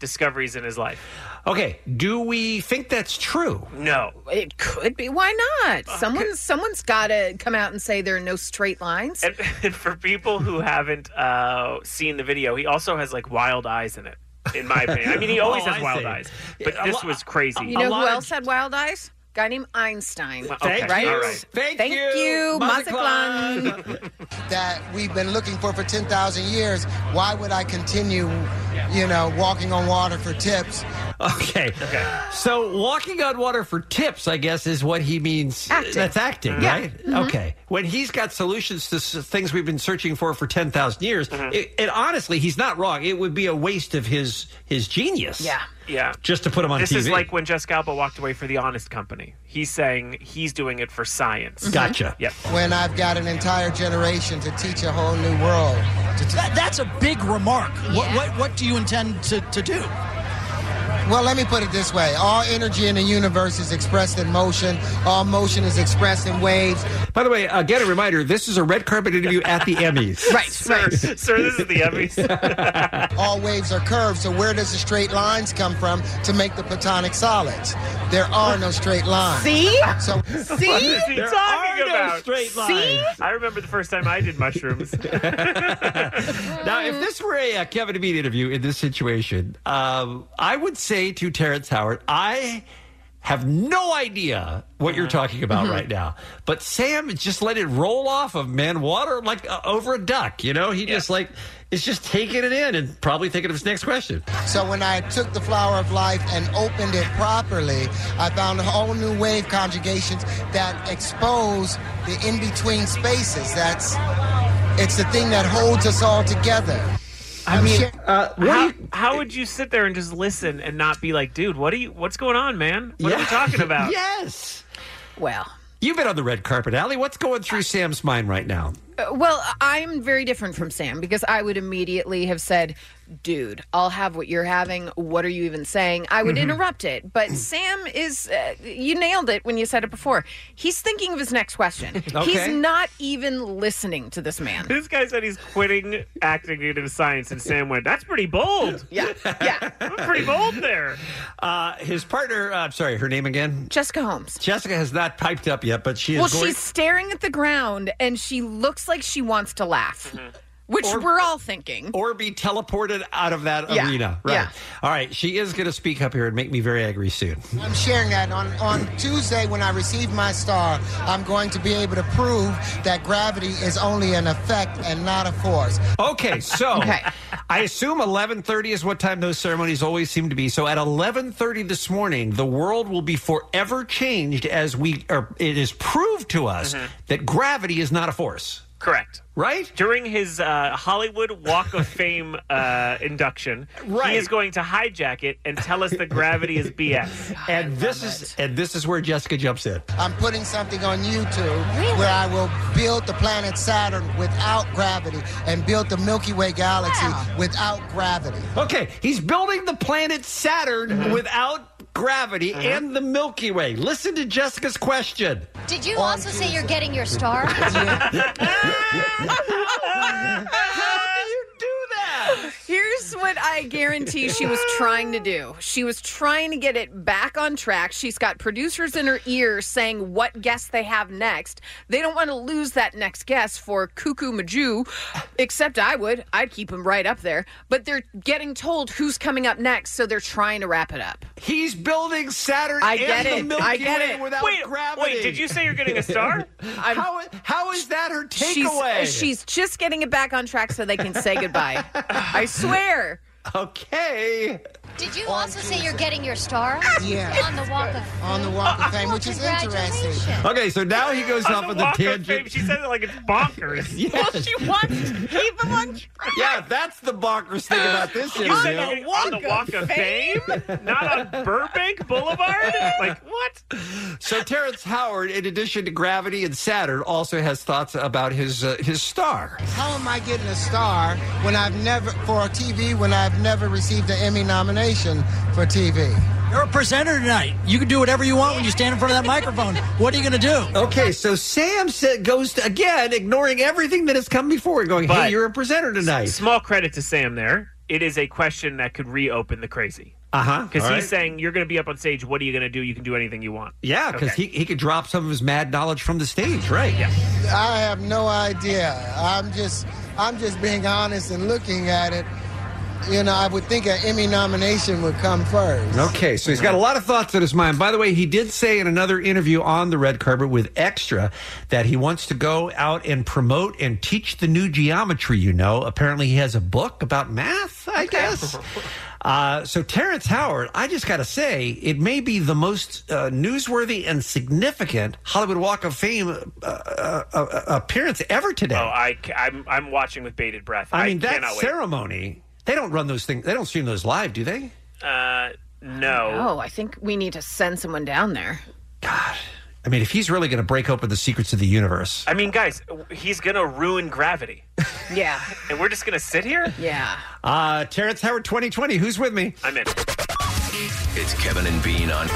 [SPEAKER 6] discoveries in his life.
[SPEAKER 10] Okay, do we think that's true?
[SPEAKER 6] No.
[SPEAKER 11] It could be. Why not?
[SPEAKER 6] Uh,
[SPEAKER 11] Someone, someone's got to come out and say there are no straight lines.
[SPEAKER 6] And for people who haven't uh, seen the video, he also has like wild eyes in it. In my opinion, I mean, he always
[SPEAKER 11] Oh,
[SPEAKER 6] has
[SPEAKER 11] I
[SPEAKER 6] wild
[SPEAKER 11] see.
[SPEAKER 6] eyes, but
[SPEAKER 11] Yeah, a
[SPEAKER 6] this
[SPEAKER 11] lo-
[SPEAKER 6] was crazy.
[SPEAKER 11] You know who else had wild eyes? Guy named Einstein.
[SPEAKER 6] Well, Uh, okay,
[SPEAKER 11] right?
[SPEAKER 6] all right.
[SPEAKER 11] Thank, you, Mazel Tov.
[SPEAKER 5] that we've been looking for for 10,000 years. Why would I continue, you know, walking on water for tips?
[SPEAKER 10] Okay. Okay. So walking on water for tips, I guess, is what he means.
[SPEAKER 5] Acting.
[SPEAKER 10] That's acting,
[SPEAKER 5] Yeah.
[SPEAKER 10] right?
[SPEAKER 5] Mhm.
[SPEAKER 10] Okay. When he's got solutions to s- things we've been searching for for ten thousand years,
[SPEAKER 6] Mm-hmm.
[SPEAKER 10] it, it honestly, he's not wrong. It would be a waste of his his genius.
[SPEAKER 6] yeah.
[SPEAKER 10] Just to put him on
[SPEAKER 6] this
[SPEAKER 10] TV.
[SPEAKER 6] is like when Jessica Alba walked away for the Honest Company. He's saying he's doing it for science.
[SPEAKER 10] Mm-hmm.
[SPEAKER 5] Mhm. Gotcha.
[SPEAKER 6] Yep.
[SPEAKER 5] When I've got an entire generation to teach a whole new world.
[SPEAKER 7] That, that's a big remark. What, what, what do you intend to, to do?
[SPEAKER 5] Well, let me put it this way all energy in the universe is expressed in motion, all motion is expressed in waves.
[SPEAKER 10] By the way, again, a reminder: this is a red carpet interview at the Emmys.
[SPEAKER 6] sir. sir, this is the Emmys.
[SPEAKER 5] all waves are curved, so where does the straight lines come from to make the platonic solids? There are no straight lines.
[SPEAKER 11] See?
[SPEAKER 5] So,
[SPEAKER 6] What is he talking about?
[SPEAKER 10] See?
[SPEAKER 6] I remember the first time I did mushrooms.
[SPEAKER 10] Now, if this were a, uh Kevin and Bean interview in this situation, um, I would say to Terrence Howard, I have no idea what you're talking about
[SPEAKER 8] Mhm.
[SPEAKER 10] right now. But Sam just let it roll off of man water like uh, over a duck. You know, he just like is just taking it in and probably thinking of his next question.
[SPEAKER 5] So when I took the flower of life and opened it properly, I found a whole new wave conjugations that expose the in-between spaces. That's it's the thing that holds us all together.
[SPEAKER 6] I mean,
[SPEAKER 10] uh,
[SPEAKER 6] how, how would you sit there and just listen and not be like, dude, what are you? What's going on, man? What are we
[SPEAKER 10] Yeah.
[SPEAKER 6] talking about?
[SPEAKER 10] yes.
[SPEAKER 11] Well.
[SPEAKER 10] You've been on the red carpet, Allie. What's going through Sam's mind right now?
[SPEAKER 11] Uh, Well, I'm very different from Sam because I would immediately have said, "Dude, I'll have what you're having. What are you even saying?" I would
[SPEAKER 23] Mhm.
[SPEAKER 6] Mm-hmm.
[SPEAKER 11] interrupt it. But Sam is uh, you nailed it when you said it before. He's thinking of his next question. He's
[SPEAKER 6] Okay.
[SPEAKER 11] not even listening to this man.
[SPEAKER 6] This guy said he's quitting acting due to science, and Sam went, "That's pretty bold."
[SPEAKER 11] Yeah, yeah,
[SPEAKER 6] I'm pretty bold there.
[SPEAKER 10] Uh, his partner, uh, I'm sorry, her name again?
[SPEAKER 11] Jessica Holmes.
[SPEAKER 10] Jessica has not piped up yet, but she is
[SPEAKER 11] well,
[SPEAKER 10] going.
[SPEAKER 11] she's staring at the ground and she looks like she wants to laugh. which we're all thinking.
[SPEAKER 10] Or be teleported out of that
[SPEAKER 11] Yeah.
[SPEAKER 10] arena. Right.
[SPEAKER 11] Yeah.
[SPEAKER 10] All right. She is going to speak up here and make me very angry soon.
[SPEAKER 5] I'm sharing that on, on Tuesday when I receive my star. I'm going to be able to prove that gravity is only an effect and not a force.
[SPEAKER 10] Okay, so I assume 11:30 is what time those ceremonies always seem to be. So at 11:30 this morning, the world will be forever changed as we or it is proved to us
[SPEAKER 11] Mm-hmm.
[SPEAKER 10] that gravity is not a force.
[SPEAKER 6] Correct.
[SPEAKER 10] Right?
[SPEAKER 6] During his uh, Hollywood Walk of Fame uh, induction,
[SPEAKER 10] Right.
[SPEAKER 6] he is going to hijack it and tell us that gravity is BS.
[SPEAKER 10] And this is and this is where Jessica jumps in.
[SPEAKER 5] I'm putting something on YouTube where I will build the planet Saturn without gravity and build the Milky Way galaxy without gravity.
[SPEAKER 10] Okay, he's building the planet Saturn
[SPEAKER 11] Mm-hmm.
[SPEAKER 10] without gravity and the Milky Way. Listen to Jessica's question.
[SPEAKER 8] Did you also say you're getting your star?
[SPEAKER 11] Here's what I guarantee she was trying to do. She was trying to get it back on track. She's got producers in her ear saying what guest they have next. They don't want to lose that next guest for Cuckoo Majoo, except I would. I'd keep him right up there. But they're getting told who's coming up next, so they're trying to wrap it up.
[SPEAKER 10] He's building Saturn
[SPEAKER 11] I
[SPEAKER 10] and
[SPEAKER 11] get it.
[SPEAKER 10] the Milky
[SPEAKER 11] I get
[SPEAKER 10] Way
[SPEAKER 11] it.
[SPEAKER 10] without
[SPEAKER 11] Wait,
[SPEAKER 10] gravity.
[SPEAKER 6] wait, did you say you're getting a star?
[SPEAKER 10] how, how is that her takeaway?
[SPEAKER 11] She's, uh, she's just getting it back on track so they can say goodbye. I swear.
[SPEAKER 10] Okay.
[SPEAKER 8] Did you also say you're getting your star?
[SPEAKER 5] Yeah.
[SPEAKER 8] On the walk of fame.
[SPEAKER 5] On the Walk of Fame,
[SPEAKER 8] Well,
[SPEAKER 5] which is
[SPEAKER 8] congratulations.
[SPEAKER 5] interesting.
[SPEAKER 10] Okay, so now he goes
[SPEAKER 6] On
[SPEAKER 10] off
[SPEAKER 6] the
[SPEAKER 10] on the
[SPEAKER 6] Walk of
[SPEAKER 10] tangent.
[SPEAKER 6] Fame, she said it like it's bonkers.
[SPEAKER 10] Well, she
[SPEAKER 11] wants to keep him on track.
[SPEAKER 10] Yeah, that's the bonkers thing about this
[SPEAKER 6] You
[SPEAKER 10] here,
[SPEAKER 6] said
[SPEAKER 10] Dale.
[SPEAKER 6] you're on the Walk of Fame, not on Burbank Boulevard. Like what?
[SPEAKER 10] So Terrence Howard, in addition to Gravity and Saturn, also has thoughts about his uh, his star.
[SPEAKER 5] How am I getting a star when I've never for a TV when I've never received an Emmy nomination for TV?
[SPEAKER 7] You're a presenter tonight. You can do whatever you want when you stand in front of that microphone. What are you going to do?
[SPEAKER 10] Okay, so Sam said, goes to, again, ignoring everything that has come before, and going, "Hey,
[SPEAKER 6] But-
[SPEAKER 10] you're a presenter tonight."
[SPEAKER 6] Small credit to Sam there. It is a question that could reopen the crazy.
[SPEAKER 10] Uh huh.
[SPEAKER 6] Because he's saying you're going to be up on stage. What are you going to do? You can do anything you want.
[SPEAKER 10] yeah, because
[SPEAKER 6] Okay.
[SPEAKER 10] he he could drop some of his mad knowledge from the stage, right? Yeah.
[SPEAKER 5] I have no idea. I'm just I'm just being honest and looking at it. You know, I would think an Emmy nomination would come first.
[SPEAKER 10] Okay, so he's got a lot of thoughts in his mind. By the way, he did say in another interview on the red carpet with Extra that he wants to go out and promote and teach the new geometry, you know. Apparently, he has a book about math, I guess. Uh, so, Terrence Howard, I just got to say, it may be the most uh, newsworthy and significant Hollywood Walk of Fame uh, uh, uh, appearance ever today.
[SPEAKER 6] Oh, I, am I'm watching with bated breath.
[SPEAKER 10] I mean, that
[SPEAKER 6] cannot wait.
[SPEAKER 10] ceremony, they don't run those things, they don't stream those live, do they?
[SPEAKER 6] Uh, no.
[SPEAKER 11] Oh, I think we need to send someone down there.
[SPEAKER 10] I mean, if he's really going to break open the secrets of the universe.
[SPEAKER 6] I mean, guys, he's going to ruin gravity.
[SPEAKER 11] Yeah.
[SPEAKER 6] And we're just going to sit here?
[SPEAKER 11] Yeah.
[SPEAKER 10] Uh, Terrence Howard 2020, who's with me?
[SPEAKER 6] I'm in.
[SPEAKER 16] It's Kevin and Bean on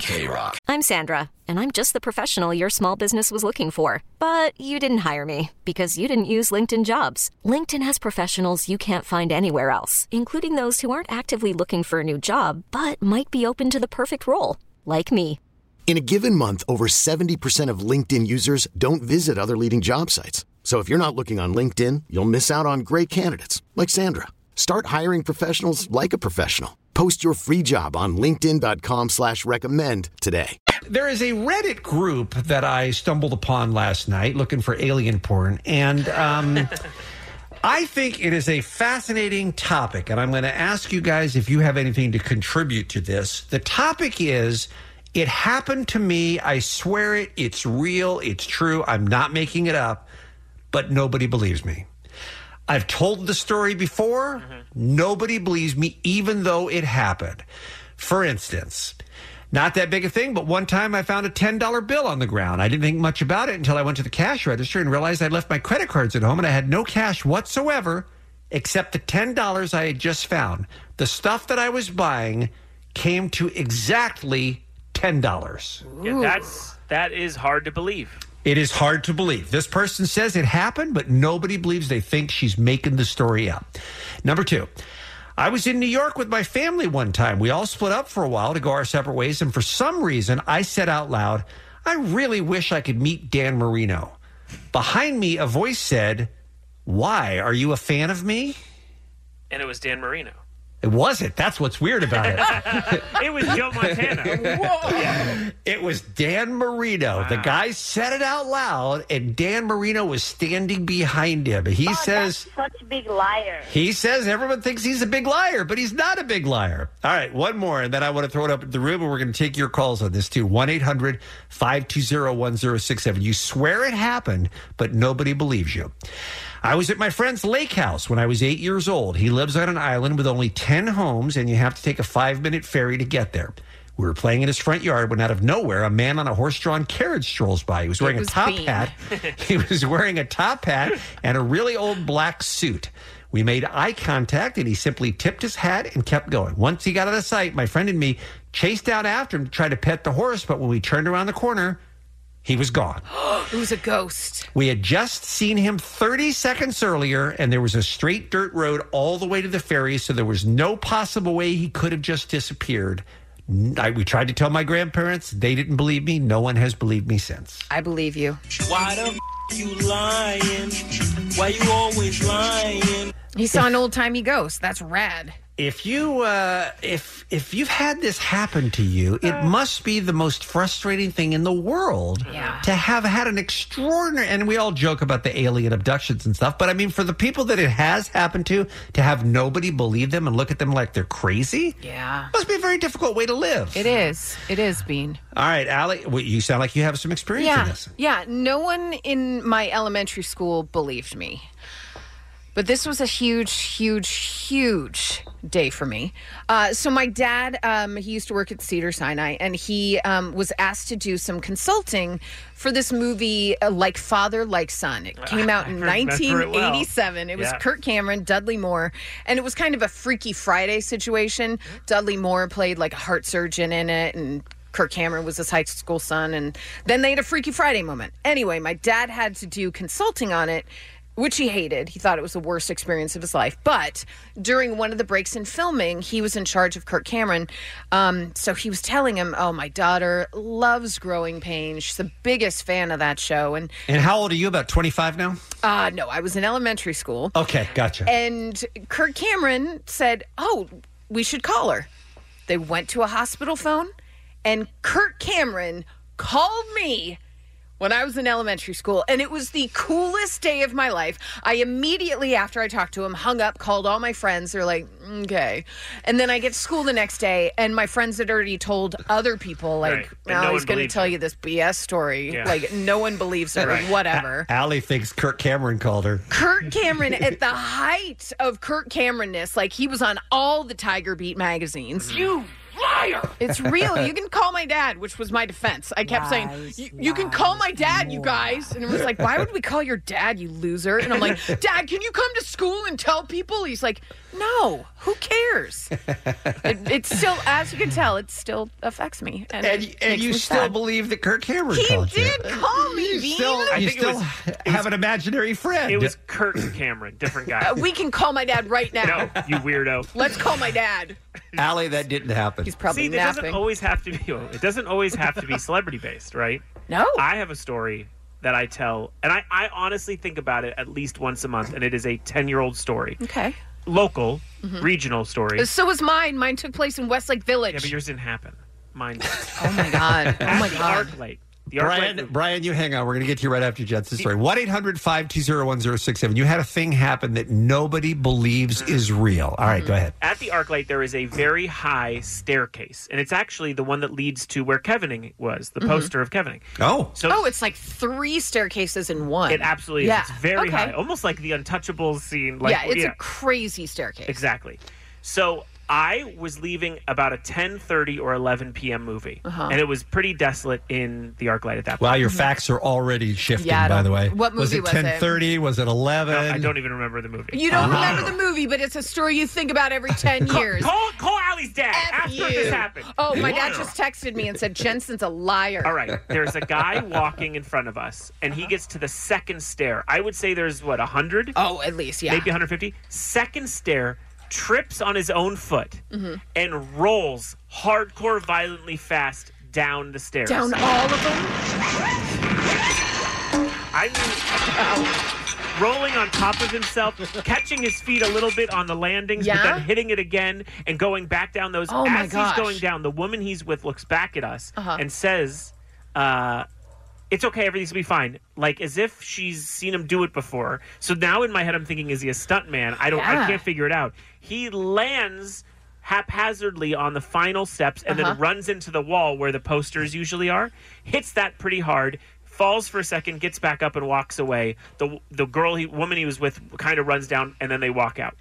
[SPEAKER 16] K Rock.
[SPEAKER 9] I'm Sandra, and I'm just the professional your small business was looking for. But you didn't hire me because you didn't use LinkedIn jobs. LinkedIn has professionals you can't find anywhere else, including those who aren't actively looking for a new job but might be open to the perfect role, like me.
[SPEAKER 23] In a given month, over 70% of LinkedIn users don't visit other leading job sites. So if you're not looking on LinkedIn, you'll miss out on great candidates like Sandra. Start hiring professionals like a professional. Post your free job on linkedin.com/recommend slash recommend today.
[SPEAKER 10] There is a Reddit group that I stumbled upon last night looking for alien porn, and um, I think it is a fascinating topic. And I'm going to ask you guys if you have anything to contribute to this. The topic is. It happened to me. I swear it. It's real. It's true. I'm not making it up, but nobody believes me. I've told the story before. Nobody believes me, even though it happened. For instance, not that big a thing, but one time I found a $10 bill on the ground. I didn't think much about it until I went to the cash register and realized I'd left my credit cards at home and I had no cash whatsoever except the $10 I had just found. The stuff that I was buying came to exactly $10.
[SPEAKER 6] Yeah, that's that is hard to believe.
[SPEAKER 10] It is hard to believe. This person says it happened, but nobody believes they think she's making the story up. Number two, I was in New York with my family one time. We all split up for a while to go our separate ways. And for some reason, I said out loud, I really wish I could meet Dan Marino. Behind me, a voice said, Why? Are you a fan of me?
[SPEAKER 6] and it was Dan Marino.
[SPEAKER 10] It wasn't. That's what's weird about it.
[SPEAKER 6] it was Joe Montana.
[SPEAKER 10] It was Dan Marino. The guy said it out loud, and Dan Marino was standing behind him. He says,
[SPEAKER 18] Oh, Such a big liar.
[SPEAKER 10] he says everyone thinks he's a big liar, but he's not a big liar. All right, one more, and then I want to throw it up at the room, and we're going to take your calls on this too. 1 800 520 1067. You swear it happened, but nobody believes you. I was at my friend's lake house when I was eight years old. He lives on an island with only 10 homes, and you have to take a five minute ferry to get there. We were playing in his front yard when out of nowhere, a man on a horse drawn carriage strolls by. He was wearing
[SPEAKER 16] was
[SPEAKER 10] a top
[SPEAKER 16] Bean.
[SPEAKER 10] hat. he was wearing a top hat and a really old black suit. We made eye contact and he simply tipped his hat and kept going. Once he got out of sight, my friend and me chased down after him to try to pet the horse, but when we turned around the corner, he was gone.
[SPEAKER 11] it was a ghost.
[SPEAKER 10] We had just seen him 30 seconds earlier, and there was a straight dirt road all the way to the ferry, so there was no possible way he could have just disappeared. N- I, we tried to tell my grandparents. They didn't believe me. No one has believed me since.
[SPEAKER 11] I believe you.
[SPEAKER 4] Why the f- you lying? Why you always lying?
[SPEAKER 11] He saw an old timey ghost. That's rad.
[SPEAKER 10] If you uh, if if you've had this happen to you, it must be the most frustrating thing in the world to have had an extraordinary. And we all joke about the alien abductions and stuff, but I mean, for the people that it has happened to, to have nobody believe them and look at them like they're crazy.
[SPEAKER 11] Yeah.
[SPEAKER 10] Must be a very difficult way to live.
[SPEAKER 11] It is. It is, Bean.
[SPEAKER 10] All right, Allie, well, you sound like you have some experience in this.
[SPEAKER 11] Yeah. No one in my elementary school believed me. But this was a huge, huge, huge day for me. Uh, so my dad, um, he used to work at Cedar Sinai, and he um, was asked to do some consulting for this movie, uh, like Father, like Son. It came out in
[SPEAKER 6] I remember it well.
[SPEAKER 11] 1987. It was
[SPEAKER 6] Yeah.
[SPEAKER 11] Kurt Cameron, Dudley Moore, and it was kind of a Freaky Friday situation. Dudley Moore played like a heart surgeon in it, and Kirk Cameron was his high school son, and then they had a Freaky Friday moment. Anyway, my dad had to do consulting on it, which he hated. He thought it was the worst experience of his life. But during one of the breaks in filming, he was in charge of Kirk Cameron. Um, so he was telling him, Oh, my daughter loves Growing Pains. She's the biggest fan of that show. And
[SPEAKER 10] And how old are you? About twenty five now.
[SPEAKER 11] uh, no, I was in elementary school.
[SPEAKER 10] Okay, gotcha.
[SPEAKER 11] And Kirk Cameron said, Oh, we should call her. They went to a hospital phone, and Kirk Cameron called me when I was in elementary school, and it was the coolest day of my life. I immediately, after I talked to him, hung up, called all my friends. They're like, okay. And then I get to school the next day, and my friends had already told other people, like,
[SPEAKER 10] And
[SPEAKER 11] "Oh,
[SPEAKER 10] no one
[SPEAKER 11] he's going to
[SPEAKER 10] believed
[SPEAKER 11] tell you this BS story.
[SPEAKER 10] Yeah.
[SPEAKER 11] Like, no one believes her, whatever.
[SPEAKER 10] Allie thinks Kirk Cameron called her.
[SPEAKER 11] Kurt Cameron at the height of Kurt Cameronness, like he was on all the Tiger Beat magazines. You liar! It's real. You can call my dad, which was my defense. I kept
[SPEAKER 4] Lies,
[SPEAKER 11] saying, "You- "You can call my dad, you guys," and it was like, "Why would we call your dad, you loser?" And I'm like, "Dad, can you come to school and tell people?" He's like, "No, who cares?" It, it's still, as you can tell, it still affects me, and,
[SPEAKER 10] And,
[SPEAKER 11] it
[SPEAKER 10] and
[SPEAKER 11] makes
[SPEAKER 10] you
[SPEAKER 11] me
[SPEAKER 10] still
[SPEAKER 11] sad.
[SPEAKER 10] believe that Kirk Cameron
[SPEAKER 11] He
[SPEAKER 10] called you.
[SPEAKER 11] did call me. Bean.
[SPEAKER 10] I you still have an imaginary friend.
[SPEAKER 6] It was Kurt Cameron, different guy.
[SPEAKER 11] Uh, we can call my dad right now.
[SPEAKER 6] you weirdo.
[SPEAKER 11] Let's call my dad.
[SPEAKER 10] Allie, that didn't happen.
[SPEAKER 11] He's probably
[SPEAKER 6] See, it
[SPEAKER 11] napping.
[SPEAKER 6] doesn't always have to be. It doesn't always have to be celebrity based, right?
[SPEAKER 11] No.
[SPEAKER 6] I have a story that I tell, and I, I honestly think about it at least once a month, and it is a ten year old story,
[SPEAKER 11] Okay.
[SPEAKER 6] local,
[SPEAKER 11] Mhm.
[SPEAKER 6] regional story.
[SPEAKER 11] So was mine. Mine took place in Westlake Village.
[SPEAKER 6] yeah, but yours didn't happen. Mine. Did.
[SPEAKER 11] oh my god! Oh my god!
[SPEAKER 6] Arclight. The
[SPEAKER 10] Brian, Brian, you hang on. We're going to get to you right after Jensen's story. 1 800 520 1067. You had a thing happen that nobody believes
[SPEAKER 6] Mm.
[SPEAKER 10] is real. All right, go ahead.
[SPEAKER 6] At the ArcLight, there is a very high staircase, and it's actually the one that leads to where Kevining was, the
[SPEAKER 11] Mhm.
[SPEAKER 6] poster of Kevining.
[SPEAKER 10] Oh,
[SPEAKER 6] so
[SPEAKER 11] oh, it's like three staircases in one.
[SPEAKER 6] it absolutely
[SPEAKER 11] yeah.
[SPEAKER 6] is. It's very
[SPEAKER 11] okay.
[SPEAKER 6] high, almost like the Untouchables scene. Like,
[SPEAKER 11] yeah, it's a crazy staircase.
[SPEAKER 6] Exactly. So I was leaving about a 10:30 or 11 p.m. movie,
[SPEAKER 11] Uh-huh. Mm-hmm.
[SPEAKER 6] and it was pretty desolate in the ArcLight at that point.
[SPEAKER 10] Wow, your facts are already shifting,
[SPEAKER 11] Yeah, I
[SPEAKER 10] by
[SPEAKER 11] don't-
[SPEAKER 10] the way.
[SPEAKER 11] what
[SPEAKER 10] was
[SPEAKER 11] movie
[SPEAKER 10] it?
[SPEAKER 11] was it?
[SPEAKER 10] 1030? Was it 11?
[SPEAKER 6] I don't even remember the movie.
[SPEAKER 11] You don't
[SPEAKER 10] Ah.
[SPEAKER 11] remember the movie, but it's a story you think about every ten years.
[SPEAKER 6] Call, call Allie's dad after this happened.
[SPEAKER 11] Oh, my dad
[SPEAKER 6] Liar.
[SPEAKER 11] just texted me and said Jensen's a liar.
[SPEAKER 6] All right, there's a guy walking in front of us, and he gets to the second stair. I would say there's what 100.
[SPEAKER 11] Oh, at least yeah.
[SPEAKER 6] maybe 150. Second stair, trips on his own foot
[SPEAKER 11] Mhm.
[SPEAKER 6] and rolls hardcore, violently fast down the stairs.
[SPEAKER 11] Down all of them.
[SPEAKER 6] I mean, rolling on top of himself, catching his feet a little bit on the landings, but
[SPEAKER 11] Yeah?
[SPEAKER 6] then hitting it again and going back down those.
[SPEAKER 11] Oh, my
[SPEAKER 6] As
[SPEAKER 11] gosh.
[SPEAKER 6] he's going down, the woman he's with looks back at us
[SPEAKER 11] Uh-huh.
[SPEAKER 6] and says, uh, it's okay, everything's gonna be fine. Like as if she's seen him do it before. So now in my head, I'm thinking, is he a stunt man? I don't,
[SPEAKER 12] Yeah.
[SPEAKER 6] I can't figure it out. He lands haphazardly on the final steps and
[SPEAKER 12] Uh-huh.
[SPEAKER 6] then runs into the wall where the posters usually are. Hits that pretty hard. Falls for a second, gets back up and walks away. The the girl, he, woman he was with, kind of runs down and then they walk out.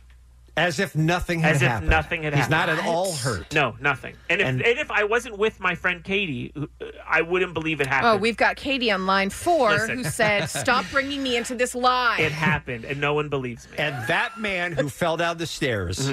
[SPEAKER 10] As if nothing had
[SPEAKER 6] As if
[SPEAKER 10] happened.
[SPEAKER 6] nothing had
[SPEAKER 10] He's
[SPEAKER 6] happened.
[SPEAKER 10] not at all hurt.
[SPEAKER 6] No, nothing. And if, and,
[SPEAKER 10] And-
[SPEAKER 6] if I wasn't with my friend Katie, who- uh, I wouldn't believe it happened.
[SPEAKER 11] Oh, we've got Katie on line four
[SPEAKER 6] Listen.
[SPEAKER 11] who said, "Stop bringing me into this lie."
[SPEAKER 6] It happened, and no one believes me. Mm-hmm.
[SPEAKER 10] And that man who fell down the stairs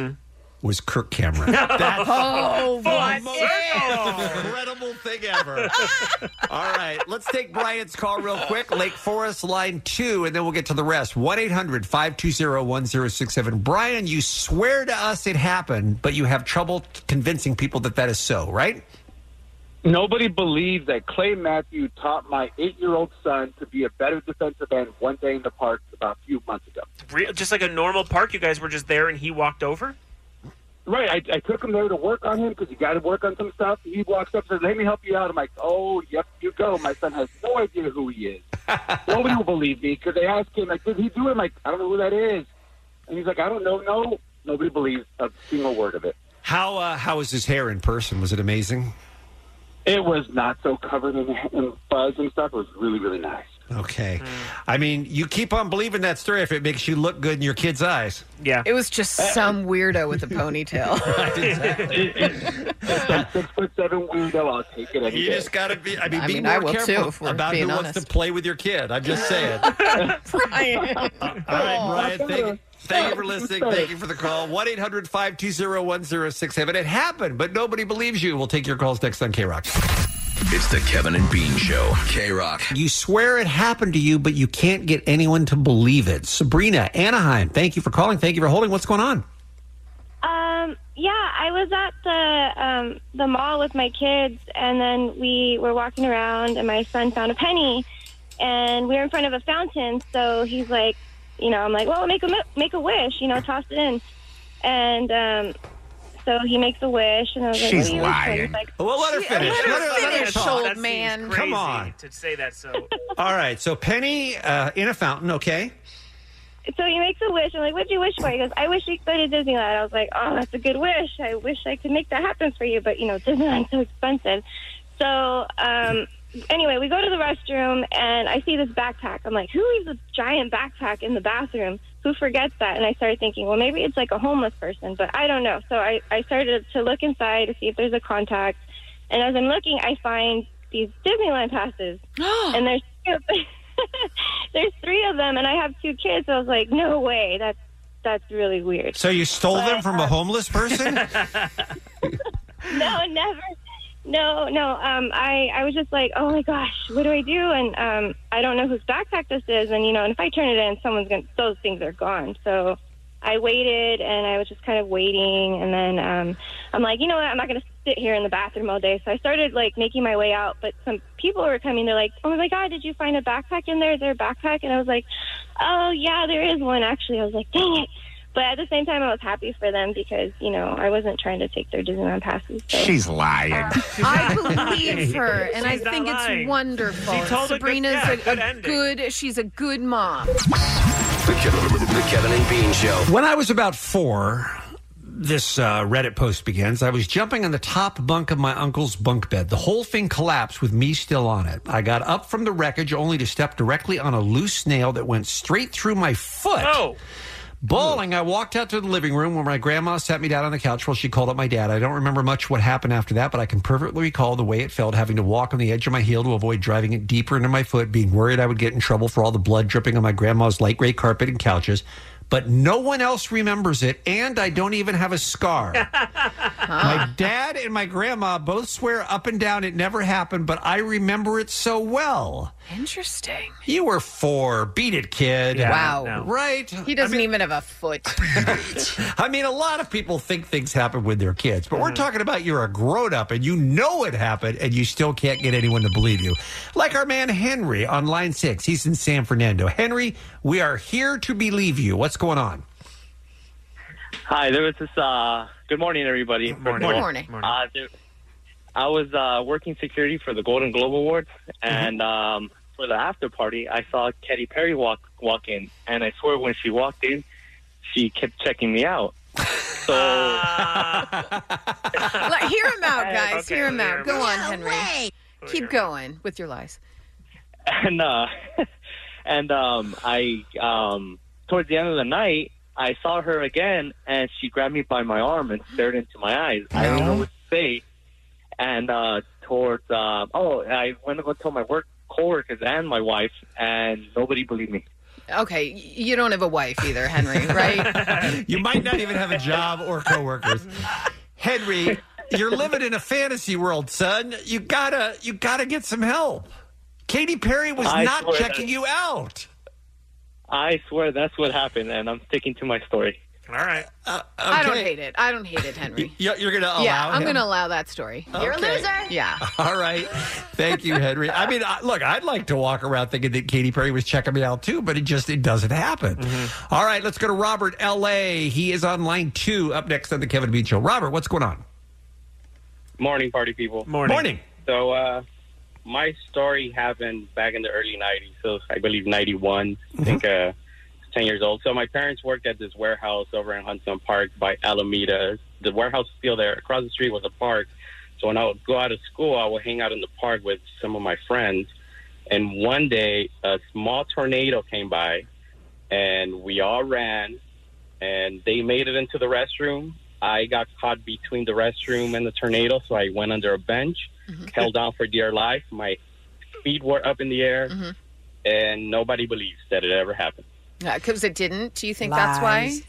[SPEAKER 10] was Kirk Cameron. That's
[SPEAKER 11] oh,
[SPEAKER 10] the
[SPEAKER 11] what?
[SPEAKER 10] most
[SPEAKER 11] if?
[SPEAKER 10] incredible thing ever. All right, let's take Brian's call real quick. Lake Forest, line two, and then we'll get to the rest. 1 800 520 1067. Brian, you swear to us it happened, but you have trouble convincing people that that is so, right?
[SPEAKER 14] Nobody believed that Clay Matthew taught my eight-year-old son to be a better defensive end one day in the park about a few months ago.
[SPEAKER 6] Real, just like a normal park, you guys were just there, and he walked over.
[SPEAKER 14] Right, I, I took him there to work on him because you got to work on some stuff. He walks up and says, "Let me help you out." I'm like, "Oh, yep, you go." My son has no idea who he is. Nobody will believe me because they ask him, like, "Did he do it?" I'm like, "I don't know who that is," and he's like, "I don't know." No, nobody believes a single word of it.
[SPEAKER 10] How, uh, how was his hair in person? Was it amazing?
[SPEAKER 14] It was not so covered in, in fuzz and stuff. It was really, really nice.
[SPEAKER 10] Okay. I mean, you keep on believing that story if it makes you look good in your kid's eyes.
[SPEAKER 6] Yeah.
[SPEAKER 11] It was just
[SPEAKER 6] Uh,
[SPEAKER 11] some weirdo with a ponytail.
[SPEAKER 14] Six foot seven weirdo. I'll take it any
[SPEAKER 10] You
[SPEAKER 14] day.
[SPEAKER 10] just got to be. I mean,
[SPEAKER 14] I
[SPEAKER 10] be
[SPEAKER 14] mean,
[SPEAKER 10] more
[SPEAKER 14] I will too,
[SPEAKER 10] careful
[SPEAKER 14] if we're
[SPEAKER 10] about who
[SPEAKER 14] being
[SPEAKER 10] wants to play with your kid. I'm just saying. All right, Brian. Thank, thank you for listening. Thank you for the call. 1 800 520 1067. It happened, but nobody believes you. We'll take your calls next on K Rock.
[SPEAKER 16] It's the Kevin and Bean Show. K Rock.
[SPEAKER 10] You swear it happened to you, but you can't get anyone to believe it. Sabrina, Anaheim, thank you for calling. Thank you for holding. What's going on?
[SPEAKER 15] Um, yeah, I was at the um, the mall with my kids, and then we were walking around, and my son found a penny, and we were in front of a fountain. So he's like, you know, I'm like, well, make a mi- make a wish, you know, toss it in, and um, so he makes a wish, and I was like,
[SPEAKER 10] She's
[SPEAKER 15] what do you wish for? He's
[SPEAKER 10] lying.
[SPEAKER 15] like,
[SPEAKER 10] Well, let her finish.
[SPEAKER 15] let her
[SPEAKER 6] finish,
[SPEAKER 10] talk.
[SPEAKER 6] old That seems man. crazy.
[SPEAKER 10] Come on.
[SPEAKER 6] To say that so.
[SPEAKER 10] All right. So, Penny uh, in a fountain, okay?
[SPEAKER 15] so he makes a wish. I'm like, what'd you wish for? He goes, I wish you could go to Disneyland. I was like, oh, that's a good wish. I wish I could make that happen for you, but you know, Disneyland's so expensive. So um, anyway, we go to the restroom and I see this backpack. I'm like, who leaves a giant backpack in the bathroom? Who forgets that? And I started thinking, well, maybe it's like a homeless person, but I don't know. So I, I started to look inside to see if there's a contact. And as I'm looking, I find these Disneyland passes, and there's two of them. there's three of them, and I have two kids. So I was like, no way, that's that's really weird.
[SPEAKER 10] So, you stole them from a homeless person?
[SPEAKER 15] no, never. No, no. Um, I I was just like, oh my gosh, what do I do? And um, I don't know whose backpack this is, and you know, and if I turn it in, someone's gonna. Those things are gone. So I waited, and I was just kind of waiting, and then um, I'm like, you know what? I'm not gonna sit here in the bathroom all day. So I started like making my way out, but some people were coming. They're like, oh my god, did you find a backpack in there? Is there a backpack? And I was like, oh yeah, there is one actually. I was like, dang it. But at the same time, I was happy for them because you know I wasn't trying to take their Disneyland passes. So.
[SPEAKER 10] She's lying.
[SPEAKER 11] I believe her, and I
[SPEAKER 15] She's not
[SPEAKER 11] think
[SPEAKER 15] lying.
[SPEAKER 11] it's wonderful.
[SPEAKER 15] She told a good-
[SPEAKER 11] Sabrina's
[SPEAKER 15] yeah,
[SPEAKER 11] a
[SPEAKER 15] good
[SPEAKER 11] a good. She's a good mom.
[SPEAKER 16] The Kevin, the Kevin and Bean Show.
[SPEAKER 10] When I was about four, this uh, Reddit post begins. I was jumping on the top bunk of my uncle's bunk bed. The whole thing collapsed with me still on it. I got up from the wreckage only to step directly on a loose nail that went straight through my foot. Oh. Bawling, I walked out to the living room where my grandma sat me down on the couch while she called up my dad. I don't remember much what happened after that, but I can perfectly recall the way it felt having to walk on the edge of my heel to avoid driving it deeper into my foot, being worried I would get in trouble for all the blood dripping on my grandma's light gray carpet and couches. but no one else remembers it, and I don't even have a scar. My dad and my grandma both swear up and down it never happened, but I remember it so well.
[SPEAKER 11] Interesting.
[SPEAKER 10] You were four. Beat it, kid.
[SPEAKER 11] wow.
[SPEAKER 10] Right?
[SPEAKER 11] He doesn't even have a foot.
[SPEAKER 10] I mean, a lot of people think things happen with their kids, but we're talking about you're a grown up and you know it happened and you still can't get anyone to believe you. Like our man Henry on line six. He's in San Fernando. Henry, we are here to believe you. What's going on?
[SPEAKER 12] Hi, there was this. Uh, good morning, everybody. Good
[SPEAKER 10] morning. Good morning.
[SPEAKER 12] Uh, there, I was uh, working security for the Golden Globe Awards,
[SPEAKER 10] Mm-hmm.
[SPEAKER 12] and um, for the after party, I saw Katy Perry walk walk in, and I swear when she walked in, she kept checking me out. So
[SPEAKER 10] Ah.
[SPEAKER 11] Let, hear him out, guys.
[SPEAKER 12] Okay,
[SPEAKER 11] hear him
[SPEAKER 12] hear
[SPEAKER 11] out.
[SPEAKER 12] him
[SPEAKER 11] Go
[SPEAKER 12] out.
[SPEAKER 11] on,
[SPEAKER 12] No
[SPEAKER 11] Henry. Keep going with your lies.
[SPEAKER 12] and uh, and um, I um, towards the end of the night, I saw her again, and she grabbed me by my arm and stared into my eyes. I don't know what to say. And uh, towards uh, oh, I went to go tell my work coworkers and my wife, and nobody believed me.
[SPEAKER 11] Okay, y- you don't have a wife either, Henry, right?
[SPEAKER 10] You might not even have a job or coworkers. Henry, you're living in a fantasy world, son. You gotta you gotta get some help. Katy Perry was
[SPEAKER 12] I
[SPEAKER 10] not
[SPEAKER 12] swear
[SPEAKER 10] checking
[SPEAKER 12] that-
[SPEAKER 10] you out.
[SPEAKER 12] I swear that's what happened, and I'm sticking to my story.
[SPEAKER 10] All right. Uh,
[SPEAKER 11] I don't hate it. I don't hate it, Henry.
[SPEAKER 10] You're, you're gonna allow
[SPEAKER 11] yeah, I'm
[SPEAKER 10] him?
[SPEAKER 11] going to allow that story.
[SPEAKER 10] You're a Okay. loser.
[SPEAKER 11] Yeah.
[SPEAKER 10] All right. Thank you, Henry. I mean, I, look, I'd like to walk around thinking that Katy Perry was checking me out too, but it just it doesn't happen.
[SPEAKER 13] Mm-hmm.
[SPEAKER 10] All right, let's go to Robert LA. He is on line 2 up next on the Kevin Beach show. Robert, what's going on?
[SPEAKER 13] Morning, party people.
[SPEAKER 10] Morning. Morning.
[SPEAKER 13] So, uh, my story happened back in the early 90s. So, I believe 91. I think uh, 10 years old. So, my parents worked at this warehouse over in Huntsman Park by Alameda. The warehouse is still there. Across the street was a park. So, when I would go out of school, I would hang out in the park with some of my friends. And one day, a small tornado came by, and we all ran, and they made it into the restroom. I got caught between the restroom and the tornado, so I went under a bench,
[SPEAKER 6] Mm-hmm.
[SPEAKER 13] held on for dear life. My feet were up in the air,
[SPEAKER 6] Mm-hmm.
[SPEAKER 13] and nobody believes that it ever happened.
[SPEAKER 11] Because Uh, it didn't. Do you think
[SPEAKER 13] Lies.
[SPEAKER 11] that's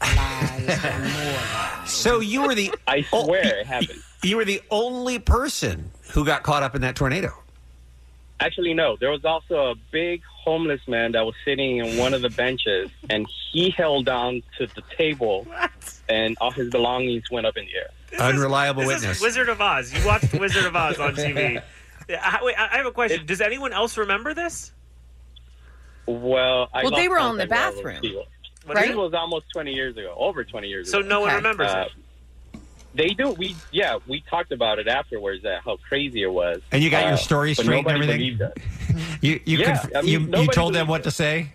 [SPEAKER 11] why?
[SPEAKER 10] So you were the
[SPEAKER 13] I swear it happened.
[SPEAKER 10] You were the only person who got caught up in that tornado.
[SPEAKER 13] Actually, no. There was also a big homeless man that was sitting in one of the benches, and he held on to the table, and all his belongings went up in the air.
[SPEAKER 10] Unreliable
[SPEAKER 6] This
[SPEAKER 10] witness.
[SPEAKER 6] is Wizard of Oz. You watched Wizard of Oz on TV. Yeah, I, wait, I I have a question. Does anyone else remember this?
[SPEAKER 13] Well, I
[SPEAKER 6] Well,
[SPEAKER 13] lost
[SPEAKER 6] they were all in the
[SPEAKER 13] contact with all
[SPEAKER 6] bathroom,
[SPEAKER 13] those people.
[SPEAKER 6] right?
[SPEAKER 13] This was almost 20 years ago, over 20 years
[SPEAKER 6] So
[SPEAKER 13] ago.
[SPEAKER 6] no one Okay. remembers
[SPEAKER 13] Uh,
[SPEAKER 6] it.
[SPEAKER 13] They do. We yeah, we talked about it afterwards that how crazy it was.
[SPEAKER 10] And you got your
[SPEAKER 13] Uh,
[SPEAKER 10] story
[SPEAKER 13] but
[SPEAKER 10] straight and
[SPEAKER 13] nobody
[SPEAKER 10] everything?
[SPEAKER 13] believed us.
[SPEAKER 10] You you
[SPEAKER 13] Yeah,
[SPEAKER 10] conf-
[SPEAKER 13] I mean,
[SPEAKER 10] you, you
[SPEAKER 13] nobody
[SPEAKER 10] told them
[SPEAKER 13] believed
[SPEAKER 10] what to say?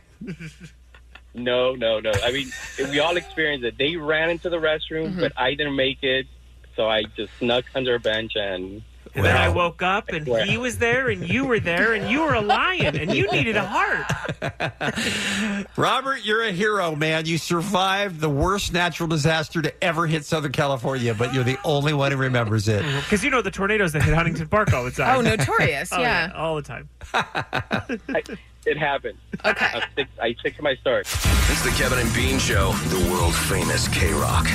[SPEAKER 13] No, no, no. I mean, we all experienced it. They ran into the restroom,
[SPEAKER 6] Mm-hmm.
[SPEAKER 13] but I didn't make it, so I just snuck under a bench and.
[SPEAKER 6] And then I woke up and
[SPEAKER 13] swear.
[SPEAKER 6] he was there and you were there and you were a lion and you needed a heart.
[SPEAKER 10] Robert, you're a hero, man. You survived the worst natural disaster to ever hit Southern California, but you're the only one who remembers it.
[SPEAKER 6] Because you know the tornadoes that hit Huntington Park all the time.
[SPEAKER 13] Oh, notorious,
[SPEAKER 6] Oh,
[SPEAKER 13] yeah.
[SPEAKER 6] All the time.
[SPEAKER 13] It happened. Okay. I stick, I stick to my story.
[SPEAKER 16] It's the Kevin and Bean Show, the world famous K Rock.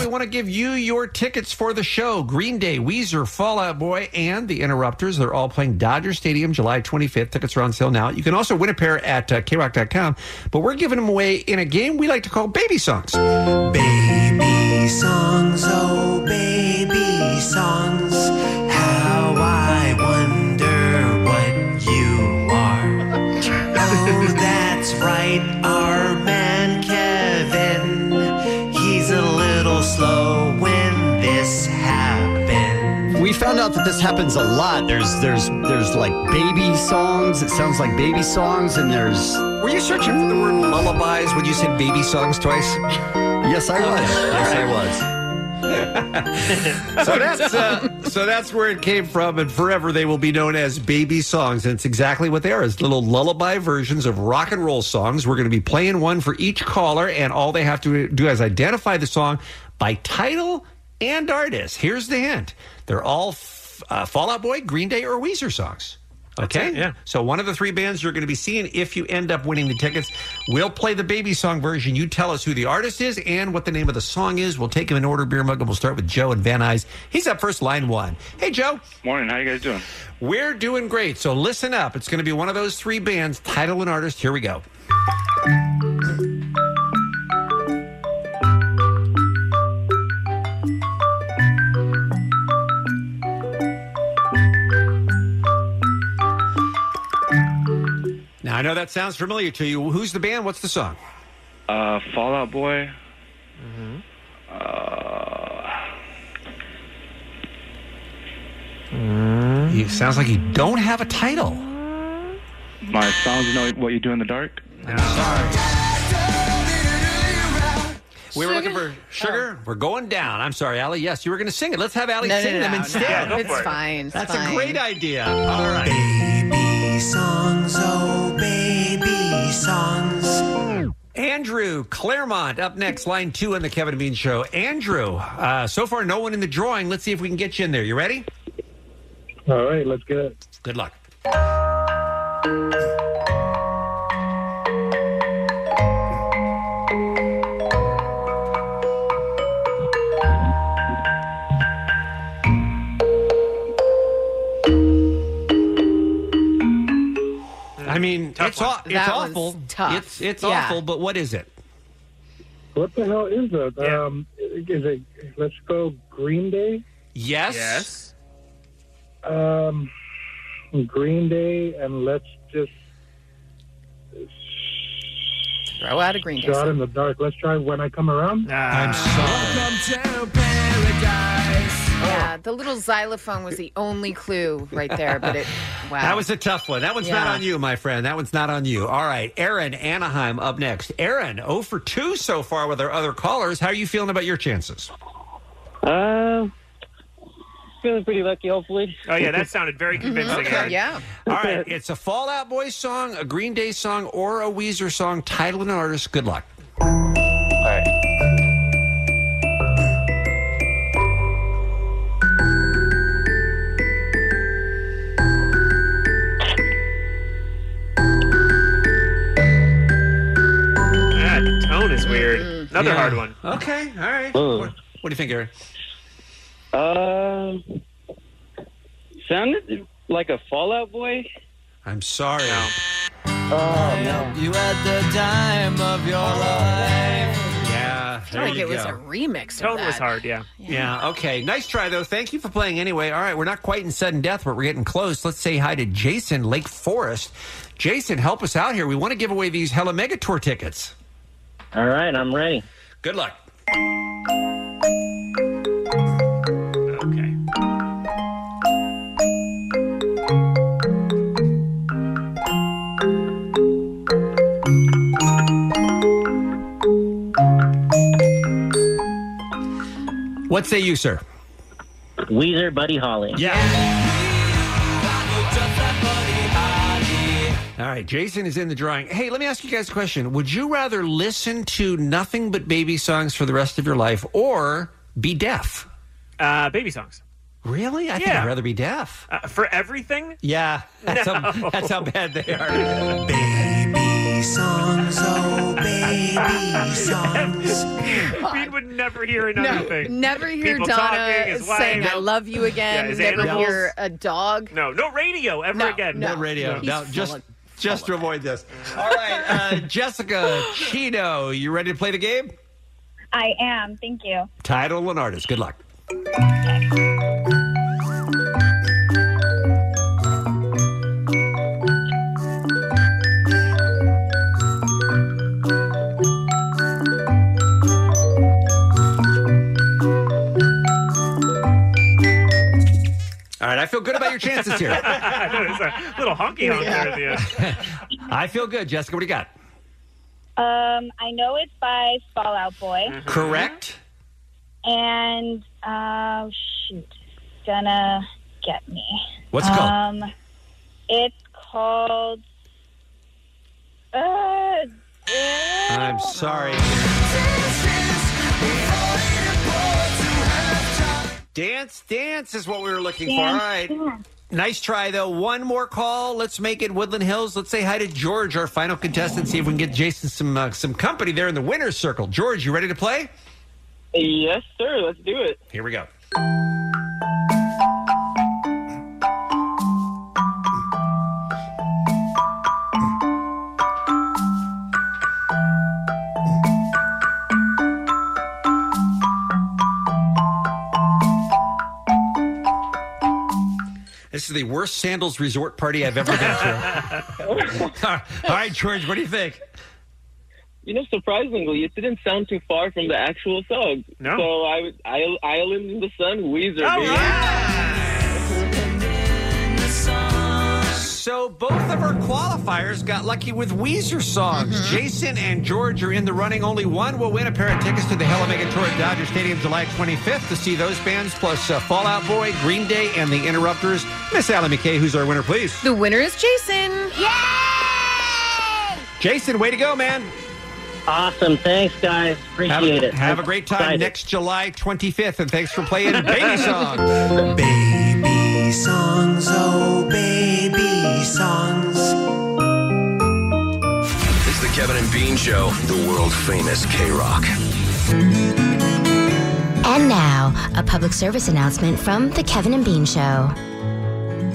[SPEAKER 10] We want to give you your tickets for the show. Green Day, Weezer, Fallout Boy, and The Interrupters. They're all playing Dodger Stadium July 25th. Tickets are on sale now. You can also win a pair at uh, krock.com, but we're giving them away in a game we like to call Baby Songs. Baby Songs, oh baby songs, how I wonder what you
[SPEAKER 16] are.
[SPEAKER 19] Oh, that's right, our man Kevin. He's a little slow when this happened.
[SPEAKER 24] We found out that this happens a lot. There's there's there's like baby songs. It sounds like baby songs, and there's. Were you searching for the word lullabies when you said baby songs twice? yes, I was. Yes, I was.
[SPEAKER 10] so that's uh, so that's where it came from, and forever they will be known as baby songs, and it's exactly what they are. It's little lullaby versions of rock and roll songs. We're going to be playing one for each caller, and all they have to do is identify the song by title and artist. Here's the hint: they're all f- uh, Fallout Boy, Green Day, or Weezer songs. Okay. yeah. So one of the three bands you're going to be seeing, if you end up winning the tickets, we'll play the baby song version. You tell us who the artist is and what the name of the song is. We'll take him in order, beer mug, and we'll start with Joe and Van Nuys. He's up first, line one. Hey, Joe.
[SPEAKER 22] Morning. How you guys doing?
[SPEAKER 10] We're doing great. So listen up. It's going to be one of those three bands, title and artist. Here we go. Now I know that sounds familiar to you. Who's the band? What's the song?
[SPEAKER 22] Uh, Fallout Boy.
[SPEAKER 10] You sounds like you don't have a title.
[SPEAKER 22] My songs know what you do in the dark.
[SPEAKER 10] We were looking for sugar. We're going down. I'm sorry, Allie. Yes, you were going to sing it. Let's have Allie
[SPEAKER 11] Oh. No, no,
[SPEAKER 10] sing
[SPEAKER 11] no,
[SPEAKER 10] them
[SPEAKER 11] no,
[SPEAKER 10] instead.
[SPEAKER 11] no. It's fine. It's
[SPEAKER 10] That's
[SPEAKER 11] fine.
[SPEAKER 10] a great idea. All right.
[SPEAKER 19] Baby songs, oh baby songs.
[SPEAKER 10] Andrew Claremont up next, line two on the Kevin and Bean Show. Andrew, uh, so far no one in the drawing. Let's see if we can get you in there. You ready?
[SPEAKER 14] All right, let's get it.
[SPEAKER 10] Good luck. I mean, it's, aw- it's
[SPEAKER 14] That one's
[SPEAKER 10] awful.
[SPEAKER 14] tough.
[SPEAKER 10] It's it's
[SPEAKER 14] Yeah.
[SPEAKER 10] awful, but what is it?
[SPEAKER 14] What the hell is that? Um, is it? Let's go Green Day.
[SPEAKER 10] Yes. Yes.
[SPEAKER 14] Um, Green Day, and let's just
[SPEAKER 11] Throw out a Green Day.
[SPEAKER 14] shot
[SPEAKER 11] song.
[SPEAKER 14] in the dark. Let's try when I come around.
[SPEAKER 10] I'm
[SPEAKER 11] Welcome to paradise. Yeah, the little xylophone was the only clue right there, but it wow.
[SPEAKER 10] That was a tough one. That one's not
[SPEAKER 11] Yeah.
[SPEAKER 10] on you, my friend. That one's not on you. All right, Aaron Anaheim up next. Aaron, 0 for 2 so far with our other callers. How are you feeling about your chances?
[SPEAKER 3] Uh, feeling pretty lucky, hopefully.
[SPEAKER 6] Oh yeah, that sounded very
[SPEAKER 18] Mm-hmm.
[SPEAKER 19] Mm-hmm.
[SPEAKER 6] convincing. Aaron.
[SPEAKER 10] All right, it's a Fallout Boy song, a Green Day song, or a Weezer song. Title and artist. Good luck.
[SPEAKER 22] All right.
[SPEAKER 6] That tone is weird. Another
[SPEAKER 10] Yeah.
[SPEAKER 6] hard one.
[SPEAKER 10] Okay, all right. What, what do you think, Aaron? Uh,
[SPEAKER 22] Um, sounded like a Fallout Boy.
[SPEAKER 10] I'm sorry.
[SPEAKER 22] Oh
[SPEAKER 19] You had the time of your life.
[SPEAKER 10] Yeah,
[SPEAKER 11] I feel
[SPEAKER 10] there
[SPEAKER 11] like
[SPEAKER 10] you
[SPEAKER 11] it was
[SPEAKER 10] go.
[SPEAKER 11] a remix. of that.
[SPEAKER 10] yeah. yeah. okay. Nice try, though. Thank you for playing anyway. All right, we're not quite in sudden death, but we're getting close. Let's say hi to Jason Lake Forest. Jason, help us out here. We want to give away these Hella Mega Tour tickets.
[SPEAKER 3] All right, I'm ready.
[SPEAKER 10] Good luck. What say you, sir?
[SPEAKER 3] Weezer, Buddy Holly.
[SPEAKER 10] Yeah. All right, Jason is in the drawing. Hey, let me ask you guys a question. Would you rather listen to nothing but baby songs for the rest of your life or be deaf?
[SPEAKER 6] Uh, baby songs.
[SPEAKER 10] Really? I think
[SPEAKER 6] Yeah.
[SPEAKER 10] I'd rather be deaf.
[SPEAKER 6] Uh, for everything?
[SPEAKER 10] Yeah, that's,
[SPEAKER 6] No.
[SPEAKER 10] how, that's how bad they are.
[SPEAKER 19] Baby songs, oh baby songs.
[SPEAKER 6] Pete would never hear another thing.
[SPEAKER 11] Never hear
[SPEAKER 6] People talking,
[SPEAKER 11] Donna
[SPEAKER 6] his wife.
[SPEAKER 11] saying "I love you
[SPEAKER 6] Yeah,
[SPEAKER 11] again."
[SPEAKER 6] his
[SPEAKER 11] never
[SPEAKER 6] animals.
[SPEAKER 11] hear a dog.
[SPEAKER 6] No, no radio ever
[SPEAKER 11] No,
[SPEAKER 6] again.
[SPEAKER 11] no.
[SPEAKER 10] No radio.
[SPEAKER 11] He's
[SPEAKER 10] No,
[SPEAKER 11] full
[SPEAKER 10] just
[SPEAKER 11] of-
[SPEAKER 10] just to avoid this. All right, uh, Jessica Chino, you ready to play the game?
[SPEAKER 18] I am. Thank you.
[SPEAKER 10] Title and artist. Good luck. All right, I feel good about your chances here.
[SPEAKER 6] I know, it's a little honky honk there at the end.
[SPEAKER 10] I feel good, Jessica. What do you got?
[SPEAKER 18] Um, I know it's by Fallout Boy,
[SPEAKER 15] Uh-huh.
[SPEAKER 10] Mm-hmm. Correct.
[SPEAKER 18] and uh, shoot, it's gonna get me.
[SPEAKER 10] What's it called?
[SPEAKER 18] Um, it's called. Uh,
[SPEAKER 10] I'm sorry. Dance, dance is what we were looking for. All right. Nice try, though. One more call. Let's make it Woodland Hills. Let's say hi to George, our final contestant. See if we can get Jason some uh, some company there in the winner's circle. George, you ready to play?
[SPEAKER 1] Yes, sir. Let's do it.
[SPEAKER 10] Here we go. This is the worst sandals resort party I've ever been to. All right, George, what do you think?
[SPEAKER 1] You know, surprisingly, it didn't sound too far from the actual song.
[SPEAKER 10] No.
[SPEAKER 1] So I, would- I, Island in the Sun, Weezer.
[SPEAKER 6] Oh,
[SPEAKER 1] baby.
[SPEAKER 10] So both of our qualifiers got lucky with Weezer songs.
[SPEAKER 11] Mm-hmm.
[SPEAKER 10] Jason and George are in the running. Only one will win a pair of tickets to the Hella Mega Tour at Dodger Stadium July 25th to see those bands, plus uh, Fallout Boy, Green Day, and The Interrupters. Miss Allie McKay, who's our winner, please?
[SPEAKER 11] The winner is Jason. Yeah.
[SPEAKER 10] Jason, way to go, man.
[SPEAKER 3] Awesome. Thanks, guys. Appreciate
[SPEAKER 10] Have a,
[SPEAKER 3] it.
[SPEAKER 10] have
[SPEAKER 3] I'm
[SPEAKER 10] a great time
[SPEAKER 3] excited.
[SPEAKER 10] next July 25th, and thanks for playing Baby Songs.
[SPEAKER 4] Baby songs, oh baby songs.
[SPEAKER 16] It's the Kevin and Bean Show, the world famous K Rock.
[SPEAKER 17] And now, a public service announcement from The Kevin and Bean Show.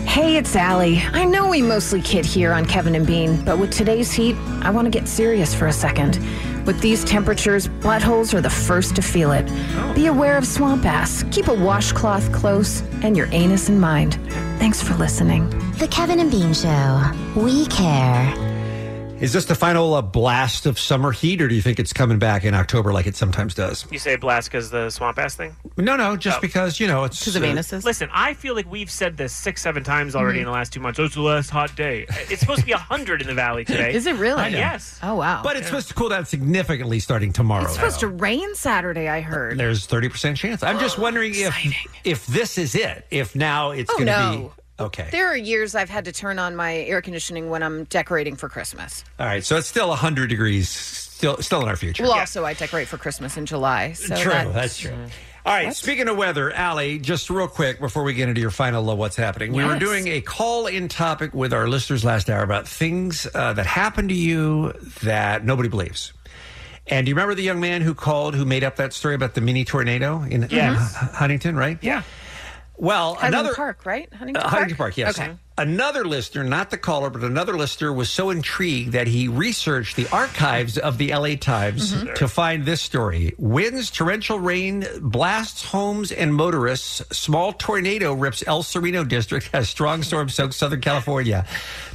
[SPEAKER 11] Hey, it's Allie. I know we mostly kid here on Kevin and Bean, but with today's heat, I want to get serious for a second. With these temperatures, buttholes are the first to feel it.
[SPEAKER 10] Oh.
[SPEAKER 11] Be aware of swamp ass, keep a washcloth close, and your anus in mind. Thanks for listening.
[SPEAKER 17] The Kevin and Bean Show. We care.
[SPEAKER 10] Is this the final uh, blast of summer heat, or do you think it's coming back in October like it sometimes does?
[SPEAKER 6] You say Blaska's the swamp ass thing?
[SPEAKER 10] No, no, just because you know it's uh,
[SPEAKER 6] Listen, I feel like we've said this six, seven times already in
[SPEAKER 11] Mm-hmm.
[SPEAKER 6] the last two months. Oh, it's the last hot day. It's supposed to be 100 in the valley today.
[SPEAKER 11] Is it really?
[SPEAKER 6] Uh, yes.
[SPEAKER 11] Oh, wow.
[SPEAKER 10] But it's supposed to cool down significantly starting tomorrow.
[SPEAKER 11] It's supposed to rain Saturday, I heard.
[SPEAKER 10] There's thirty percent chance. I'm just wondering if if this is it. If now it's
[SPEAKER 11] Oh,
[SPEAKER 10] going to
[SPEAKER 11] no.
[SPEAKER 10] be okay.
[SPEAKER 11] There are years I've had to turn on my air conditioning when I'm decorating for Christmas.
[SPEAKER 10] All right, so it's still hundred degrees, still still in our future.
[SPEAKER 11] Well, also I decorate for Christmas in July. So
[SPEAKER 10] true,
[SPEAKER 11] that-
[SPEAKER 10] that's true. All right, speaking of weather, Allie, just real quick before we get into your final uh, what's happening, we were
[SPEAKER 20] Yes.
[SPEAKER 10] doing a call in topic with our listeners last hour about things uh, that happened to you that nobody believes. And do you remember the young man who called who made up that story about the mini tornado in
[SPEAKER 11] Yes.
[SPEAKER 10] Hu- Huntington, right? Yeah. Well,
[SPEAKER 11] Highland
[SPEAKER 10] another
[SPEAKER 11] Park, right? Huntington,
[SPEAKER 10] uh, Huntington Park, yes.
[SPEAKER 11] Okay.
[SPEAKER 10] Another listener, not the caller, but another listener was so intrigued that he researched the archives of the LA Times
[SPEAKER 20] Mhm.
[SPEAKER 10] to find this story. Winds, torrential rain, blasts homes and motorists. Small tornado rips El Sereno district as strong storm soaks Southern California.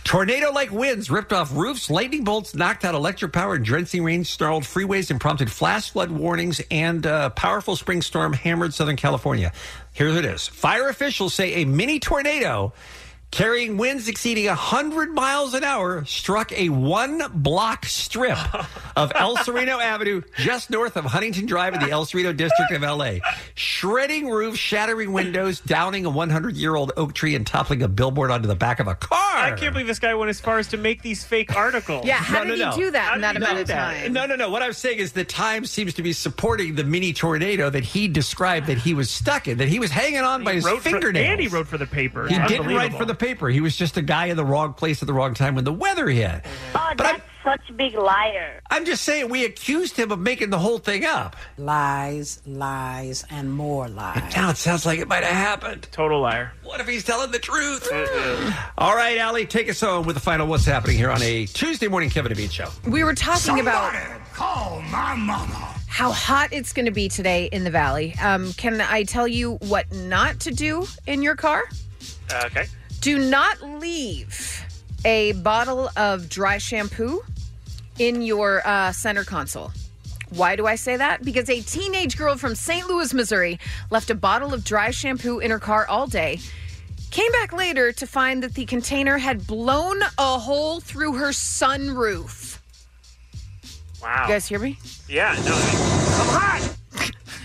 [SPEAKER 10] Tornado like winds ripped off roofs, lightning bolts knocked out electric power, and drenching rain snarled freeways and prompted flash flood warnings, and uh, powerful spring storm hammered Southern California. Here it is. Fire officials say a mini tornado carrying winds exceeding 100 miles an hour struck a one block strip of El Sereno Avenue just north of Huntington Drive in the El Sereno district of LA, shredding roofs, shattering windows, downing a 100 year old oak tree, and toppling a billboard onto the back of a car.
[SPEAKER 6] I can't believe this guy went as far as to make these fake articles. How did he do that?
[SPEAKER 10] No, no, no. What I'm saying is the Times seems to be supporting the mini tornado that he described that he was stuck in, that he was hanging on by his
[SPEAKER 6] wrote for-
[SPEAKER 10] fingernails.
[SPEAKER 6] and he wrote for the paper.
[SPEAKER 10] He
[SPEAKER 6] It's
[SPEAKER 10] didn't write
[SPEAKER 6] unbelievable.
[SPEAKER 10] for the paper. He was just a guy in the wrong place at the wrong time when the weather hit.
[SPEAKER 18] Oh, that's such a big liar.
[SPEAKER 10] I'm just saying we accused him of making the whole thing up.
[SPEAKER 21] Lies, lies, and more lies.
[SPEAKER 10] Now it sounds like it might have happened.
[SPEAKER 6] Total liar.
[SPEAKER 10] What if he's telling the truth? All right, Allie, take us home with the final what's happening here on a Tuesday morning Kevin and Bean show.
[SPEAKER 11] We were talking about
[SPEAKER 16] Call my mama.
[SPEAKER 11] how hot it's going to be today in the valley. Um, can I tell you what not to do in your car?
[SPEAKER 6] Uh, okay.
[SPEAKER 11] Do not leave a bottle of dry shampoo in your uh, center console. Why do I say that? Because a teenage girl from St. Louis, Missouri, left a bottle of dry shampoo in her car all day. Came back later to find that the container had blown a hole through her sunroof.
[SPEAKER 6] Wow.
[SPEAKER 11] You guys hear me?
[SPEAKER 6] Yeah. No,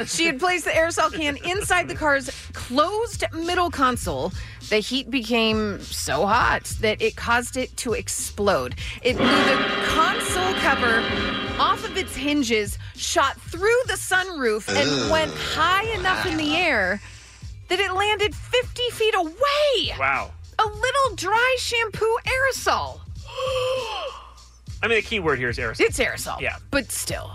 [SPEAKER 11] She had placed the aerosol can inside the car's closed middle console. The heat became so hot that it caused it to explode. It blew the console cover off of its hinges, shot through the sunroof, and
[SPEAKER 16] Ugh.
[SPEAKER 11] went high enough in the air that it landed 50 feet away.
[SPEAKER 6] Wow.
[SPEAKER 11] A little dry shampoo aerosol.
[SPEAKER 6] I mean, the key word here is aerosol.
[SPEAKER 11] It's aerosol.
[SPEAKER 6] Yeah.
[SPEAKER 11] But still.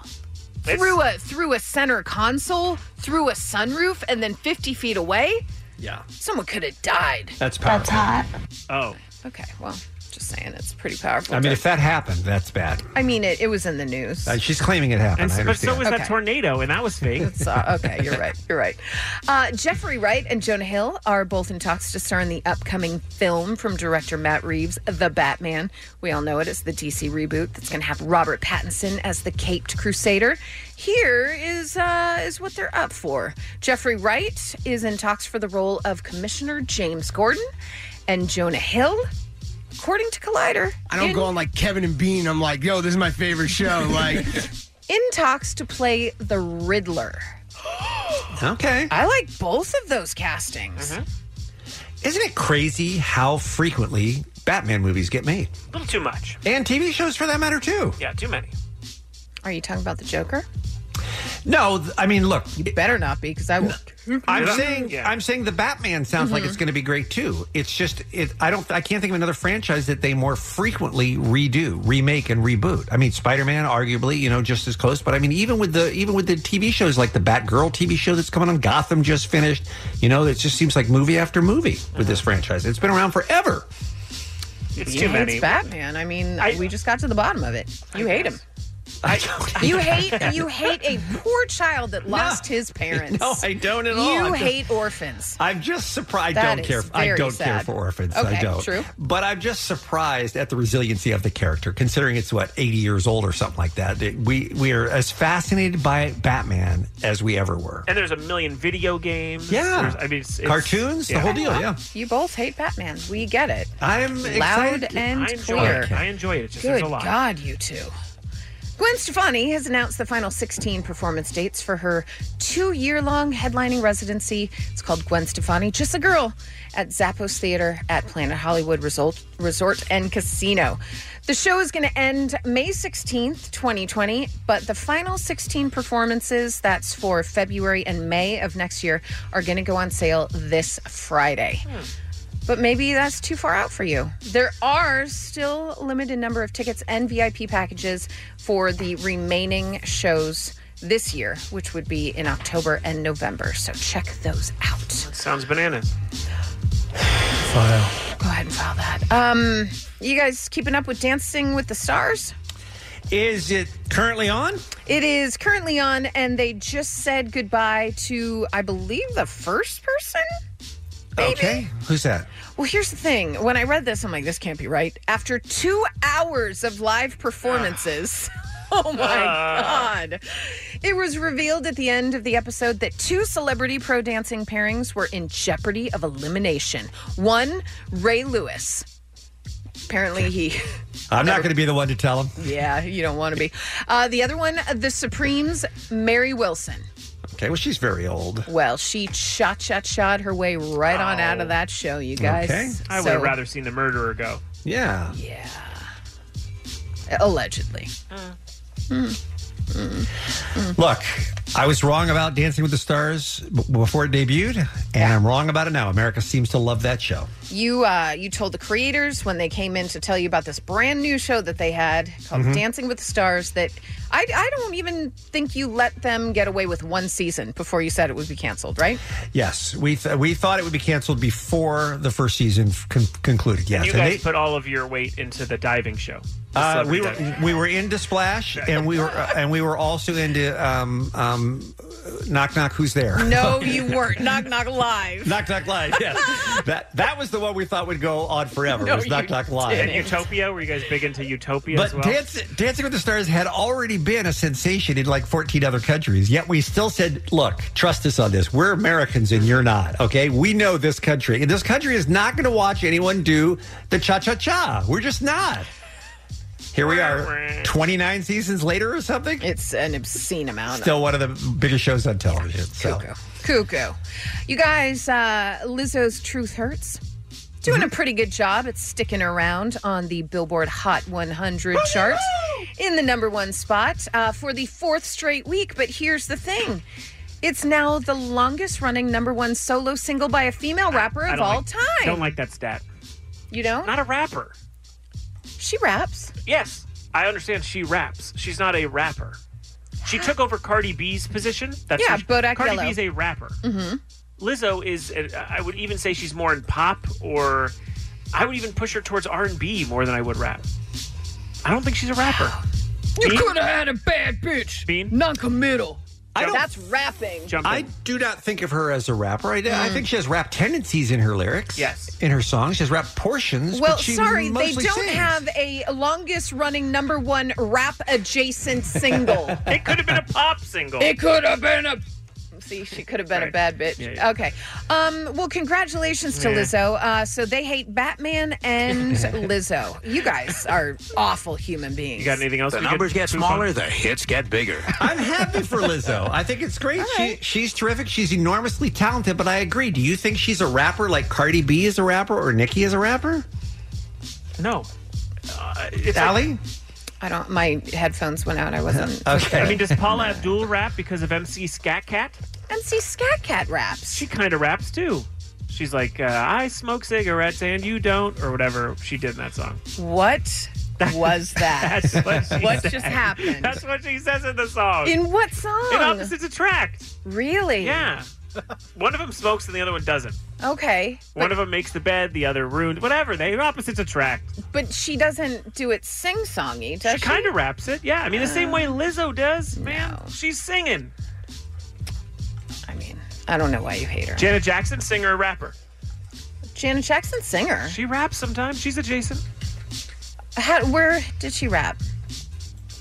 [SPEAKER 6] It's-
[SPEAKER 11] through a through a center console, through a sunroof, and then fifty feet away,
[SPEAKER 6] Yeah.
[SPEAKER 11] someone could have died.
[SPEAKER 10] That's powerful.
[SPEAKER 11] hot.
[SPEAKER 6] Oh.
[SPEAKER 11] Okay, well, just saying it's pretty powerful.
[SPEAKER 10] I mean, if that happened, that's bad.
[SPEAKER 11] I mean it, it was in the news.
[SPEAKER 10] Uh, she's claiming it happened.
[SPEAKER 6] And so-
[SPEAKER 10] I
[SPEAKER 6] but so
[SPEAKER 10] understand.
[SPEAKER 6] was that tornado, and that was fake.
[SPEAKER 11] uh, okay, you're right. You're right. Uh, Jeffrey Wright and Jonah Hill are both in talks to star in the upcoming film from director Matt Reeves, The Batman. We all know it. It's the DC reboot that's going to have Robert Pattinson as the Caped Crusader. Here is uh, is what they're up for. Jeffrey Wright is in talks for the role of Commissioner James Gordon, and Jonah Hill, according to Collider,
[SPEAKER 2] I don't go on like Kevin and Bean. I'm like, yo, this is my favorite show. Like,
[SPEAKER 11] in talks to play the Riddler.
[SPEAKER 10] okay.
[SPEAKER 11] I like both of those castings.
[SPEAKER 10] Isn't it crazy how frequently Batman movies get made?
[SPEAKER 6] A little too much.
[SPEAKER 10] And TV shows for that matter, too.
[SPEAKER 6] Yeah, too many.
[SPEAKER 11] Are you talking about the Joker?
[SPEAKER 10] No, th- I mean, look.
[SPEAKER 11] You better not be, because I will.
[SPEAKER 10] I'm saying I'm saying the Batman sounds like it's going to be great too. It's just it I don't I can't think of another franchise that they more frequently redo, remake and reboot. I mean Spider-Man arguably, you know, just as close, but I mean even with the even with the TV shows like the Batgirl TV show that's coming on Gotham just finished, you know, it just seems like movie after movie with this franchise. It's been around forever.
[SPEAKER 6] It's
[SPEAKER 10] Uh-huh. too many.
[SPEAKER 11] It's Batman. I mean, we just got to the bottom of it. You hate him. you hate you hate a poor child that lost his parents.
[SPEAKER 10] No, I don't at
[SPEAKER 11] you
[SPEAKER 10] all. I'm
[SPEAKER 11] You
[SPEAKER 10] just-
[SPEAKER 11] hate orphans.
[SPEAKER 10] I'm just surprised. I
[SPEAKER 11] That
[SPEAKER 10] don't
[SPEAKER 11] is
[SPEAKER 10] care. I
[SPEAKER 11] very
[SPEAKER 10] don't care
[SPEAKER 11] sad.
[SPEAKER 10] for orphans.
[SPEAKER 11] Okay,
[SPEAKER 10] I don't.
[SPEAKER 11] true.
[SPEAKER 10] But I'm just surprised at the resiliency of the character, considering it's what 80 years old or something like that. It- We we are as fascinated by Batman as we ever were.
[SPEAKER 6] And there's a million video games.
[SPEAKER 10] Yeah.
[SPEAKER 6] There's- I mean, it's, it's-
[SPEAKER 10] Cartoons, the whole deal. Yeah.
[SPEAKER 11] You both hate Batman. We get it.
[SPEAKER 10] I'm
[SPEAKER 11] loud
[SPEAKER 10] excited.
[SPEAKER 11] and
[SPEAKER 6] I enjoy
[SPEAKER 11] clear.
[SPEAKER 6] it. I enjoy it. It's just
[SPEAKER 11] Good
[SPEAKER 6] there's a lot.
[SPEAKER 11] God, you two. Gwen Stefani has announced the final 16 performance dates for her two year long headlining residency. It's called Gwen Stefani, Just a Girl, at Zappos Theater at Planet Hollywood Resort, Resort and Casino. The show is going to end May 16th, 2020, but the final 16 performances, that's for February and May of next year, are going to go on sale this Friday. But maybe that's too far out for you. There are still a limited number of tickets and VIP packages for the remaining shows this year, which would be in October and November. So check those out.
[SPEAKER 6] Sounds bananas.
[SPEAKER 11] Go ahead and file that. Um, you guys keeping up with Dancing with the Stars?
[SPEAKER 10] Is it currently on?
[SPEAKER 11] It is currently on, and they just said goodbye to, I believe, the first person.
[SPEAKER 10] Okay. Who's that?
[SPEAKER 11] Well, here's the thing. When I read this, I'm like, this can't be right. After two hours of live performances, oh my
[SPEAKER 7] Ah.
[SPEAKER 11] God. It was revealed at the end of the episode that two celebrity pro dancing pairings were in jeopardy of elimination. One, Ray Lewis. Apparently, he.
[SPEAKER 10] I'm not going to be the one to tell him.
[SPEAKER 11] Yeah, you don't want to be. Uh, the other one, the Supremes, Mary Wilson.
[SPEAKER 10] Okay. Well, she's very old.
[SPEAKER 11] Well, she shot, shot, shot her way right on out of that show, you guys.
[SPEAKER 6] I would have
[SPEAKER 11] So-
[SPEAKER 6] rather seen the murderer go.
[SPEAKER 10] Yeah.
[SPEAKER 11] Yeah. Allegedly. Mm.
[SPEAKER 10] Look, I was wrong about Dancing with the Stars b- before it debuted, and I'm wrong about it now. America seems to love that show.
[SPEAKER 11] You uh, you told the creators when they came in to tell you about this brand new show that they had called
[SPEAKER 10] Mhm.
[SPEAKER 11] Dancing with the Stars that I, I don't even think you let them get away with one season before you said it would be canceled, right?
[SPEAKER 10] Yes, we th- we thought it would be canceled before the first season f- con- concluded. Yes,
[SPEAKER 6] and you
[SPEAKER 10] and
[SPEAKER 6] guys
[SPEAKER 10] they-
[SPEAKER 6] put all of your weight into the diving show. The
[SPEAKER 10] uh, we
[SPEAKER 6] celebrity diving.
[SPEAKER 10] were we were into Splash, and we were uh, and we were also into um, um, Knock Knock Who's There.
[SPEAKER 11] No, you weren't. knock knock live.
[SPEAKER 10] Knock Knock Live. Yes, that that was the one we thought would go on forever.
[SPEAKER 6] No,
[SPEAKER 10] was Knock
[SPEAKER 6] you
[SPEAKER 10] Knock Live
[SPEAKER 6] And Utopia? Were you guys big into Utopia
[SPEAKER 10] But
[SPEAKER 6] as well?
[SPEAKER 10] Dance, Dancing with the Stars had already been a sensation in like 14 other countries. Yet we still said, look, trust us on this. We're Americans and you're not. Okay. We know this country. And this country is not going to watch anyone do the cha cha cha. We're just not. Here we are, 29 seasons later or something.
[SPEAKER 11] It's an obscene amount.
[SPEAKER 10] Still one of the biggest shows on television. So.
[SPEAKER 11] Cuckoo. You guys, uh, Lizzo's Truth Hurts. Doing
[SPEAKER 6] Mm-hmm.
[SPEAKER 11] a pretty good job at sticking around on the Billboard Hot 100 chart in the number one spot uh, for the fourth straight week. But here's the thing it's now the longest running number one solo single by a female rapper
[SPEAKER 6] I
[SPEAKER 11] of
[SPEAKER 6] don't
[SPEAKER 11] all
[SPEAKER 6] like-
[SPEAKER 11] time.
[SPEAKER 6] Don't like that stat.
[SPEAKER 11] You don't?
[SPEAKER 6] Not a rapper.
[SPEAKER 11] She raps.
[SPEAKER 6] Yes, I understand she raps. She's not a rapper. She took over Cardi B's position. That's
[SPEAKER 11] Yeah,
[SPEAKER 6] who she-
[SPEAKER 11] Bodak
[SPEAKER 6] Cardi
[SPEAKER 11] Yellow.
[SPEAKER 6] B's a rapper.
[SPEAKER 11] Mm-hmm.
[SPEAKER 6] Lizzo is. uh, I would even say she's more in pop, or I would even push her towards R and B more than I would rap. I don't think she's a rapper.
[SPEAKER 11] You
[SPEAKER 6] Bean?
[SPEAKER 11] could have had a bad bitch.
[SPEAKER 6] Bean?
[SPEAKER 11] Non-committal.
[SPEAKER 10] I don't-
[SPEAKER 11] That's rapping.
[SPEAKER 10] I do not think of her as a rapper. I, I
[SPEAKER 11] Mm.
[SPEAKER 10] think she has rap tendencies in her lyrics. Yes. In her songs. She has rap portions.
[SPEAKER 11] Well,
[SPEAKER 10] but she
[SPEAKER 11] sorry, they
[SPEAKER 10] mostly
[SPEAKER 11] don't
[SPEAKER 10] sings.
[SPEAKER 11] have a longest running number one rap adjacent single.
[SPEAKER 6] it could have been a pop single.
[SPEAKER 11] It could have been a. See, she could have been a bad bitch.
[SPEAKER 6] yeah.
[SPEAKER 11] Okay. Um, well, congratulations to
[SPEAKER 6] Yeah.
[SPEAKER 11] Lizzo. Uh, so they hate Batman and Lizzo. You guys are awful human beings.
[SPEAKER 6] You got anything else?
[SPEAKER 16] The
[SPEAKER 6] we could
[SPEAKER 16] numbers get
[SPEAKER 6] poop
[SPEAKER 16] smaller,
[SPEAKER 6] on?
[SPEAKER 16] the hits get bigger.
[SPEAKER 10] I'm happy for Lizzo. I think it's great. She, she's terrific. She's enormously talented, but I agree. Do you think she's a rapper like Cardi B is a rapper or Nicki is a rapper?
[SPEAKER 6] No. Uh, it's
[SPEAKER 10] Allie?
[SPEAKER 11] I don't. My headphones went out. I wasn't.
[SPEAKER 6] I mean, does Paula Abdul rap because of MC Scat Cat?
[SPEAKER 11] MC Scat Cat raps.
[SPEAKER 6] She kind of raps too. She's like, uh, I smoke cigarettes and you don't, or whatever she did in that song.
[SPEAKER 11] What was that?
[SPEAKER 6] That's what she
[SPEAKER 11] What
[SPEAKER 6] said.
[SPEAKER 11] just happened?
[SPEAKER 6] That's what she says in the song.
[SPEAKER 11] In what song?
[SPEAKER 6] In Opposites Attract.
[SPEAKER 11] Really?
[SPEAKER 6] Yeah. One of them smokes and the other one doesn't.
[SPEAKER 11] Okay.
[SPEAKER 6] One of them makes the bed, the other ruined. Whatever. They opposites attract.
[SPEAKER 11] But she doesn't do it sing songy, does
[SPEAKER 6] She
[SPEAKER 11] she? Uh,
[SPEAKER 6] kind of raps it. Yeah. I mean, the same way Lizzo does, man. She's singing.
[SPEAKER 11] I don't know why you hate her.
[SPEAKER 6] Janet Jackson, singer or rapper?
[SPEAKER 11] Janet Jackson, singer.
[SPEAKER 6] She raps sometimes. She's adjacent.
[SPEAKER 11] How, where did she rap?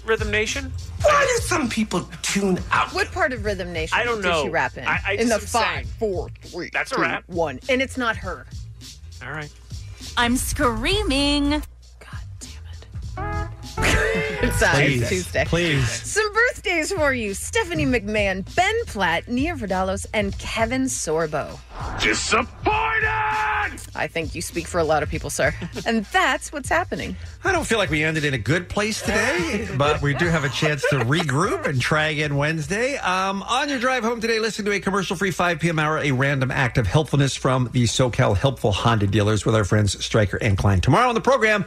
[SPEAKER 6] Rhythm Nation. Why do some people tune out?
[SPEAKER 11] What part of Rhythm Nation
[SPEAKER 6] I don't
[SPEAKER 11] did
[SPEAKER 6] know.
[SPEAKER 11] she rap in?
[SPEAKER 6] I- I
[SPEAKER 11] in the
[SPEAKER 6] just am
[SPEAKER 11] five, four, three.
[SPEAKER 6] That's a
[SPEAKER 11] two,
[SPEAKER 6] rap.
[SPEAKER 11] One, and it's not her.
[SPEAKER 6] All right.
[SPEAKER 25] I'm screaming.
[SPEAKER 11] It's uh, it's Tuesday. Some birthdays for you: Stephanie McMahon, Ben Platt, Nia Vardalos, and Kevin Sorbo.
[SPEAKER 19] Disappointed!
[SPEAKER 11] I think you speak for a lot of people, sir. and that's what's happening.
[SPEAKER 10] I don't feel like we ended in a good place today, but we do have a chance to regroup and try again Wednesday. Um, on your drive home today, listen to a commercial free 5 p.m. hour, a random act of helpfulness from the SoCal Helpful Honda dealers with our friends Stryker and Klein. Tomorrow on the program,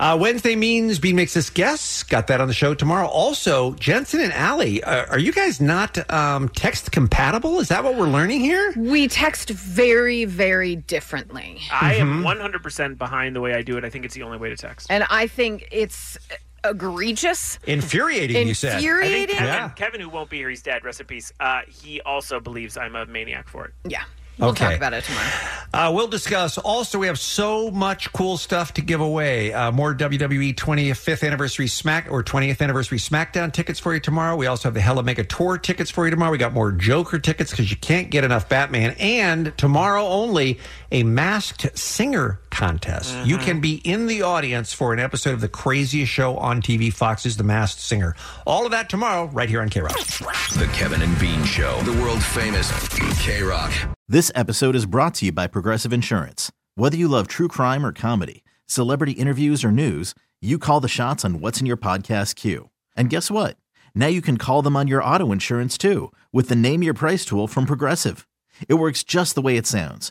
[SPEAKER 10] uh, Wednesday means Bean makes us guess. Got that on the show tomorrow. Also, Jensen and Allie, uh, are you guys not um, text compatible? Is that what we're learning here?
[SPEAKER 11] We text very, very differently.
[SPEAKER 6] I
[SPEAKER 10] Mm-hmm.
[SPEAKER 6] am 100% behind the way I do it. I think it's the only way to text.
[SPEAKER 11] And I think it's egregious.
[SPEAKER 10] Infuriating, you said.
[SPEAKER 6] I think
[SPEAKER 11] Infuriating?
[SPEAKER 6] Kevin,
[SPEAKER 11] Yeah.
[SPEAKER 6] Kevin, who won't be here, he's dead. Rest in peace. Uh, he also believes I'm a maniac for it.
[SPEAKER 11] Yeah.
[SPEAKER 10] We'll Okay. talk about
[SPEAKER 11] it tomorrow.
[SPEAKER 10] Uh, we'll discuss. Also, we have so much cool stuff to give away. Uh, more WWE 25th anniversary Smack or 20th anniversary SmackDown tickets for you tomorrow. We also have the Hella Mega Tour tickets for you tomorrow. We got more Joker tickets because you can't get enough Batman. And tomorrow only a masked singer contest. You can be in the audience for an episode of the craziest show on TV, Fox's The Masked Singer. All of that tomorrow, right here on K Rock.
[SPEAKER 16] The Kevin and Bean Show, the world famous K Rock.
[SPEAKER 1] This episode is brought to you by Progressive Insurance. Whether you love true crime or comedy, celebrity interviews or news, you call the shots on what's in your podcast queue. And guess what? Now you can call them on your auto insurance too with the Name Your Price tool from Progressive. It works just the way it sounds.